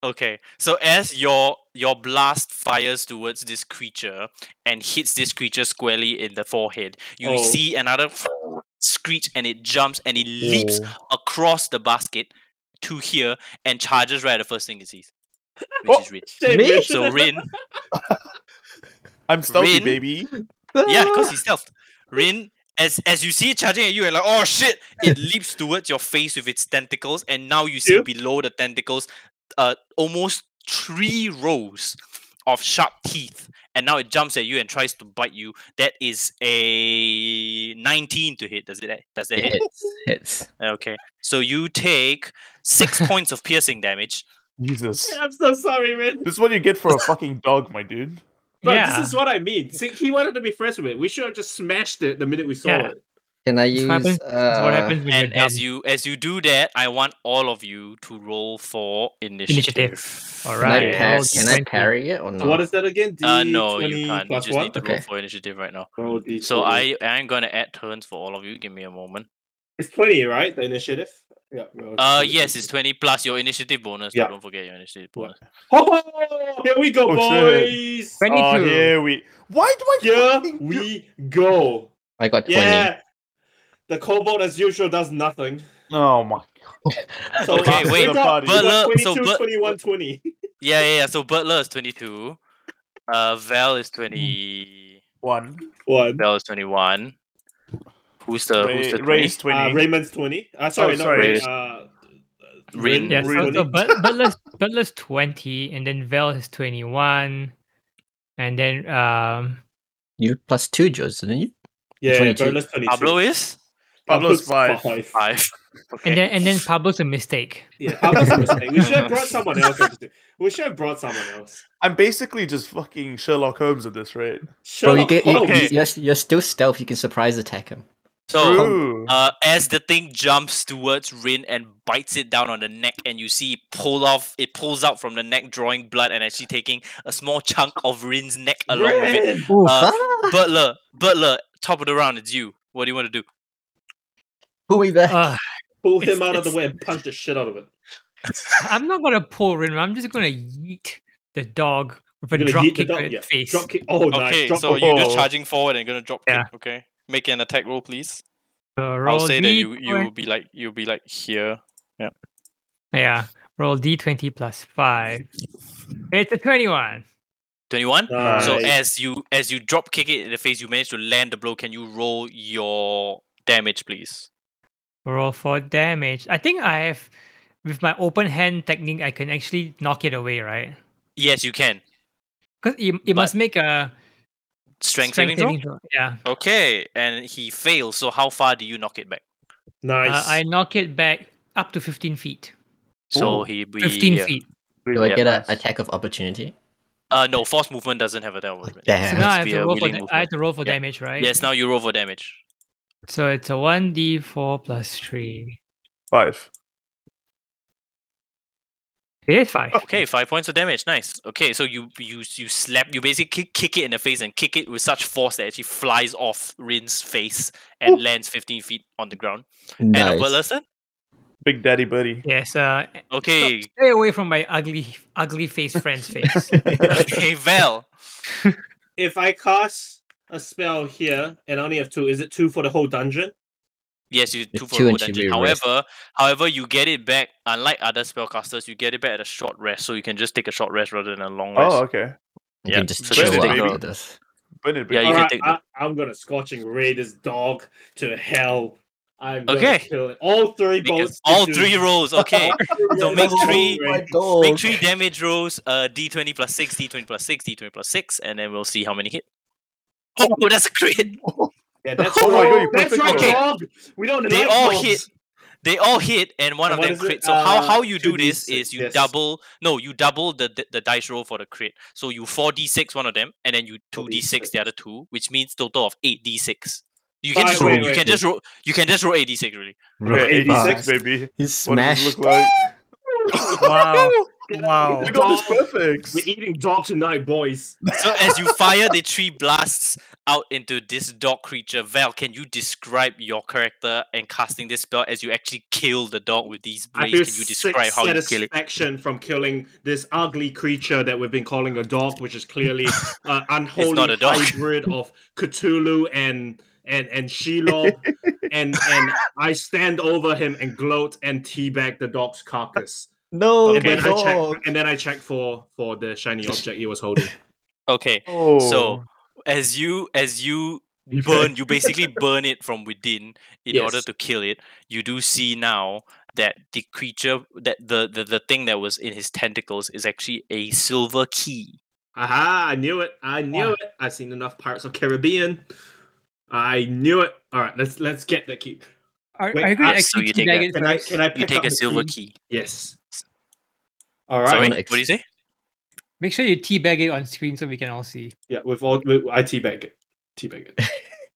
Okay. So as your your blast fires towards this creature and hits this creature squarely in the forehead, you
Oh.
see another screech and it jumps and it leaps
Oh.
across the basket to here and charges right at the first thing it sees. Which
Oh.
is Rin.
Shit,
Me?
man.
So Rin
I'm stealthy,
Rin?
baby.
Yeah, because he's stealth. Rin, as as you see it charging at you and like, oh shit, it leaps towards your face with its tentacles, and now you see
Yep.
below the tentacles uh almost three rows of sharp teeth. And now it jumps at you and tries to bite you. That is a 19 to hit. Does it eh? does it hit?
Hits, hits.
Okay. So you take six points of piercing damage.
Jesus.
I'm so sorry, man.
This is what you get for a fucking dog, my dude.
But
yeah.
this is what I mean. See, he wanted to be friends with it. We should have just smashed it the minute we saw
Yeah.
it.
Can I use?
That's what happens- that's what
uh,
happens when
And
you're
as
dumb.
you as you do that, I want all of you to roll for initiative.
All
Can I,
Right,
par-
I'll
can
just
I
wait for-
parry it or
So
not?
what is that again? D
Uh, no,
20
you can't. You
plus
just
one?
need to roll
Okay.
for initiative right now.
Oh, D
So
20.
I I'm gonna add turns for all of you. Give me a moment.
It's 20, right? The initiative? Yeah. roll
Uh,
D20.
yes, it's twenty plus your initiative bonus.
Yeah.
Don't forget your initiative
Yeah.
bonus.
Oh, here we go,
Oh,
boys.
Twenty-
Oh,
22.
here we. Why do I?
Here
fucking do-
we go.
I got twenty.
Yeah. The cobalt, as usual, does nothing.
Oh my.
So
Okay,
it's
wait,
up.
but
You got
look, so
22,
but-
21, 20.
Yeah, yeah, yeah. So Butler is twenty two. Uh, Val is twenty.
One.
One.
Val is twenty one. Who's the who's
Ray,
the 20?
Ray's twenty. Oh,
Uh, Raymond's 20. Uh, sorry, not
sorry.
Ray.
Ray's-
Uh,
Rin.
Yeah, so,
Really?
so but, Butler's, Butler's 20, and then Vel is 21, and then um,
You plus two, Joes, didn't you?
Yeah,
22.
Berlin's 22.
Pablo is
Pablo's five.
five.
and
Okay.
then and then Pablo's a mistake.
Yeah, Pablo's a mistake. We should have brought someone else. into- We should have brought someone else.
I'm basically just fucking Sherlock Holmes at this rate.
Bro, you
Sherlock
get you,
Holmes.
you, you're, you're still stealth. You can surprise attack him.
So
Ooh.
uh, as the thing jumps towards Rin and bites it down on the neck, and you see it pull off, it pulls out from the neck, drawing blood and actually taking a small chunk of Rin's neck along with it.
Ooh,
Uh,
fuck.
Butler, Butler, top of the round, it's you. What do you want to do?
Pull me back.
Ugh,
Pull
It's-
him out of the
it's-
way and punch the shit out of it.
I'm not gonna pull Rin. I'm just gonna yeet the dog with a
You're gonna
drop
yeet the
kick
dog-
to its
yeah,
face.
Drop kick. Oh,
Okay,
nice. Drop
so you're just
Oh.
charging forward and gonna drop kick.
Yeah.
Okay, make an attack roll, please.
Uh, roll
I'll say that you
D20.
you will be like you'll be like here.
Yeah, roll d20 plus five. It's a 21.
Twenty one.
Nice.
So as you as you drop kick it in the face, you manage to land the blow. Can you roll your damage, please?
Roll for damage. I think I have, with my open hand technique, I can actually knock it away, right?
Yes, you can.
Because it, it
But-
must make a
Strength, saving throw.
throw. Yeah.
Okay, and he fails. So how far do you knock it back?
Uh,
nice.
I knock it back up to 15 feet.
So he uh, we,
15
yeah.
feet.
Do I
yeah,
get an attack of opportunity?
Uh, no, force movement doesn't have a damage. movement.
Damn.
So
It
now
must
I have,
be
to
a
roll for
willing
da- I have
movement.
to roll for
Yeah.
damage, right?
Yes, now you roll for damage.
So it's a 1d4 plus 3.
Five.
It is 5.
Okay, five points of damage. Nice. Okay, so you you you slap you basically kick it in the face and kick it with such force that it actually flies off Rin's face and lands 15 feet on the ground. And uh, a
Nice.
Burleson?
Big daddy buddy.
Yes. Uh,
Okay.
stay away from my ugly, ugly face friend's face.
okay, Val.
if I cast a spell here and I only have two, is it two for the whole dungeon?
Yes, you two for
two
a
and
whole
she
dungeon.
will rest.
However, however, you get it back. Unlike other spellcasters, you get it back at a short rest, so you can just take a short rest rather than a long rest.
Oh, okay.
You
Yeah,
can just
so
chill
just
out
take
after
the-
this.
But it'd be
Yeah, you
All
can
right,
take
I, I'm gonna scorching ray this dog to hell. I'm
Okay.
okay. Kill it. All three
Make an-
bolts.
all three rolls. Okay, so make three-
Oh
make three damage rolls. Uh, d20 plus six, d20 plus six, d20 plus six, and then we'll see how many hit. Oh, that's a crit!
Yeah, that's
Oh my
right.
God, you
that's
perfect
right,
roll.
Bob. We don't.
They
like
all
mobs.
hit. They all hit, and one
And
of
what
them
is it?
crit. So how
Uh,
how you do this
2d6,
is you
yes.
double. No, you double the the- the dice roll for the crit. So you four d six one of them, and then you two d six the other two, which means total of eight d six. You can
Five,
just roll.
wait,
You
wait,
can just roll. You can just roll eight d six really.
Okay,
Roll
86,
fast.
baby.
He
What does it
smashed.
look like?
wow.
We
Wow.
got this
Dog.
perfect.
We're eating dog tonight, boys.
So as you fire the three blasts out into this dog creature, Val, can you describe your character and casting this spell as you actually kill the dog with these
I
blades?
feel
Can you describe
sick
how you kill it?
satisfaction from killing this ugly creature that we've been calling a dog, which is clearly an unholy
not a dog.
hybrid of Cthulhu and and and Shiloh, and and I stand over him and gloat and teabag the dog's carcass.
No,
and, then
the
I
dog.
check, and then I check for for the shiny object he was holding.
Okay.
Oh.
So as you as you burn, you basically burn it from within in order
Yes.
to kill it. You do see now that the creature that the, the the thing that was in his tentacles is actually a silver key.
Aha! I knew it. I knew
Yeah.
it. I've seen enough Pirates of Caribbean. I knew it. All right, let's let's get the key.
Are,
Wait,
are you
uh,
going
so
to actually
Ah, you
so
take a-
Can I can I pick
You take
up
a
the
silver
key?
key.
Yes. All
Sorry,
right.
Alex.
what do you say?
Make sure you teabag it on screen so we can all see.
Yeah, with all with, I teabag it. Teabag it.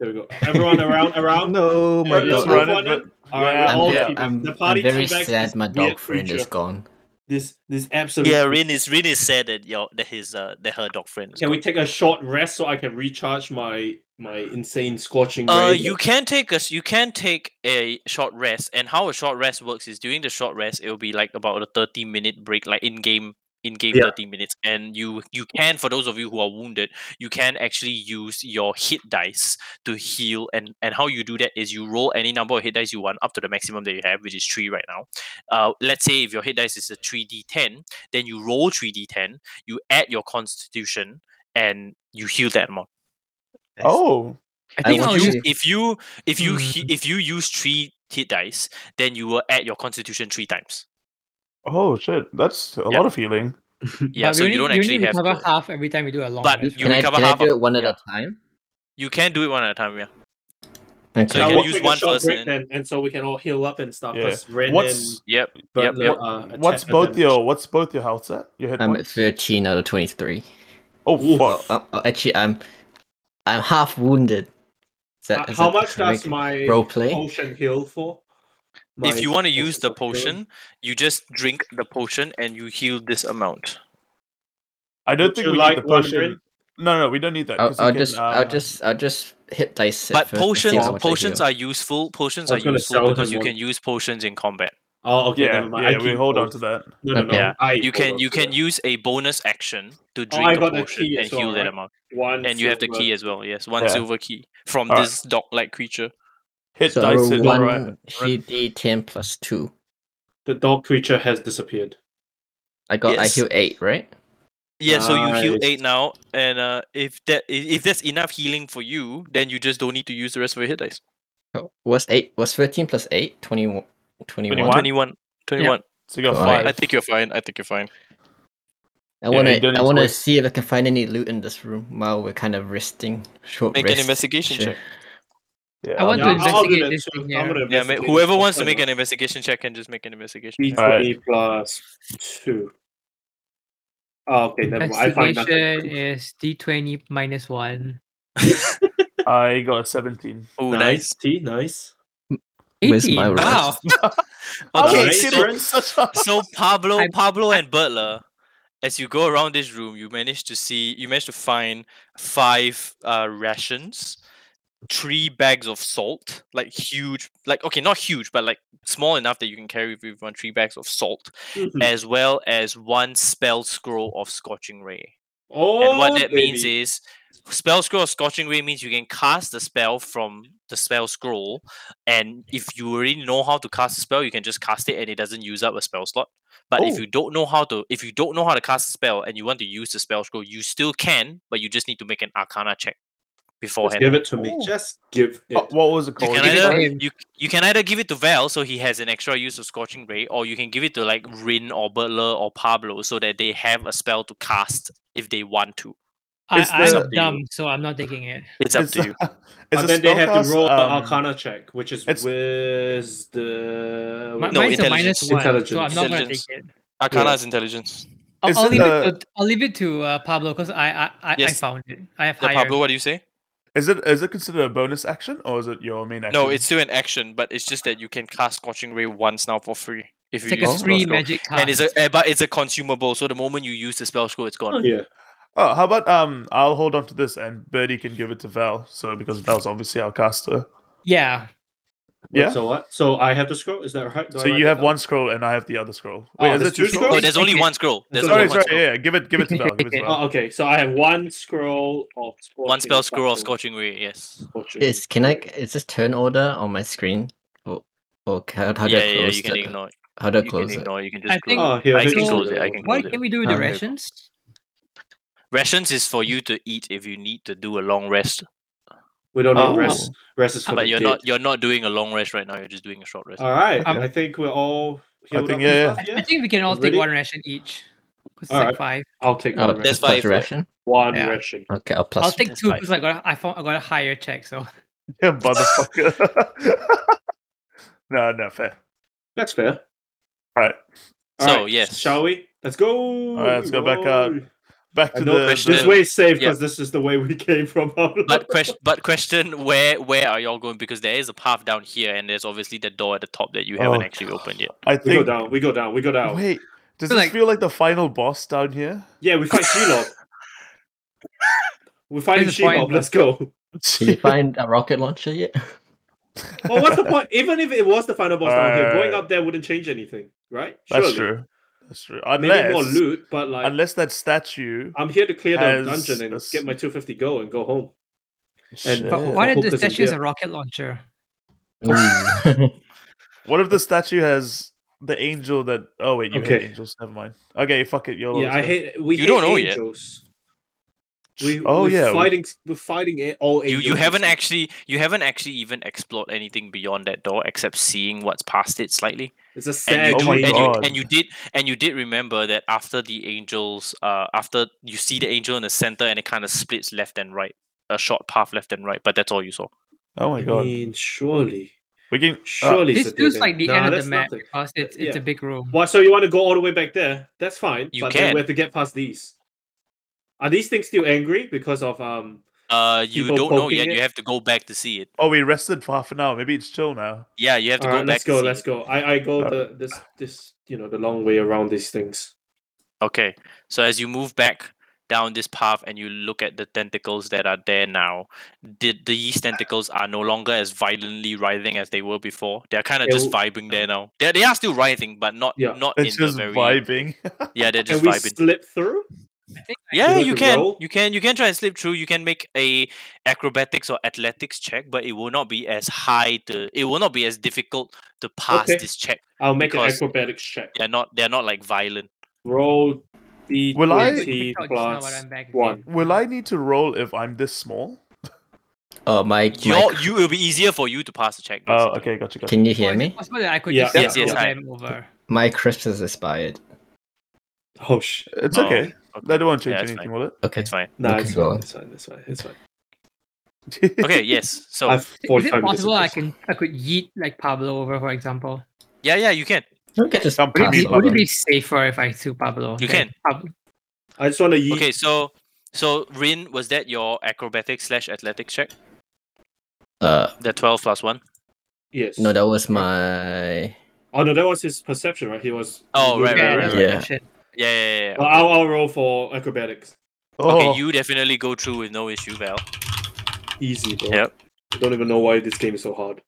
There we go. Everyone around, around.
No, my
Everyone
Let's
dog.
run
around.
it,
All right,
Yeah,
we're
I'm,
all
ve-
teabag-
I'm-
the
I'm
party
very
teabags
sad my
this
dog
weird
friend is
creature.
gone.
This this absolute.
Yeah, Rin is Rin is said that your that his uh that her dog friend is
Can we
gone.
take a short rest so I can recharge my my insane scorching?
uh,
ray?
you can take a s- you can take a short rest, and how a short rest works is during the short rest, it will be like about a thirty minute break, like in game in game
Yeah.
thirty minutes, and you you can for those of you who are wounded, you can actually use your hit dice to heal, and and how you do that is you roll any number of hit dice you want up to the maximum that you have, which is three right now. Uh, let's say if your hit dice is a three d ten, then you roll three d ten, you add your Constitution, and you heal that amount.
Oh.
I
I think
want
I'll
you-
use
You- if you if you he-
Mm.
if you use three hit dice, then you will add your constitution three times.
Oh, shit. That's a
Yeah.
lot of healing.
Yeah,
but
so Hmm.
we
you
only-
don't actually
only
have.
recover
To,
half every time we do a long
But
rest,
you
Can I,
recover
can I
half
do
of-
it one at
yeah.
a time?
you can do it one at a time. Yeah.
Okay.
So you
I
can
will
use
take a
one
short break
person.
then, and so we can all heal up and stuff.
Yeah.
'cause Ren
What's-
Yep.
and
Yep.
Butler
Yep.
are attack-
What's both
attack-
your What's both your health set? Your hit
I'm at
points?
13 out of uh, 23.
Oh,
Ooh.
fuck.
Oh, oh, actually, I'm I'm half wounded. Is that-
Uh,
is
How
that
much
correct?
does my
roleplay?
potion heal for? My
if you want to use the
for healing?
potion, you just drink the potion and you heal this amount.
I don't
Would
think
you
we
like
need the
one
potion.
drink?
No, no, we don't need that.
I'll,
'cause you
I'll
can,
just,
uh,
I'll just, I'll just hit dice.
but potions, potions are useful. Potions
I
are
was gonna sell
useful because
him
you
one.
can use potions in combat.
Oh, okay.
yeah,
never mind.
yeah,
I
we
keep
hold on
both.
to that.
No, no, no.
Yeah.
I
You
hold on
can you
to
can
that.
use a bonus action to drink
Oh, I
a
got the
potion
key
and
as well,
heal that
right?
amount,
one
and you have the
silver.
key as well. Yes, one
Yeah.
silver key from
Alright.
this dog-like creature.
Hit
So I
dice
roll
it.
one
alright.
d ten plus two.
The dog creature has disappeared.
I got,
Yes.
I heal eight, right?
Yeah, so you heal eight
Nice.
now, and uh, if that i- if that's enough healing for you, then you just don't need to use the rest of your hit dice.
Oh, What's eight? What's thirteen plus eight? 21, 21.
21?
Twenty-one. Twenty-one.
So you got
Alright.
five.
I think you're fine. I think you're fine.
Yeah,
I wanna,
you don't need
I
to
wanna
waste-
see if I can find any loot in this room while we're kind of resting. Short
Make
rest.
an investigation check.
Yeah,
I want
I'll
to
do-
I'll- I'll do
investigate
that
this
too.
thing
I'm
here.
gonna
Yeah, ma-
investigate
whoever
this
wants to
one
make
now.
an investigation check can just make an investigation.
D
check.
twenty plus two. Oh, okay, never mind. I find
Investigation
nothing.
is D20 minus one.
I got a seventeen.
Oh, nice.
Nice, T, nice.
Where's
18.
my roll?
Wow.
I
nice.
okay,
was
so,
considering such a-
so Pablo,
I'm-
Pablo, and Butler, as you go around this room, you manage to see, you manage to find five uh, rations, three bags of salt, like huge, like okay, not huge, but like small enough that you can carry with you. One three bags of salt,
Mhm.
as well as one spell scroll of scorching ray.
Oh,
And what that means
baby.
is spell scroll of scorching ray means you can cast the spell from the spell scroll and if you already know how to cast a spell you can just cast it and it doesn't use up a spell slot but if
Oh.
you don't know how to if you don't know how to cast a spell and you want to use the spell scroll you still can but you just need to make an arcana check
Just
beforehand
give it to me.
Oh.
Just give it.
Oh, what was it
you
called?
can,
give it to
either,
him.
you, you can either give it to Val so he has an extra use of Scorching Ray, or you can give it to like Rin or Butler or Pablo so that they have a spell to cast if they want to.
It's
I,
the-
I'm dumb, so I'm not taking it.
It's up
It's-
to you.
It's a
and then they have
spellcast,
to roll
um,
an Arcana check, which is
it's-
with the
Mi-
No,
mine's a
intelligence.
minus one, so I'm
Intelligence.
not gonna take
Intelligence.
it.
Arcana is intelligence.
I'll,
It's,
I'll leave
uh,
it. To, I'll leave it to uh, Pablo because I I, I, I
Yes.
found it. I have
Yeah,
higher.
Pablo, what do you say?
Is it is it considered a bonus action or is it your main action?
No, it's still an action, but it's just that you can cast Scorching Ray once now for free if you
It's like
use
a
the spell
free
scroll.
magic card.
And it's a eh, but it's a consumable, so the moment you use the spell scroll, it's gone.
Yeah.
Oh, how about um? I'll hold on to this, and Birdie can give it to Val. So because Val's obviously our caster.
yeah.
Yeah.
So what? So I have to scroll. Is that right? Do I
so
write
you
that
have
down?
one scroll, and I have the other scroll.
Oh,
Wait, is
there's
it two
two
scrolls?
Oh,
scrolls?
there's only one scroll. There's
Sorry,
only one
sorry.
scroll.
Yeah, yeah, give it, give it to Val. Give it to Val.
Oh, okay. So I have one scroll of scorching
One spell scroll of
Ray.
Scorching Ray, yes.
Scorching
Is can I?
Ray.
Is this turn order on my screen? Or, or ca- how, how do
yeah,
I
yeah,
close
you can
it?
ignore it.
How do
You
I
can
close it?
ignore it. You can
I
just
think-
close
Oh,
it.
here,
I
they
can
do
close
that.
it. I can close
What
it.
can we do with the
Ah.
rations?
Rations is for you to eat if you need to do a long rest,
We don't
Oh.
need rest. Rest is for
but
the
you're not
dead.
you're not doing a long rest right now. You're just doing a short rest.
All right.
Um,
I think we're all.
I
healed
think,
up and
yeah,
stuff,
I, I think we can all
Ready?
take one ration each. 'cause it's
Alright.
like five.
I'll take
Oh,
one
That's
ration.
just plus
five, yeah.
ration.
One
Yeah.
ration.
Okay, I'll plus.
I'll take
that's
two
fine.
because I got I, found, I got a higher check. So
Yeah, motherfucker. no, no, fair.
That's fair.
All right,
All
So,
right,
yes.
Shall we? Let's go.
All right, let's go back up.
Roy.
back
I
to
know
the.
question-
This
the-
way is safe
Yeah.
because this is the way we came from.
but question but question where where are y'all going because there is a path down here and there's obviously the door at the top that you haven't
Oh.
actually opened yet
I
we go
think.
down. We go down. We go down.
Wait, does
Feel
this
like-
feel like the final boss down here?
Yeah, we fight Shelob. We're fighting
There's a point.
Shelob. Let's go.
Did you find a rocket launcher yet?
Well, what's the point? Even if it was the final boss down here, going
Alright.
up there wouldn't change anything, right?
Uh, That's
Surely.
true. That's true.
Maybe
Unless,
more loot, but like,
unless that statue.
I'm here to clear the
has
dungeon and
a
get my 250 go and go home.
Shit.
but
why
I
did
hope
the
this is
statue is
here.
a rocket launcher?
Mm.
What if the statue has the angel that? Oh wait, you hate
Okay.
angels. Never mind. Okay, fuck it. You're
Yeah, I hate. We
You
hate
don't know yet.
angels. We,
Oh,
we're
yeah, we-
fighting. We... are fighting a- all
you
angels.
you haven't actually you haven't actually even explored anything beyond that door except seeing what's past it slightly
It's a
and
sad.
you,
Oh
do-
my
and, you,
God.
and you did and you did remember that after the angels uh after you see the angel in the center and it kind of splits left and right a short path left and right but that's all you saw
Oh my
I
god.
mean, surely,
We can. Uh,
surely. it's
This
a
feels
dead
like
end.
the
Nah,
end of
that's
the map
nothing.
because it's it's
Yeah.
a big room.
Why? So you want to go all the way back there? That's fine.
You
but then
can.
we have to get past these. Are these things still angry because of um
Uh, you
People
don't know
poking
yet.
it?
You have to go back to see it.
Oh, we rested for half an hour. Maybe it's chill now.
Yeah, you have to
All
go
right,
back.
let's
to
go.
see Uh,
Let's
it.
go. I I go the this this you know the long way around these things.
Okay. So as you move back down this path and you look at the tentacles that are there now, the,
Uh.
these tentacles are no longer as violently writhing as they were before. They're kind of
Yeah,
just vibing there now. They they are still writhing, but not
uh. Yeah.
not
It's
in
just
the very
vibing.
yeah. They're
Can
just
we
vibing.
slip through?
Yeah,
have
you
to
can.
roll?
You can. You can try and slip through. You can make a acrobatics or athletics check, but it will not be as high to. It will not be as difficult to pass
Okay.
this check.
I'll make
Because-
an acrobatics check.
They're not. They're not like violent.
Roll d
Will I-
twenty
Just now while
plus
I'm back.
one.
Will I need to roll if I'm this small?
Oh, my.
Your, you. It'll be easier for you to pass the check.
Oh,
basically.
okay, gotcha, gotcha.
Can you
Oh,
hear
is it
me?
Possible that I could
Yeah,
just yes,
yes, yes, hi.
over.
My crisp is expired.
Oh shit!
It's
Oh,
okay. I don't want to
Yeah,
change
it's
anything,
fine.
will
Okay.
It's fine.
Nah,
Okay,
it's
go
fine.
on.
It's fine. It's fine. It's fine.
it?
Okay. Yes. So.
I've
Is it
forty-five minutes.
possible
of
I
this.
can I could yeet like Pablo over, for example?
Yeah. Yeah. You can.
You can just
Don't beat
pass
me,
it
Would it- would it
on.
be safer if I sue Pablo?
You
than
can.
Pablo?
I just want to.
Okay. So. So Rin, was that your acrobatics slash athletics check?
Uh,
The twelve plus one.
Yes.
no, that was my.
Oh no, that was his perception, right? He was.
Oh, right,
Yeah,
right, right,
that's
right.
what
Yeah.
I should-
Yeah. Yeah. yeah, yeah.
Well, I'll, I'll roll for acrobatics.
oh,
Okay. You definitely go through with no issue, Val.
Easy, bro.
Yep.
I don't even know why this game is so hard.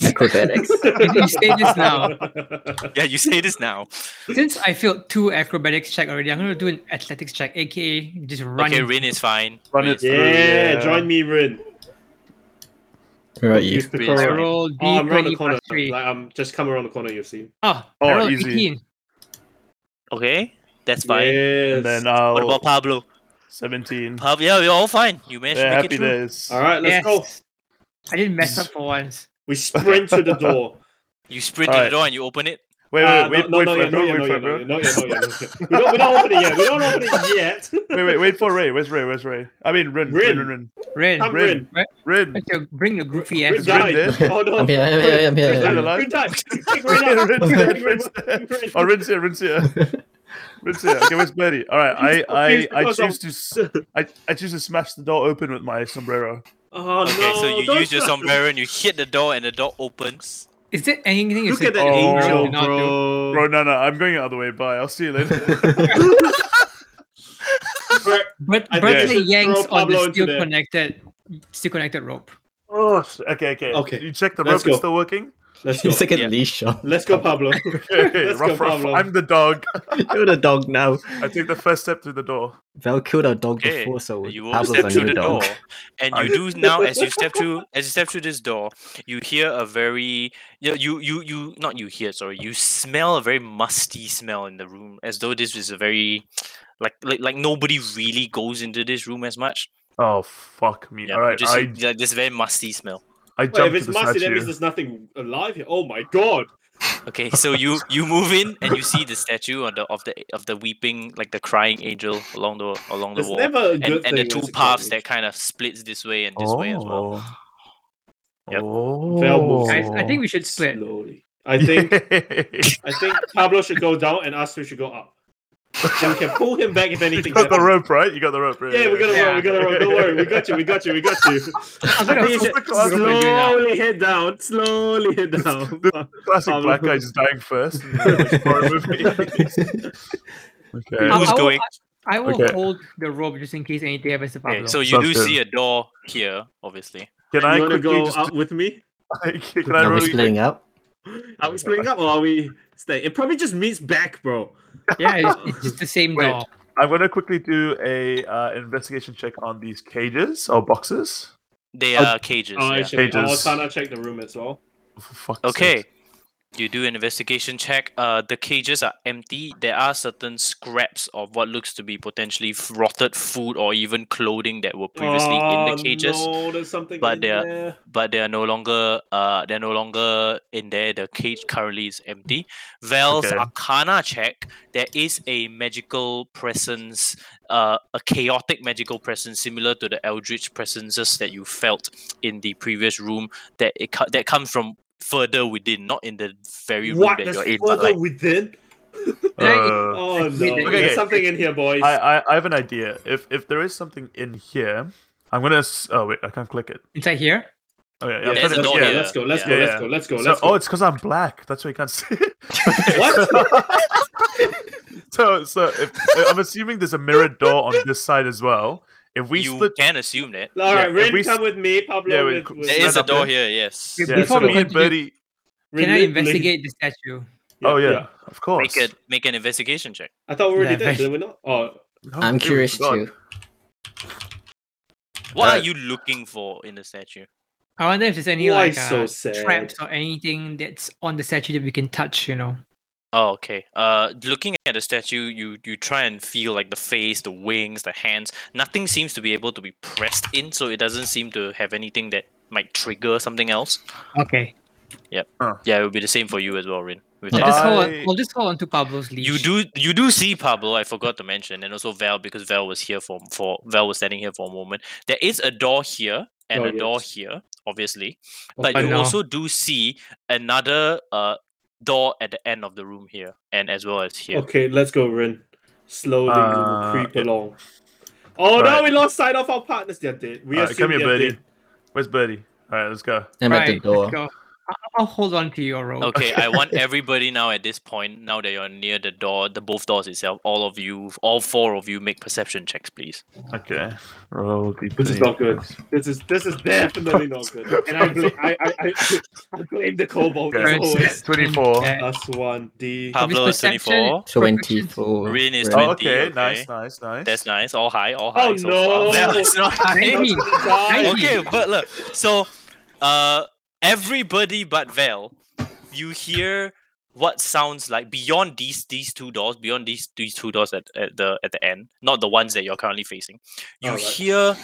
Acrobatics.
you say this now.
Yeah. You say this now.
Since I failed two acrobatics check already, I'm gonna do an athletics check, aka just run.
Okay,
in-
Rin is fine.
Run it.
Yeah,
Yeah.
join me, Rin.
Where are
Use
you?
the
Rin,
current.
I
sorry.
roll D
Oh, I'm around the
twenty
corner.
plus three.
Like I'm just come around the corner. You see.
Oh,
Oh,
I rolled
easy.
eighteen.
Okay, that's fine.
Yes.
and then uh, I'll
What about Pablo?
seventeen.
Pablo, yeah, you're all fine. You managed
Yeah,
to make
happy
it through.
days.
All right, let's
yes.
go.
I didn't mess up for once.
We sprint to the door.
You sprint to
Alright.
the door and you open it.
Wait,
Uh,
wait, wait,
no,
wait,
no,
for
no,
everyone,
yeah, no,
wait, for
yeah, no, yeah, no,
everyone.
yeah, no, yeah, no, yeah. We don't, we don't open it yet. We don't open it yet.
Wait, wait, wait for Ray. Where's Ray? Where's Ray? I mean, Rin.
Rin.
Rin, Rin, Rin.
Rin,
I'm
Rin.
Rin.
Rin.
okay, bring your goofy
Rin
ass.
Is Rin
died.
there?
Oh no.
I'm here, I'm here, I'm here,
Rin
I'm here.
alive?
Rin died. Rin
Rin,
died. Rin,
Rin, Rin,
Rin,
Rin's there. Oh, Rin's here. Rin's here. Rin's here. Okay, where's Birdie? All right, I, I, I
Because of-
choose to, s- I, I choose to smash the door open with my sombrero.
Oh
Okay,
no.
so you
don't
use your
touch-
sombrero and you hit the door and the door opens.
Is there anything you
Look at
said?
that
Oh,
angel,
not do.
bro.
Bro, no, no, I'm going out of the way. Bye. I'll see you later.
Bro,
But
I think
I
Bradley
should
yanks
throw
on
Pablo
the
into
still
there.
connected, still connected rope.
oh, sh- okay, okay,
Okay,
You check the
let's
rope;
go.
it's still working.
Let's go.
It's like a
Yeah.
leash on.
Let's go, Pablo.
Okay,
Let's
rough,
go,
rough.
Pablo.
I'm the dog.
You're the dog now.
I take the first step through the door.
Val killed our dog
Okay,
before, so
You will
Pablo's
step
our
through
new
the
dog.
door, and
I-
you do now as you step through as you step through this door, you hear a very you you you, you not you hear sorry you smell a very musty smell in the room as though this is a very like like, like nobody really goes into this room as much.
Oh fuck me!
Yeah,
All right,
just,
I,
like this very musty smell.
I
Wait, if
jump to
it's
the
musty, that means
statue.
there's nothing alive here. Oh my god.
Okay, so you you move in and you see the statue on the of the of the weeping like the crying angel along the along the
There's
wall,
never a good
and,
thing.
and the
when
two
it's a
paths
cage.
that kind of splits this way and this way as well. Yep.
Oh.
Guys, I think we should split.
Slowly. I think
think
I think Pablo should go down and us two should go up. Then we can pull him back if
you
anything
got the
happens.
rope, right? You got the rope. Right?
Yeah, we got to
Yeah.
roll. We got to roll. Don't worry. We got you. We got you. We got you.
I'm gonna
We should
flip rope and do it now.
slowly head down. Slowly head down.
Classic
Um,
black guy just dying first. and then, like, horror movie. okay.
I'll-
Oh.
Who's
I'll-
going?
I will
Okay.
hold the rope just in case anything happens to Pablo.
Okay, so you
Sounds
do
good.
see a door here, obviously.
Can
you
I
want to
quickly
go
just?
out with me?
can I
Are we
really?
splitting up?
Are we splitting up or are we staying? It probably just meets back, bro.
yeah, it's, it's just the same
Wait.
door.
I'm gonna quickly do a uh, investigation check on these cages or boxes.
They
Oh,
are cages.
Oh,
yeah.
actually, I'll
Pages.
kind of check the room as well.
For fuck's
Okay.
sake.
You do an investigation check. Uh, the cages are empty. There are certain scraps of what looks to be potentially f- rotted food or even clothing that were previously in the cages.
Oh, No, there's something
but uh,
in
they are-
there.
but they are no longer uh they're no longer in there. The cage currently is empty. Val's
Okay.
Arcana check. There is a magical presence, uh, a chaotic magical presence similar to the Eldritch presences that you felt in the previous room. That it co- that comes from further within, not in the very room
What?
that
There's
you're in. but,
further
like,
within?
Can
Uh,
Oh, no.
Okay,
There's
okay.
something in here, boys.
I, I I have an idea. If if there is something in here, I'm gonna. s- Oh wait, I can't click it.
Inside here?
Oh yeah, yeah.
Yeah,
I'm
let's,
there's
trying
a
to-
door
yeah,
here.
let's go, let's
Yeah,
go,
yeah.
let's go, let's go,
So-
let's
oh,
go.
it's because I'm black. That's why you can't see. It.
What?
so, so if, I'm assuming there's a mirrored door on this side as well. If we
you
split,
can assume that.
All
yeah,
right,
if
Rin,
we s-
come with me, Pablo.
Yeah, we-
with, with,
There is a
Stand up
door
there.
here, yes.
Yeah,
yeah,
before
so
we
me and
continue-
Birdie.
Rin,
Can I
Rin,
investigate the statue?
Oh yeah, of course.
Make a make an investigation check.
I thought we already
Yeah,
did, did we not? Oh,
No,
I'm
dude,
curious
God.
too.
What are
Right.
you looking for in the statue?
I wonder if there's any
Why
like
so
uh, traps
sad?
or anything that's on the statue that we can touch, you know.
Oh, okay. Uh, looking at the statue, you you try and feel like the face, the wings, the hands. Nothing seems to be able to be pressed in, so it doesn't seem to have anything that might trigger something else.
Okay.
Yeah, it would be the same for you as well, Rin. With
I'll
that.
Uh,
just hold
I-
on, I'll just hold on to Pablo's leash.
You do you do see Pablo, I forgot to mention, and also Val because Val was here for for Val was standing here for a moment. There is a door here and
Oh,
a door
yes. Oh,
here, obviously. But
I
you
know.
also do see another uh door at the end of the room here and as well as here.
Okay, let's go, Rin. Slowly we will
Uh,
creep along. Oh no,
right.
we lost sight of our partners. They're dead. We
All
are
right, come here,
they're
Birdie.
dead.
Where's Birdie? All right, let's go.
I'm at the
Right,
door.
let's go. I- I'll hold on to your rope.
Okay, I want everybody now at this point, now that you're near the door, the both doors itself, all of you, all four of you make perception checks, please.
Okay. Roll the
This is not good. This is this is definitely not good. And I bl- I I, I, I, I blame the kobold as
Okay.
always.
Twenty-four.
Yeah.
Plus one D.
Have his
Pablo is
perception-
24.
Twenty-four.
Rin is
right?
Oh,
20,
okay,
okay.
Nice, nice, nice.
That's nice. All high, all high.
Oh
so far.
no!
Val is not high.
Maybe.
Die.
okay, but look, so uh everybody but Val, you hear what sounds like beyond these these two doors, beyond these these two doors at, at the at the end, not the ones that you're currently facing, you
Alright.
hear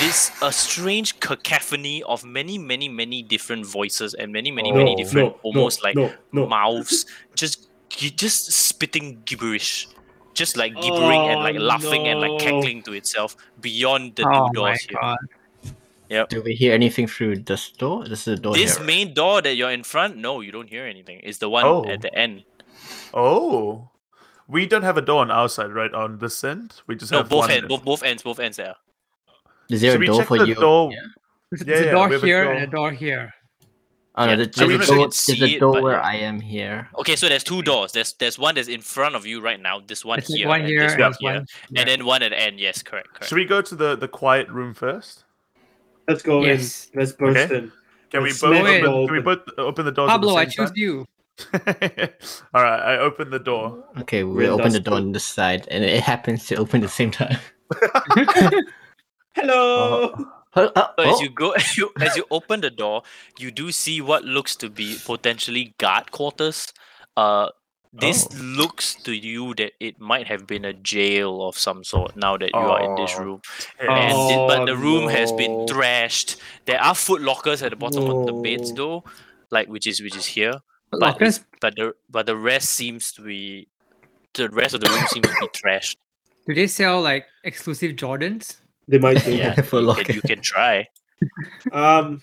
this a strange cacophony of many, many, many different voices and many, many, many different almost like
no, no.
mouths just gi- just spitting gibberish just like gibbering and like
Oh,
laughing and like
no.
cackling to itself beyond the
Oh
two
my
doors here
god.
Do we hear anything through this door? This is the door.
this
here, right?
main door that you're in front no you don't hear anything it's the one
Oh.
at the end
Oh, we don't have a door on our side, right? On this end, we just
no
have
both
one
ends
end.
both, both ends both ends there
Is there
Should
a
we
door
check
for
the
you?
door?
Yeah.
There's
yeah,
a door
we have a
here and a door
door.
here.
Oh,
Yeah.
no, there's
I mean, we
a door,
could
there's
see
a
it,
door
but
where
yeah.
I am here.
okay so there's two doors there's there's one that's in front of you right now this one
It's like
here
one
and
here
this
and
one
there's
here
one.
and then one at the end yes correct correct
Should we go to the the quiet room first?
Let's go
Yes.
in. Let's burst
Okay.
in.
Can we
Let's
both
slam
open,
it
can we
open.
both open the doors? at the
Pablo, I
same
choose you.
time? All right, I open the door.
Okay, we
Rin
open
does
the door
too.
on this side, and it happens to open at the same time.
Hello.
Uh,
Oh, oh,
So as
oh,
you go, as you, as you open the door, you do see what looks to be potentially guard quarters. Uh, this
Oh.
looks to you that it might have been a jail of some sort. Now that you are in this
Oh,
room,
Yeah.
and it- but the
Oh,
room has been
no.
thrashed. There are foot lockers at the bottom of the beds, though, like which is which is here. But
Lockers?
But the but the rest seems to be, the rest of the room seems to be trashed.
Do they sell like exclusive Jordans?
They might do.
Yeah,
For
you
locker.
can, you can try.
Um,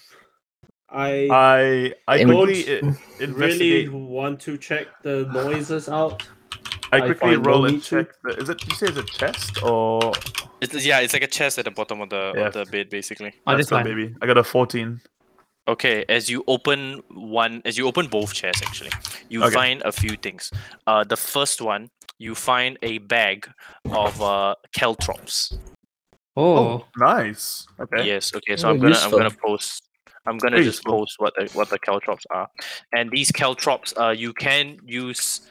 I
I I
And we-
quickly i-
really
Uh, investigate.
want to check the noises out.
I
I
quickly
find
roll
no
and
need to.
check. The, is it? You say it's a chest or?
It's, yeah, it's like a chest at the bottom of the
Yeah.
of the bed, basically.
Oh,
Let's
this
go,
one.
baby. I got a fourteen.
Okay, as you open one, as you open both chairs, actually, you
Okay.
find a few things. Uh, the first one, you find a bag of uh, caltrops.
Oh,
Nice. Okay.
Yes. Okay. So
Oh,
I'm gonna
useful.
I'm gonna post. I'm gonna just
Useful.
post what the what the caltrops are, and these caltrops, uh, you can use.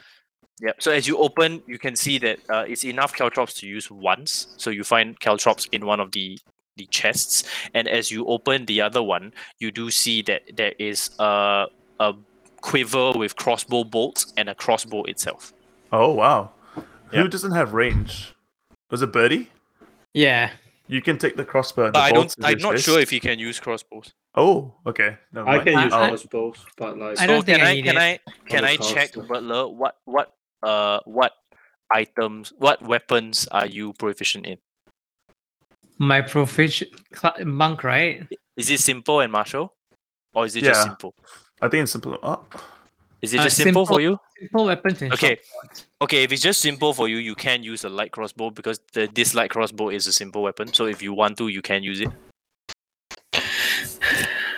Yep. So as you open, you can see that uh, it's enough caltrops to use once. So you find caltrops in one of the the chests, and as you open the other one, you do see that there is a a quiver with crossbow bolts and a crossbow itself.
Oh wow.
Yeah.
Who doesn't have range? Was it Birdie?
yeah.
You can take the crossbow. and
But
the
I don't.
bolts is
I'm
his
not
fist.
sure if you can use crossbows.
Oh, okay. Never
I
mind.
can use
I-
ours both, but like
So
I don't think
can
I
I,
need
can
it.
I can
the
I
cards
check
though.
Butler what what uh what items what weapons are you proficient in?
My proficient cl- monk, right?
Is it simple and martial, or is it
Yeah.
just simple?
I think it's simple. Oh.
Is it
Uh,
just simple, for
simple.
you?
Simple weapons and
Okay.
short swords.
Okay, if it's just simple for you, you can use a light crossbow because the this light crossbow is a simple weapon. So if you want to, you can use it.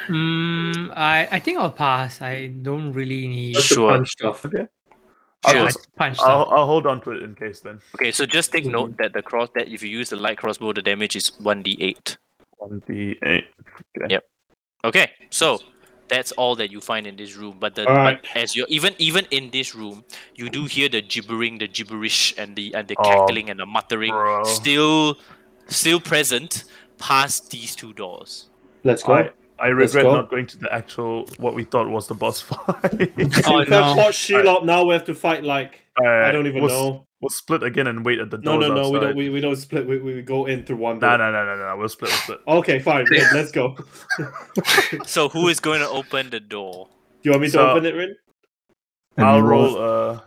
Mm, I I think I'll pass. I don't really need.
Just to
Sure.
punch stuff.
I'll,
Sure.
I
just-
punch
I'll,
them.
I'll hold on to it in case then.
Okay, so just take note that the cross that if you use the light crossbow, the damage is one d eight.
One D eight.
Okay, so that's all that you find in this room. But the
All right.
but as you're even even in this room, you do hear the gibbering, the gibberish, and the and the
Oh,
cackling and the muttering
bro.
still still present past these two doors.
Let's go.
I, I
Let's
regret
go.
not going to the actual what we thought was the boss fight.
Oh, no.
Caught Shelob. Now we have to fight like I don't even
we'll, s-
know.
We'll split again and wait at the
No, no,
doors
no. We
outside.
don't. We, we don't split. We, we go in through one.
No,
door.
no, no, no, no. We'll split. We'll split.
Okay, fine. good, Let's go. Do
So who is going to open the door?
you want me to
So-
open it, Rin?
I'll roll a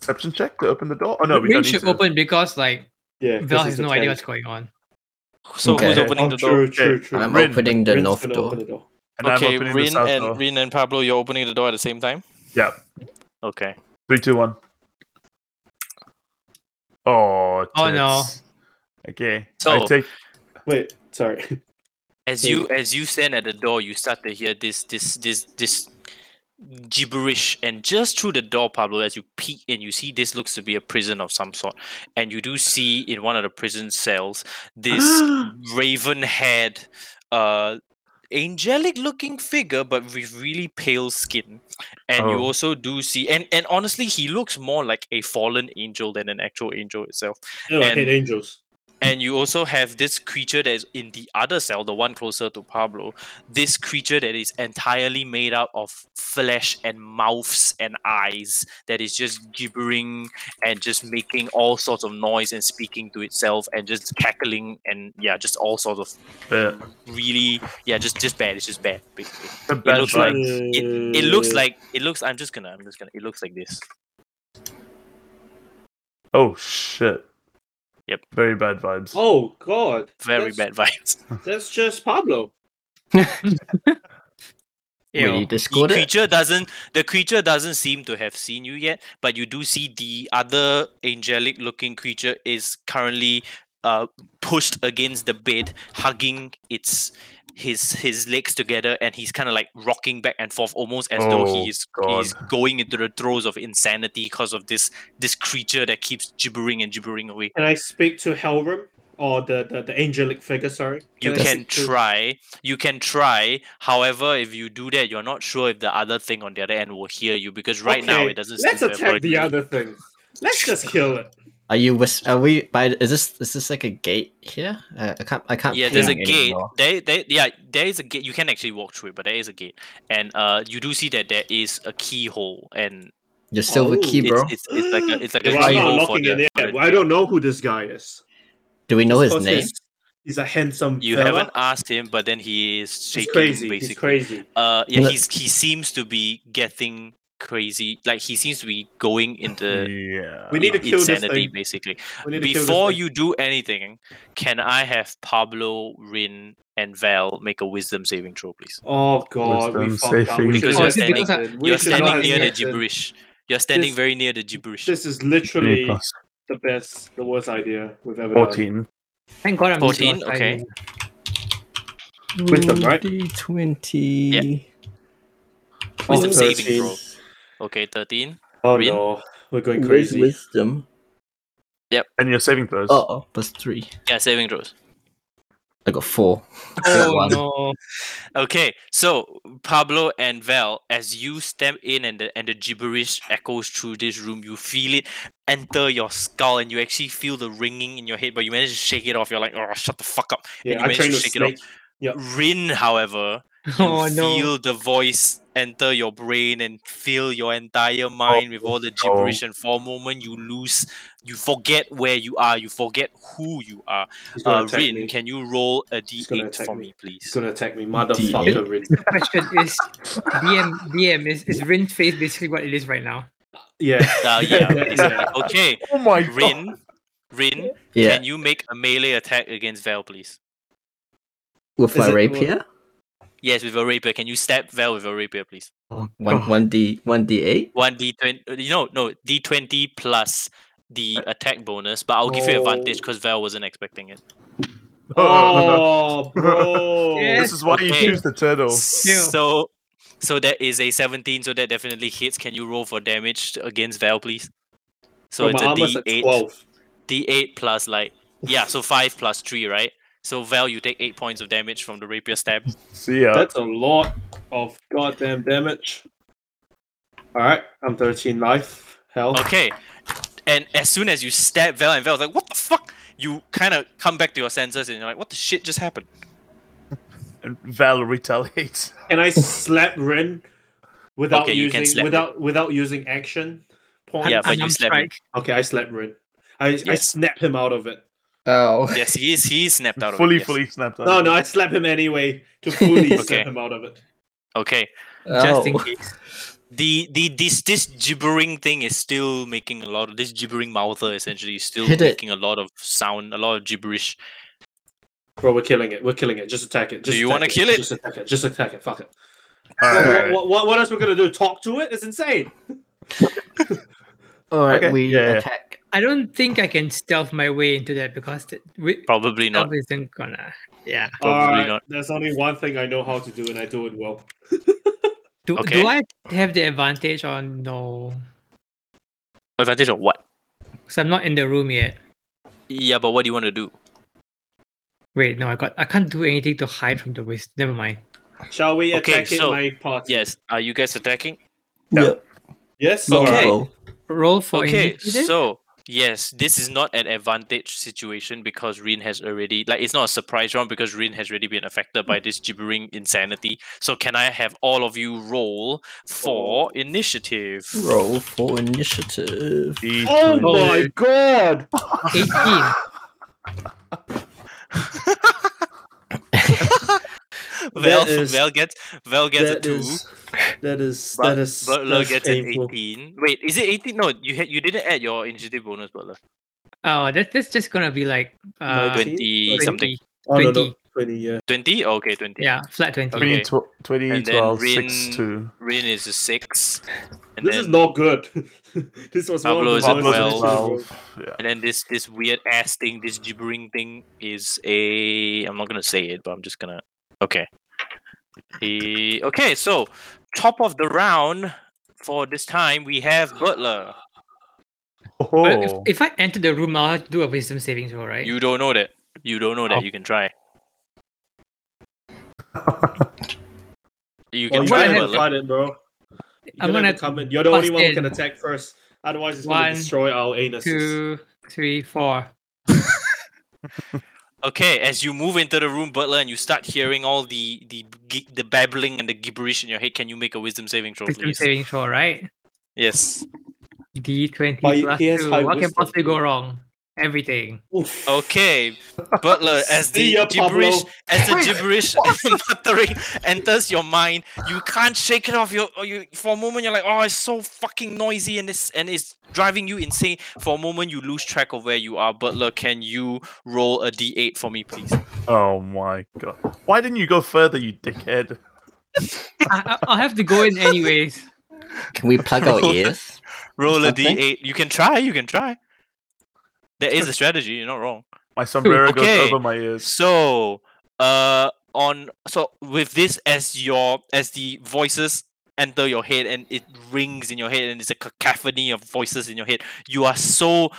perception check to open the door. Oh no, we
Rin
don't need
should
to.
open because like
Yeah. 'cause
Val
he's
has
a
no
tank.
idea what's going on.
So who's
Okay.
opening
oh,
the door?
true, True,
Okay.
true,
I'm
Rin-
opening the
Rin's
north
gonna
door.
Open the door.
And I'm
Okay,
opening the
Rin
south
and
door.
Rin and Pablo, you're opening the door at the same time.
Yeah.
Okay.
Three, two, one. Oh.
Oh, no.
tits. Okay. I
So-
take.
Wait, sorry.
As
Yeah.
you as you stand at the door, you start to hear this this this this gibberish, and just through the door, Pablo, as you peek in, you see this looks to be a prison of some sort, and you do see in one of the prison cells this raven-haired, uh, angelic-looking figure, but with really pale skin, and you
Oh.
also do see, and and honestly, he looks more like a fallen angel than an actual angel itself
Ew, I hate
And-
angels.
and you also have this creature that is in the other cell, the one closer to Pablo. This creature that is entirely made out of flesh and mouths and eyes that is just gibbering and just making all sorts of noise and speaking to itself and just cackling and yeah, just all sorts of
The,
really yeah, just just bad. It's just bad. Basically.
the bad
looks like-
vibes.
It it
Mm.
looks like it looks. I'm just gonna. I'm just gonna. It looks like this.
Oh shit.
Yep.
Very bad vibes.
Oh God.
Very
that's,
bad vibes.
That's just Pablo.
We
Ew.
the
discord it.
creature doesn't the creature doesn't seem to have seen you yet but you do see the other angelic looking creature is currently uh pushed against the bed hugging its his his legs together and he's kind of like rocking back and forth almost as though
Oh,
he is he's
God.
going into the throes of insanity because of this this creature that keeps gibbering and gibbering away
Can I speak to Helrim or the, the, the angelic figure? Sorry.
you
I
can
speak to-
try you can try however if you do that you're not sure if the other thing on the other end will hear you because right now
Okay,
it doesn't
Let's
seem to have
attack
heard
the
you.
other thing. Let's just kill it.
Are you? Whis- are we? By is this? Is this like a gate here? Uh, I can't. I can't.
yeah there's a
ping it
gate
anymore.
there, there yeah there is a gate you can actually walk through it but there is a gate and uh you do see that there is a keyhole and
Your silver
Oh,
key, bro.
it's, it's, it's like a, it's like a
Well, I'm not
keyhole for
locking
the,
it in.
for the
I
door.
don't know who this guy is.
Do we know his
Because
name?
He's, he's a handsome.
you
fella.
haven't asked him but then he is shaking
He's crazy.
basically
He's crazy.
uh yeah
Let-
he's he seems to be getting crazy like he seems to be going into
yeah.
We need to kill this
insanity
thing.
basically
We need to kill this
before
thing.
you do anything can i have pablo rin and val make a wisdom saving throw please
Oh God, we
Wisdom
fucked up.
saving
We should
Because
not
you're
have
standing-
done it. We
You're
should not
standing
have
near
done
the
it.
gibberish. You're standing
This-
very near the gibberish.
This is literally
Plus
the best, the worst idea we've ever done.
Fourteen.
Thank God I'm not
14,
outside
okay.
anymore.
Wisdom, right?
Twenty.
Wisdom
Oh,
saving
13.
throw. Okay, thirteen.
Oh
Rin?
no, we're going
With
crazy.
Wisdom.
And you're saving throws.
Oh, oh, plus three.
Yeah, saving throws.
I got four.
Oh
One.
no.
Okay, so Pablo and Val, as you step in and the and the gibberish echoes through this room, you feel it enter your skull, and you actually feel the ringing in your head, but you manage to shake it off. You're like, oh, shut the fuck up.
Yeah,
and you
I
manage
trained
to
a
shake it off.
snake. Yep.
Rin, however, you
Oh no.
feel the voice enter your brain and fill your entire mind with
Oh,
all the gibberish and for a moment you lose you forget where you are you forget who you are
He's gonna
uh,
attack
rin
me.
can you roll a
He's gonna
d8
attack
for
me.
me please
He's gonna attack me, motherfucker, Rin.
Question is DM DM is, is Rin's face basically what it is right now.
Yeah.
uh, yeah, basically. okay
Oh my
rin rin
Yeah,
can you make a melee attack against val please
with
Is
my
it-
rapier.
Yes, with a rapier. Can you stab Val with a rapier, please?
One one d one d eight.
One d twenty. You know, no d twenty plus the attack bonus, but I'll give you advantage
Uh, Oh.
because Val wasn't expecting it.
Oh, bro.
This is why you
Okay.
choose the turtle.
So, so that is a seventeen. So that definitely hits. Can you roll for damage against Val, please? So
Bro,
it's
my
a
armor's
d
at
eight.
12.
D eight plus like yeah. So five plus three, right? So Val, you take eight points of damage from the rapier stab.
See ya.
That's a lot of goddamn damage. All right, I'm 13 life. Hell.
Okay. And as soon as you stab Val and Val's like, what the fuck? You kind of come back to your senses and you're like, what the shit just happened?
And Val retaliates.
Can I slap Rin without
Okay, you can
using
slap
without without using action point?
Yeah, but
I'm
you
on
slap him.
strike.
Okay, I slap Rin. I, I
Yes.
snap him out of it.
Oh,
Yes, he is. He is snapped out of it,
fully,
yes.
fully snapped out.
No, no, I slap him anyway to fully
Okay.
snap him out of it.
Okay.
oh.
Just in case. The, the this this gibbering thing is still making a lot of this gibbering mouther essentially is still
Hit it.
making a lot of sound, a lot of gibberish.
Bro, we're killing it. We're killing it. Just attack it. Just
you
attack
wanna kill it?
Just attack it. Just attack it. Fuck it.
Alright.
What, what, what else we're gonna do? Talk to it? It's insane.
All right,
Okay.
we
Yeah, yeah.
attack.
I don't think I can stealth my way into that because the, we,
Probably not.
stealth isn't gonna. Yeah.
Probably
Alright,
not.
There's only one thing I know how to do, and I do it well.
Do,
Okay.
do I have the advantage or no?
Advantage of what?
Because I'm not in the room yet.
Yeah, but what do you want to do?
Wait, no, I got. I can't do anything to hide from the waste. Never mind.
Shall we
Okay,
attack
so-
it, my party?
Yes, are you guys attacking?
Yes.
Okay.
Lobo.
Roll for
Okay,
initiative?
so yes, this is not an advantage situation because Rin has already like it's not a surprise round because Rin has already been affected by this gibbering insanity. So can I have all of you roll for initiative?
Roll for initiative.
D-
Oh
Oh.
my god!
18.
Val,
That is-
Val gets Val gets a
That
two,
is that is
but
that is
Butler
that's
gets
painful.
an eighteen. Wait, is it eighteen? No, you had you didn't add your initiative bonus, Butler.
Oh, that, that's just gonna be like uh,
19?
20 something.
Oh, no, no,
20.
twenty. Yeah.
Twenty? Oh, okay, twenty.
Yeah, flat 20.
Twenty,
Okay.
tw- 20,
And then
12,
Rin-
6, 2.
Rin is a six. And
This
then
is not good. this was
Pablo
one of
is
the
at
worst
Pablo's at
well.
initiatives.
12. Yeah.
And then this this weird ass thing, this gibbering thing is a I'm not gonna say it, but I'm just gonna okay. The okay, so top of the round for this time we have Butler.
Oh.
But If, if I enter the room, I'll have to do a wisdom savings roll, right?
You don't know that. You don't
Oh.
know that. You can try. You
Well,
can
Oh, you
What
try
I
gotta
have-
Butler.
fight it, bro. You're
I'm
gonna
gonna
have to come in. You're the only
bust
one who can
in.
attack first. Otherwise, it's
One,
gonna destroy our anuses.
Two, three, four.
Okay, as you move into the room, Butler, and you start hearing all the the gi- the babbling and the gibberish in your head, can you make a wisdom saving throw,
Wisdom
please?
savings roll, right?
Yes.
D20
But he-
plus
he has
2.
high
What can
wisdom.
possibly go wrong? Everything.
Oof.
Oh, Okay, Butler, as
See
the
ya,
gibberish,
Pablo.
as the gibberish and muttering enters your mind, you can't shake it off. You, you, for a moment, you're like, oh, it's so fucking noisy, and it's and it's driving you insane. For a moment, you lose track of where you are. Butler, can you roll a d8 for me, please?
oh my god. Why didn't you go further, you dickhead?
I, I- I'll have to go in anyways.
Can we plug our ears?
Roll a
Something?
d8. You can try. You can try. There is a strategy. You're not wrong.
My sombrero
Okay.
goes over my ears.
So, uh, on so with this as your as the voices enter your head and it rings in your head and it's a cacophony of voices in your head, you are so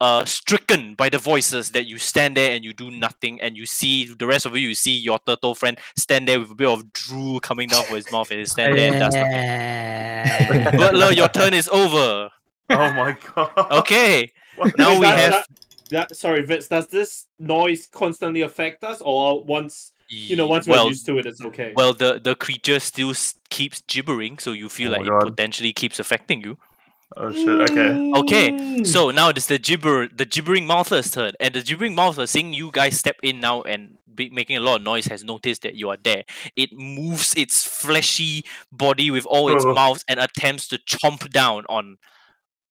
uh stricken by the voices that you stand there and you do nothing and you see the rest of you you see your turtle friend stand there with a bit of drool coming down from his mouth and he stand there and does nothing.
Yeah.
Butler, your turn is over.
Oh my god.
Okay.
What?
Now
Does
we
that-
have
that- that- sorry, Vince. Does this noise constantly affect us, or once you know, once
well,
we're used to it, it's okay?
Well, the the creature still s- keeps gibbering, so you feel
Oh my
like
God.
it potentially keeps affecting you.
Oh shit, okay.
Okay,
Hmm.
so now it's the gibber, the gibbering mouther's turn, and the gibbering mouther, seeing you guys step in now and be making a lot of noise, has noticed that you are there. It moves its fleshy body with all its
Oh.
mouth and attempts to chomp down on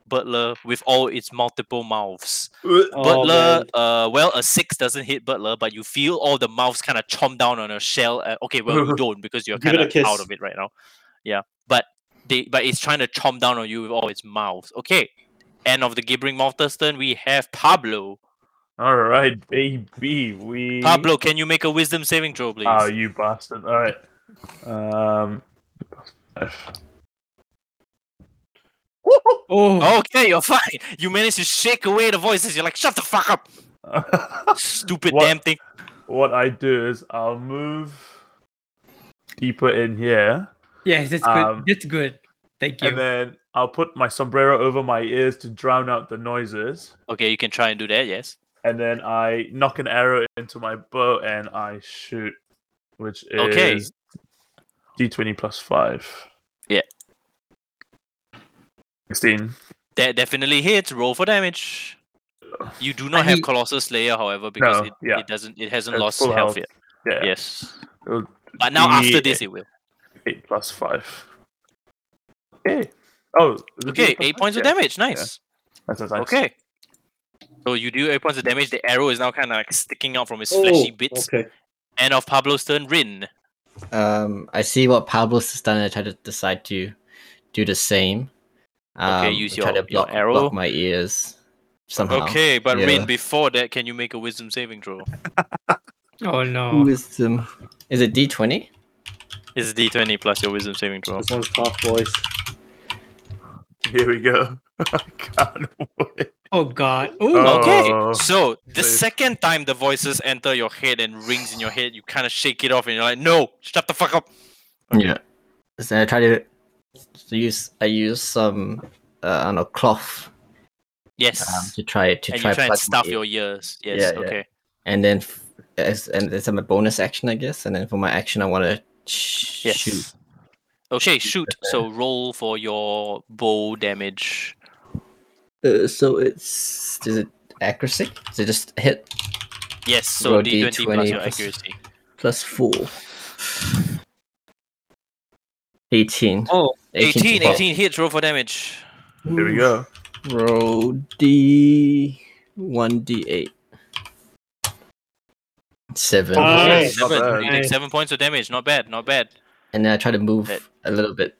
Butler with all its multiple mouths.
Mm.
Oh,
Butler,
man.
uh, well, a six doesn't hit Butler, but you feel all the mouths kind of chomp down on your shell. Uh, okay, well you don't because you're
Give it
kind
a
of out
kiss.
of it right now. Yeah, but they but it's trying to chomp down on you with all its mouths. Okay, end of the gibbering monster's turn. We have Pablo.
Mm-hmm.
All right, baby. We
Pablo, can you make a wisdom saving throw, please?
Uh,
Oh, you bastard! All right. Um.
Oh,
okay, you're fine. You managed to shake away the voices. You're like, shut the fuck up, stupid
What?
damn thing.
what I do is I'll move deeper in here,
Yes, that's good.
Um,
that's good. Thank you.
and then I'll put my sombrero over my ears to drown out the noises,
Okay, you can try and do that. Yes.
and then I knock an arrow into my bow and I shoot, which is
Okay.
d20 plus five.
Yeah.
Sixteen.
That definitely hits. Roll for damage. You do not
And
have
he-
Colossus Slayer, however, because
No,
it,
yeah.
it doesn't it hasn't
It's
lost
full
health,
health.
yet.
Yeah.
Yes.
It'll
But now after
be
this it will.
Eight plus five. Okay. Oh. is it
Okay,
plus
eight
five?
points of
Yeah,
damage. Nice.
That's, that's nice.
Okay. So you do eight points of damage. The arrow is now kind of like sticking out from its
Oh,
fleshy bits.
Okay.
And of Pablo's turn, Rin.
Um, I see what Pablo's has done. I try to decide to do the same. Um,
Okay, use
I try
your-
to
your
block,
arrow.
block my ears somehow.
Okay, but
Yeah.
Rin, before that, can you make a wisdom saving throw?
oh no.
Wisdom. Is it D twenty?
It's D twenty plus your wisdom saving throw.
This one's tough, boys.
Here we go. I can't wait.
Oh god. Ooh,
Oh.
Okay, so the
safe.
second time the voices enter your head and rings in your head, you kind of shake it off and you're like, no, shut the fuck up.
Yeah. So I try to to use. I use some. Uh, I don't know cloth
Yes.
um, to try to
and
try,
you try and
plug
stuff
my ear.
your ears. Yes,
Yeah, yeah.
okay.
and then f- as and that's my bonus action, I guess. And then for my action, I want to sh-
Yes.
shoot.
Okay, shoot. So roll for your bow damage.
Uh, so it's is it accuracy? Is it just hit
Yes, so
Roll
D20, plus
D20
your
plus-
accuracy.
plus four? Eighteen.
Oh,
18
18,
to
18 hits, roll for damage.
Here we go.
Roll D one D eight. Seven.
Oh,
Yeah,
Nice.
Not
seven. You
bad.
take seven points of damage. Not bad, not bad.
And then I try to move
That-
a little bit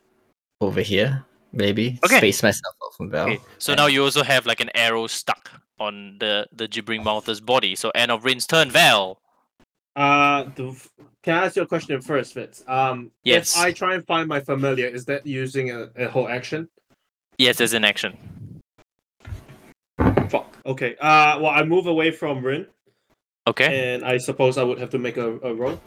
over here, maybe.
Okay.
Space myself out from Val.
Okay. So now you also have like an arrow stuck on the, the gibbering mouth's body. So end of Rin's turn, Val.
Uh, the, can I ask you a question first, Fitz? Um,
Yes.
If I try and find my familiar, is that using a, a whole action?
Yes, there's an action.
Fuck. Okay. Uh, well, I move away from Rin,
Okay.
and I suppose I would have to make a, a roll.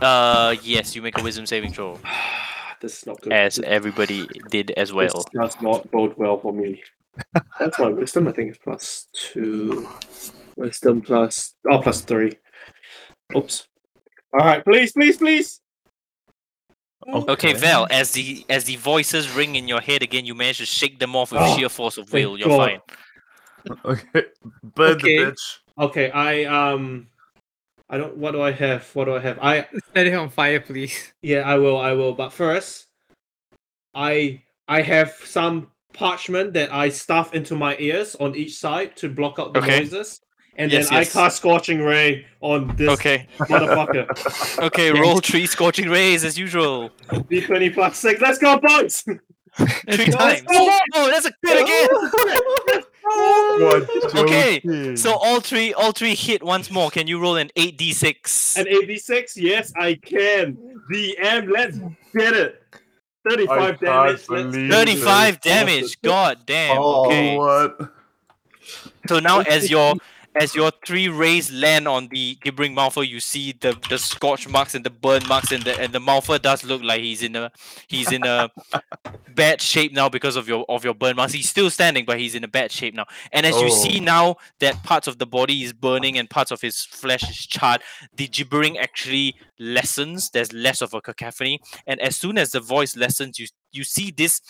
Uh, yes, you make a wisdom saving throw,
this is not good.
as everybody did as
This
well.
does not bode well for me. That's my wisdom. I think it's plus two. Wisdom plus oh plus three. Oops. All right, please, please, please.
Okay, Val, as the as the voices ring in your head again, you manage to shake them off with
Oh,
sheer force of
thank
will. You're
God.
fine.
Okay. Burn
Okay.
the bitch.
Okay, I um, I don't. What do I have? What do I have? I
Set it on fire, please.
Yeah, I will. I will. But first, I I have some parchment that I stuff into my ears on each side to block out the
Okay.
noises, and
Yes,
then
yes.
I cast scorching ray on this
Okay,
motherfucker.
okay, roll three scorching rays as usual.
D twenty plus six. Let's go, boys!
Three
go.
times. Oh, that's a crit again.
What?
Okay,
joking.
So all three, all three hit once more. Can you roll an eight d six?
An eighty six. Yes, I can. DM. Let's get it. Thirty
I
five
can't
damage. Let's
believe
Thirty
this.
five damage. God damn.
Oh.
Okay.
What?
So now, as your as your three rays land on the gibbering mouthful, you see the the scorch marks and the burn marks, and the and the mouthful does look like he's in a he's in a bad shape now because of your of your burn marks. He's still standing, but he's in a bad shape now. And as you see
Oh.
now that parts of the body is burning and parts of his flesh is charred, the gibbering actually lessens. There's less of a cacophony, and as soon as the voice lessens, you you see this.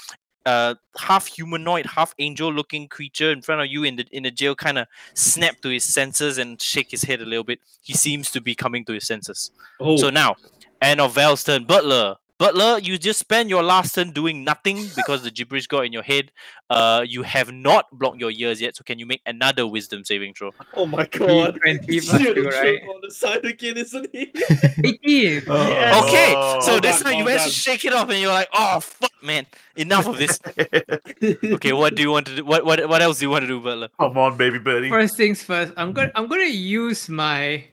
Uh, half humanoid, half angel-looking creature in front of you in the in the jail, kind of snap to his senses and shake his head a little bit. He seems to be coming to his senses.
Oh,
So now, end of Val's turn. Butler. Butler, you just spend your last turn doing nothing because the gibberish got in your head. Uh, you have not blocked your ears yet, so can you make another wisdom saving throw?
Oh my god.
P20
He's
plus
still
two, right?
on the side again, isn't he?
80.
Yes.
Okay, so
well
Oh.
this
done,
time you
well
managed to shake it off, and you're like, "Oh fuck, man, enough of this." okay, what do you want to do? What what what else do you want to do, Butler?
Come on, baby birdie.
First things first, I'm gonna I'm gonna use my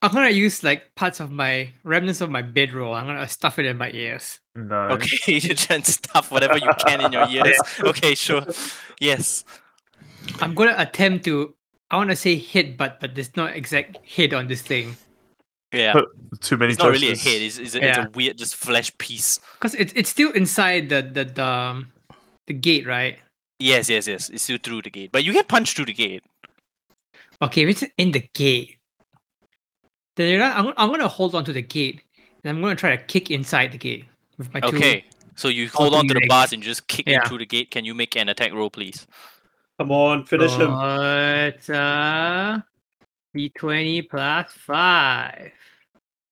I'm gonna use like parts of my remnants of my bedroll. I'm gonna stuff it in my ears.
No.
Okay, you can stuff whatever you can in your ears. Okay, sure. Yes.
I'm gonna attempt to I wanna say headbutt, but there's not exact hit on this thing.
Yeah.
But Too many
It's not really a
choices.
head. It's, it's, a, it's
Yeah.
a weird, just flesh piece.
Cause it's it's still inside the the the, um, the gate, right?
Yes, yes, yes. It's still through the gate, but you get punched through the gate.
Okay, if it's in the gate, then you're not- I'm, I'm gonna hold on to the gate and I'm gonna try to kick inside the gate with my two.
Okay. So you hold
three
on to the
legs.
bars and just kick
Yeah.
it through the gate. Can you make an attack roll, please?
Come on, finish him.
But uh, D20 plus 5.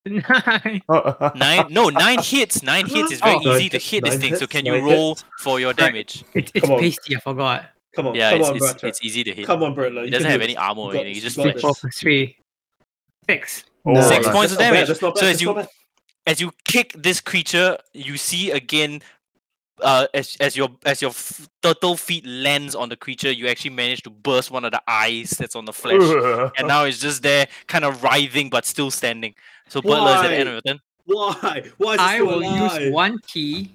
9.
Nine? No, nine hits. Nine hits is very
Oh. Nine
easy to
hits,
hit this
nine
thing. So
hits,
can you
nine
roll
hits.
for your damage?
It's, it's
Come on.
pasty, I forgot.
Come on,
Yeah,
come
it's,
on,
it's,
Bertrand.
it's easy to hit.
Come on, Bertler.
It
you
doesn't
can
have
do
any
it.
armor or
got
anything.
this,
It's just
you got this.
flesh.
4 plus 3. 6.
Oh,
Six
nice.
points
That's not bad,
of damage.
that's not bad,
so as
that's
you
not bad.
as you kick this creature, you see again, uh, as as your as your f- turtle feet lands on the creature, you actually manage to burst one of the eyes that's on the flesh,
Ugh.
and now it's just there, kind of writhing but still standing. So Butler is at the end of your turn.
Why? Why is it
I
still
will
alive?
use one key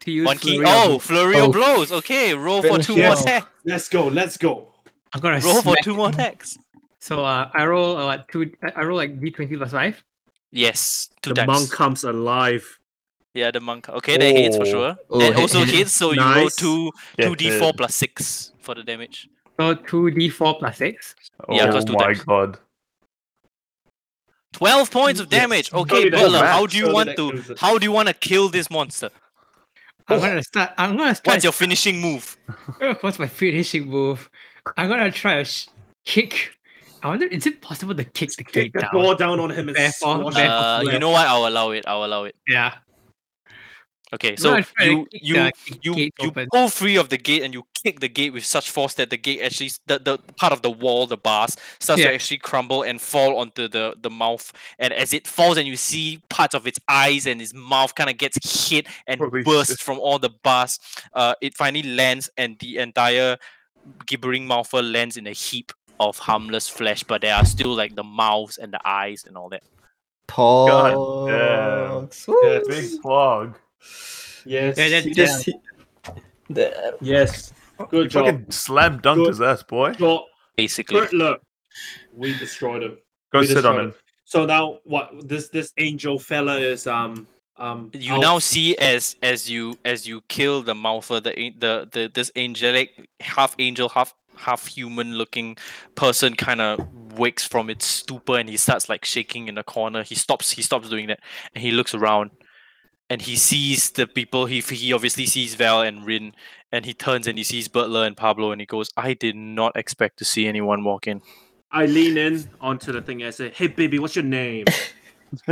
to use
One key.
flurry of-
Oh, flurry of
Oh.
blows. Okay, roll for
Finish
two
him
more
off.
attacks.
Let's go. Let's go.
I'm gonna
Roll for
smack.
two more attacks.
So uh, I roll uh, like two. I- I roll like d20 plus five.
Yes, two
the
times.
monk comes alive.
Yeah, the monk. Okay, that hits for
Oh.
sure.
Oh,
that
hit-
also
hit.
hits. So you roll
Nice.
two
Get
two d four
it.
plus six for the damage.
So two d4 plus six.
Yeah,
oh
plus two
my
times.
god.
12 points of
Yes.
damage.
Surely
Okay,
that
Butler,
max,
how do you
surely
want
that
to
kills it.
how do you want to kill this monster?
I'm
Oh.
gonna start. I'm gonna start.
What's your finishing move?
What's my finishing move? I'm gonna try a sh- kick. I wonder, is it possible to kick the
Kick
gate
the
down?
door down on him and
Therefore-
squash him.
Uh, you
left.
know what? I'll allow it. I'll allow it.
Yeah.
Okay,
No,
so
I try to
you
kick
you
the kick
you
gate
you
open.
pull free of the gate and you kick the gate with such force that the gate actually s- the, the part of the wall, the bars, starts
Yeah.
to actually crumble and fall onto the the mouth. And as it falls, and you see parts of its eyes and its mouth kind of gets hit and
Holy
bursts
shit.
from all the bars. Uh, it finally lands, and the entire gibbering mouthful lands in a heap of harmless flesh, but there are still like the mouths and the eyes and all that.
damn.
Pogs. Woo.
Yes.
Big plug.
Yes.
Yeah, that-
He just he- the-
yes. Good
You
job.
fucking slam dunked
Good.
his ass, boy.
Shot.
Basically,
Bertler. We destroyed him.
Go
We
sit on
destroyed
him.
So now what this this angel fella is um um
you
out.
now see as as you as you kill the mouthful the an- the, the this angelic half angel half half human looking person kind of wakes from its stupor and he starts like shaking in the corner he stops he stops doing that and he looks around and he sees the people he he obviously sees val and rin and he turns and he sees butler and pablo and he goes i did not expect to see anyone walk in
I lean in onto the thing. I say, "Hey, baby, what's your name?"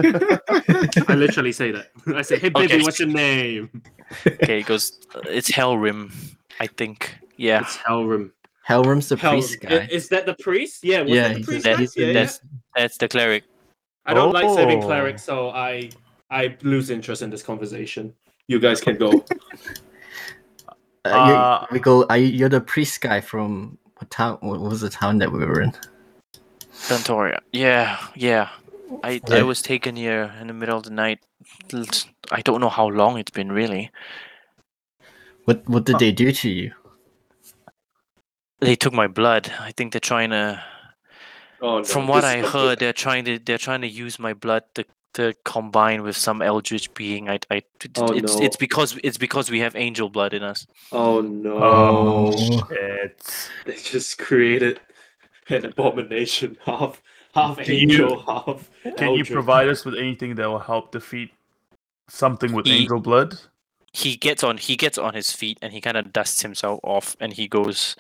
I literally say that. I say, "Hey, baby,
Okay.
what's your name?"
okay he goes "Uh, it's hellrim i think yeah
It's Helrim.
Helrim's the priest
Helrim. I-
guy.
Is, that the priest? Yeah. Was
Yeah,
That the
he's-
priest
that-
guy?
he's-
yeah, yeah.
that's that's the cleric
I don't like saving
Oh.
clerics, so I I lose interest in this conversation. You guys can go.
Uh,
Uh,
you, we go. Are you, you're the priest guy from what town? What was the town that we were in?
Santoria. Yeah, yeah. I I
Yeah.
was taken here in the middle of the night. L- I don't know how long it's been really.
What What did they do to you?
They took my blood. I think they're trying to
Oh, no.
from what
This
I
is not
heard they're trying to they're trying to use my blood to to combine with some eldritch being. I I t- t-
Oh,
it's
no.
it's because it's because we have angel blood in us.
good. Oh no!
Oh, shit.
They just created an abomination. Half half
Can you-
angel, half.
Can you
eldritch.
provide us with anything that will help defeat something with
He-
angel blood?
He gets on he gets on his feet and he kind of dusts himself off and he goes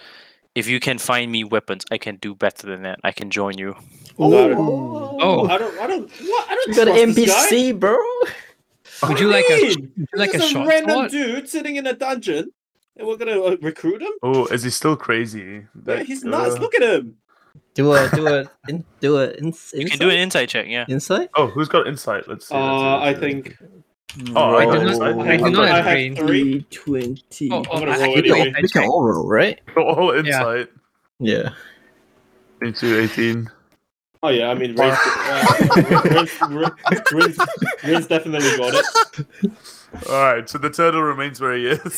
If you can find me weapons, I can do better than that. I can join you.
I don't. I don't. What? I don't
You got
trust
an
this guy.
NPC, bro.
Would you like a
Hey,
would you like a
Just
short
random
sword? Oh,
dude sitting in a dungeon, and we're gonna uh, recruit him.
Oh, is he still crazy?
Yeah,
Like,
he's nuts.
uh,
Look at him.
Do a do a in, do a ins,
You can do an insight check, yeah.
insight.
Oh, who's got insight? Let's see. let's see,
Uh, I
let's see.
think
Oh,
I do
roll
not.
insight.
I do
I
not
have
have brain.
three.
twenty.
Oh, oh,
gonna
I- I
roll
can do
anyway.
insight
we can
check.
all roll, right?
Roll
Yeah.
insight
Yeah.
into 18.
Oh yeah, I mean, Rin's, uh, Rin's, Rin's, Rin's, Rin's definitely got it.
All right, so the turtle remains where he is.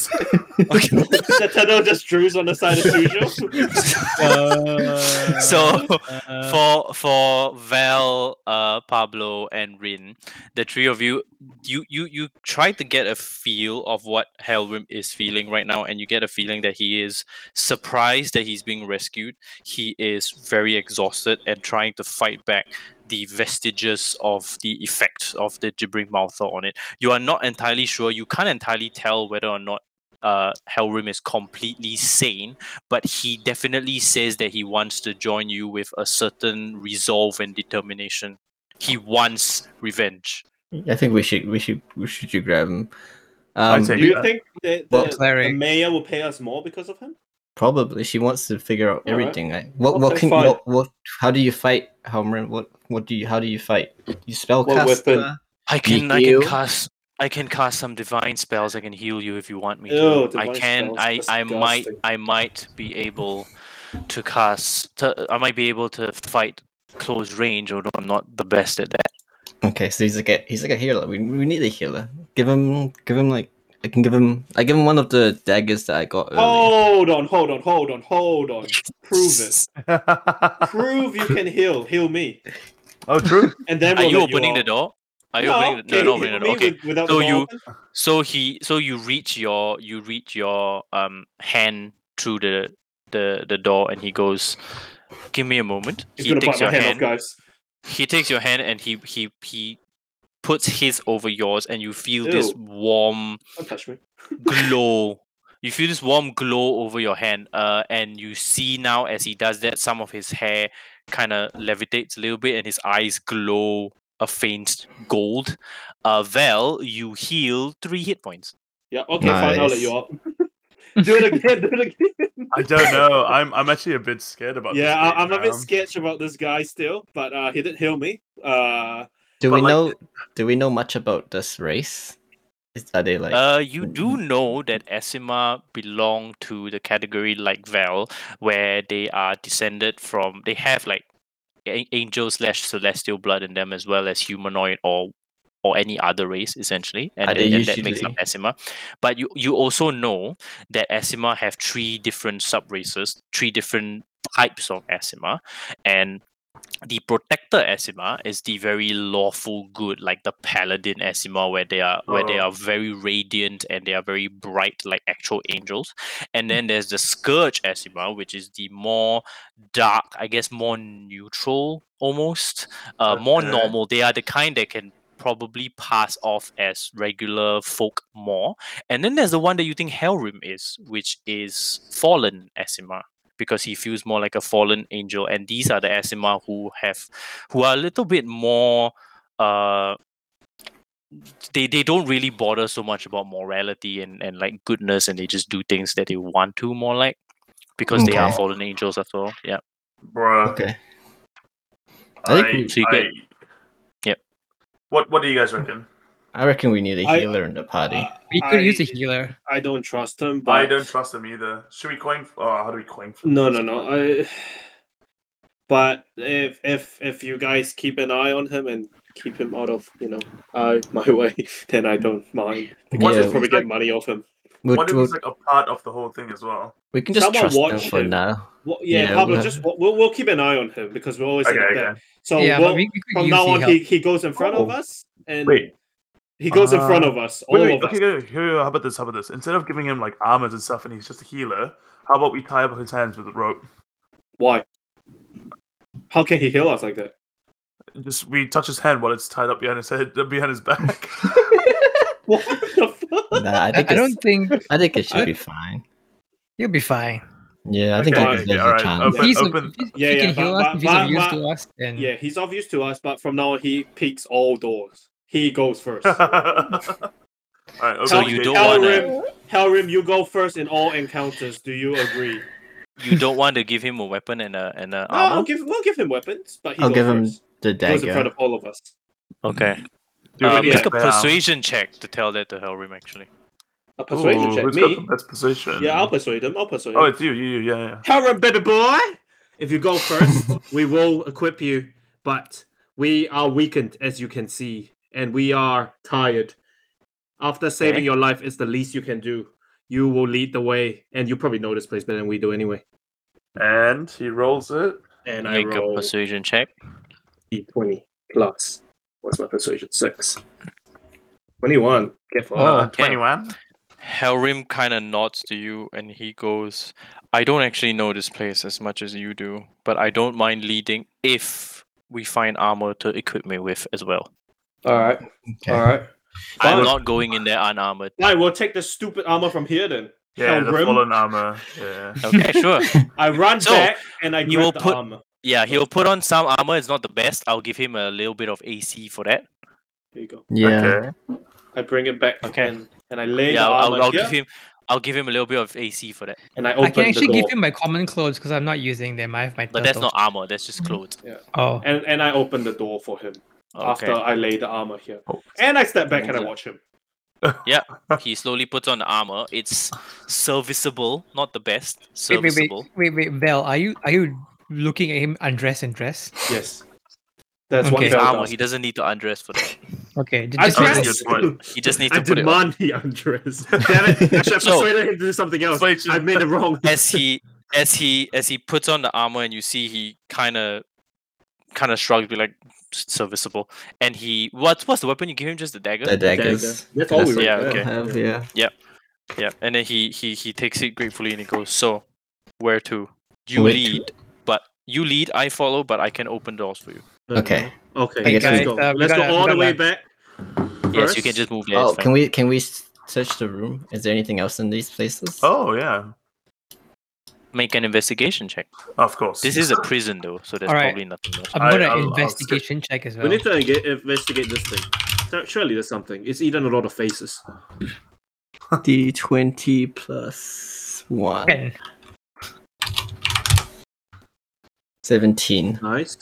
Nintendo just drews on the side as usual.
so for for Val, uh, Pablo, and Rin, the three of you, you you you try to get a feel of what Helrim is feeling right now, and you get a feeling that he is surprised that he's being rescued. He is very exhausted and trying to fight back the vestiges of the effect of the gibbering mouthful on it. You are not entirely sure. You can't entirely tell whether or not. Uh, Helrim is completely sane, but he definitely says that he wants to join you with a certain resolve and determination. He wants revenge.
I think we should we should we should you grab him.
I'd
Um,
Do
say-
you think the,
Well,
the, the
cleric.
mayor will pay us more because of him?
probably she wants to figure out
All right.
everything. Right? What
Okay,
what can
fine.
what, what how do you fight, Helmrin? What what do you how do you fight? You spell
What
cast.
weapon?
uh,
I
Ye-
can I
you?
can cast I can cast some divine spells. I can heal you if you want me
Ew,
to. I
divine
can
spells,
I I might
disgusting.
I might be able to cast to, I might be able to fight close range, although I'm not the best at that.
Okay, so he's like a he's like a healer. We, we need a healer. Give him give him like I can give him I give him one of the daggers that I got earlier.
Hold on, hold on, hold on, hold on. Prove it.
oh,
Prove you can heal. Heal me.
true.
And then
Are
we'll
you
let
opening
out.
the door? Are you opening the
can
no, not
you
opening the
heal
door.
me
Okay.
with- without
So
the door
you-
open?
So he, so you reach your, you reach your um hand through the the the door, and he goes, "Give me a moment."
He's
he
gonna
takes
bite
your
my hand,
hand.
off, guys.
he takes your hand, and he he he puts his over yours, and you feel this
Ew.
warm
Don't touch me.
glow. You feel this warm glow over your hand, uh, and you see now as he does that, some of his hair kind of levitates a little bit, and his eyes glow a faint gold. Uh, Val, you heal three hit points.
Yeah, okay, fine, I'll let
Nice.
you out. do it again, do it again.
I don't know. I'm I'm actually a bit scared about this.
Yeah, I, I'm
game
a bit
now.
sketch about this guy still, but uh, he didn't heal me. Uh,
do
but
we
like-
know do we know much about this race? Is, are they like
Uh, you do know that Esima belong to the category like Val, where they are descended from. They have like a- angel slash celestial blood in them, as well as humanoid or or any other race, essentially, and,
Are they
and that makes up
usually-
Esima. But you you also know that Esima have three different sub races, three different types of Esima, and the protector Esima is the very lawful good, like the paladin Esima, where they are where they
Oh.
are very radiant and they are very bright, like actual angels. And
Hmm.
then there's the scourge Esima, which is the more dark, I guess, more neutral, almost uh, more
Okay.
normal. They are the kind that can probably pass off as regular folk more. And then there's the one that you think Hellrim is, which is fallen Esima because he feels more like a fallen angel. And these are the Asima who have who are a little bit more uh they, they don't really bother so much about morality and, and like goodness and they just do things that they want to more like because they are
Okay.
fallen angels after all. Yeah.
Bruh.
Okay. I think we-
So you get- Yep.
What What do you guys reckon?
I reckon we need a
I- uh,
healer in the party.
We could use a
I-
healer.
I don't trust him, but
I don't trust them either. Should we coin? Oh, how do we coin? flip
No,
this?
no, no. I. But if if if you guys keep an eye on him and keep him out of you know uh, my way, then I don't mind because
Yeah.
we'll probably get money off him.
We'll,
What if
we'll-
it's like a part of the whole thing as well?
we can just
someone
trust them
watch
for
him.
now.
Well, yeah,
Yeah,
Pablo,
we'll-
just we'll we'll keep an eye on him because we're always in
Okay,
the
okay.
back. So
yeah,
we'll,
but we, we could
from
use
now
the
on,
help.
he, he goes in front of
Oh.
us and
Wait,
he goes in front
Uh,
of us, all
wait, wait.
of
Okay,
us.
good. Here, here, how about this? How about this? Instead of giving him like armors and stuff, and he's just a healer, how about we tie up his hands with a rope?
Why? How can he heal us like that?
Just we touch his hand while it's tied up behind his head, behind his back.
What the fuck?
Nah, I
I,
think
I
it's,
don't think
I think it should
I-
be fine.
you'll be fine.
Yeah, I think
Okay,
I deserve
yeah, all
a
right.
chance.
If
Open-
he's,
open-
if he's- if
Yeah,
he
yeah,
can heal
but-
us,
but-
if he's of
but-
use
but-
to us, then
Yeah, he's obvious to us, but from now on, he peeks all doors. He goes first.
Alright, open
So
the
you
gate.
don't wanna-
Hellrim, Hellrim, you go first in all encounters. Do you agree?
You don't want to give him a weapon and a and a
No,
armor.
I'll give we'll give him weapons, but he
I'll
goes
give him
first.
the
He goes in front
dagger.
of all of us.
Okay.
Do we
Uh,
need
yeah.
make a
to- yeah.
persuasion check to tell that to Hellrim actually.
A persuasion
Ooh,
check.
who's got
Me?
the best position?
Yeah, I'll persuade him. I'll persuade
Oh,
him.
it's you, you, you, yeah, yeah.
Hellrim, baby boy! If you go first, we will equip you, but we are weakened, as you can see, and we are tired. After saving
Okay.
your life, it's the least you can do. You will lead the way, and you probably know this place better than we do anyway.
And he rolls it.
And I
Make a
roll
persuasion check.
d20 plus. What's my persuasion? Six. 21. Get for
Uh,
okay.
21.
Helrim kind of nods to you and he goes, I don't actually know this place as much as you do, but I don't mind leading if we find armor to equip me with as well.
All right.
Okay.
All right.
I'm
Fine.
not going in there unarmored.
Right, we'll take the stupid armor from here then.
Yeah, the
Hellrim.
fallen armor. Yeah.
Okay, sure.
I run
So,
back and I
you
grab
will
the
put-
armor.
Yeah, he'll put on some armor. It's not the best. I'll give him a little bit of AC for that.
Here you go.
Yeah.
Okay.
I bring it back
Okay.
and, and I lay
Yeah,
the
I'll,
armor
I'll, I'll
here
give him. I'll give him a little bit of AC for that.
and I open
I can actually
the door.
give him my common clothes because I'm not using them. I have my.
But that's not
turtles.
armor. That's just clothes. Oh,
Oh,
and, and I open the door for him after
Okay.
I lay the armor here.
Oh.
And I step back and I watch him.
He slowly puts on the armor. It's serviceable, not the best.
wait, wait, wait,
Serviceable.
wait, wait, Bell, are you are you looking at him undress and dress?
Yes. That's what
Okay.
he
It's armor.
does.
He doesn't need to undress for that.
Okay, ju-
I
just because-
dress.
dress.
Good
He just needs
I
to put it on.
demand he undress. Damn it. I should have
So-
persuaded him to do something else.
Persuasion.
I made the wrong
as he as he as he puts on the armor and you see he kind of kind of shrugs be like "S- serviceable and he what's what's the weapon you give him just the dagger
The daggers.
That's all we
That's
Yeah,
require.
okay.
Have, yeah.
yeah and then he he he takes it gratefully and he goes so where to you
Where to?"
lead but you lead i follow but i can open doors for you
Okay.
Okay.
I guess
let's
we-
go.
Uh, we
let's
gotta-
go all
we
the way
gotta-
back.
yes you can
First?
just move there
Oh,
it's fine.
can we can we s- search the room? Is there anything else in these places?
Oh, yeah.
make an investigation check
Of course.
this is a prison though so there's
Alright.
probably nothing much.
I'm gonna
I- I'll- I'll skip.
investigation check as well.
We need to engage, investigate this thing. So- Surely there's something. It's eaten a lot of faces.
D twenty plus one.
Ten.
Seventeen.
Nice.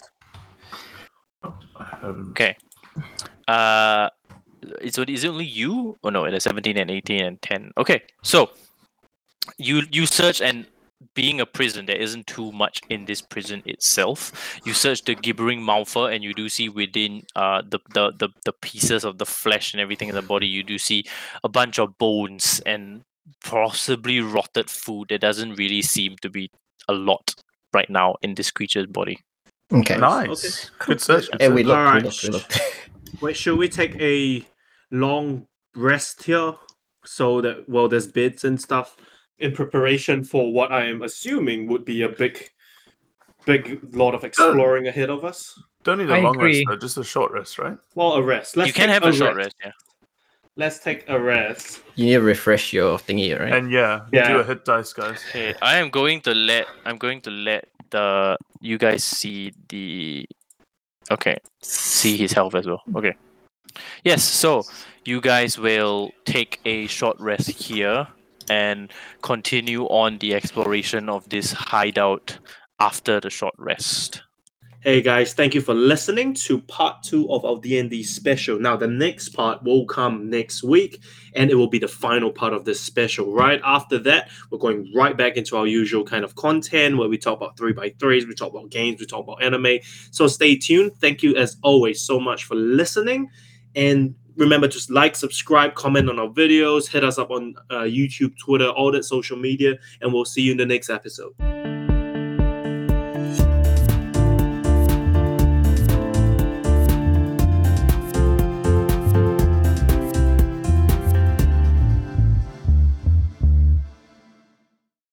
Um,
okay uh so is it only you oh no it is 17 and 18 and 10 okay so you you search and being a prison there isn't too much in this prison itself you search the gibbering mouthful and you do see within uh the, the the the pieces of the flesh and everything in the body you do see a bunch of bones and possibly rotted food there doesn't really seem to be a lot right now in this creature's body
Okay.
Nice. Good search. good
Yeah, we
search.
looked.
Alright.
We looked. We looked.
Wait, should we take a long rest here so that well, there's bids and stuff in preparation for what I am assuming would be a big, big lot
Oh.
of exploring ahead of us?
Don't need a
I
long
agree.
rest, though, just a short rest, right?
Well, a rest. Let's
you can
take
have a short rest yeah
Let's take a rest.
you need to refresh your thingy, right?
And yeah,
Yeah.
do a hit dice, guys.
Okay, I am going to let I'm going to let the you guys see the okay see his health as well. Okay, yes. So you guys will take a short rest here and continue on the exploration of this hideout after the short rest.
Hey guys, thank you for listening to part two of our D&D special. Now the next part will come next week and it will be the final part of this special. Right after that, we're going right back into our usual kind of content where we talk about 3 by 3s we talk about games, we talk about anime. So stay tuned. Thank you as always so much for listening and remember to like, subscribe, comment on our videos, hit us up on uh, YouTube, Twitter, all that social media and we'll see you in the next episode.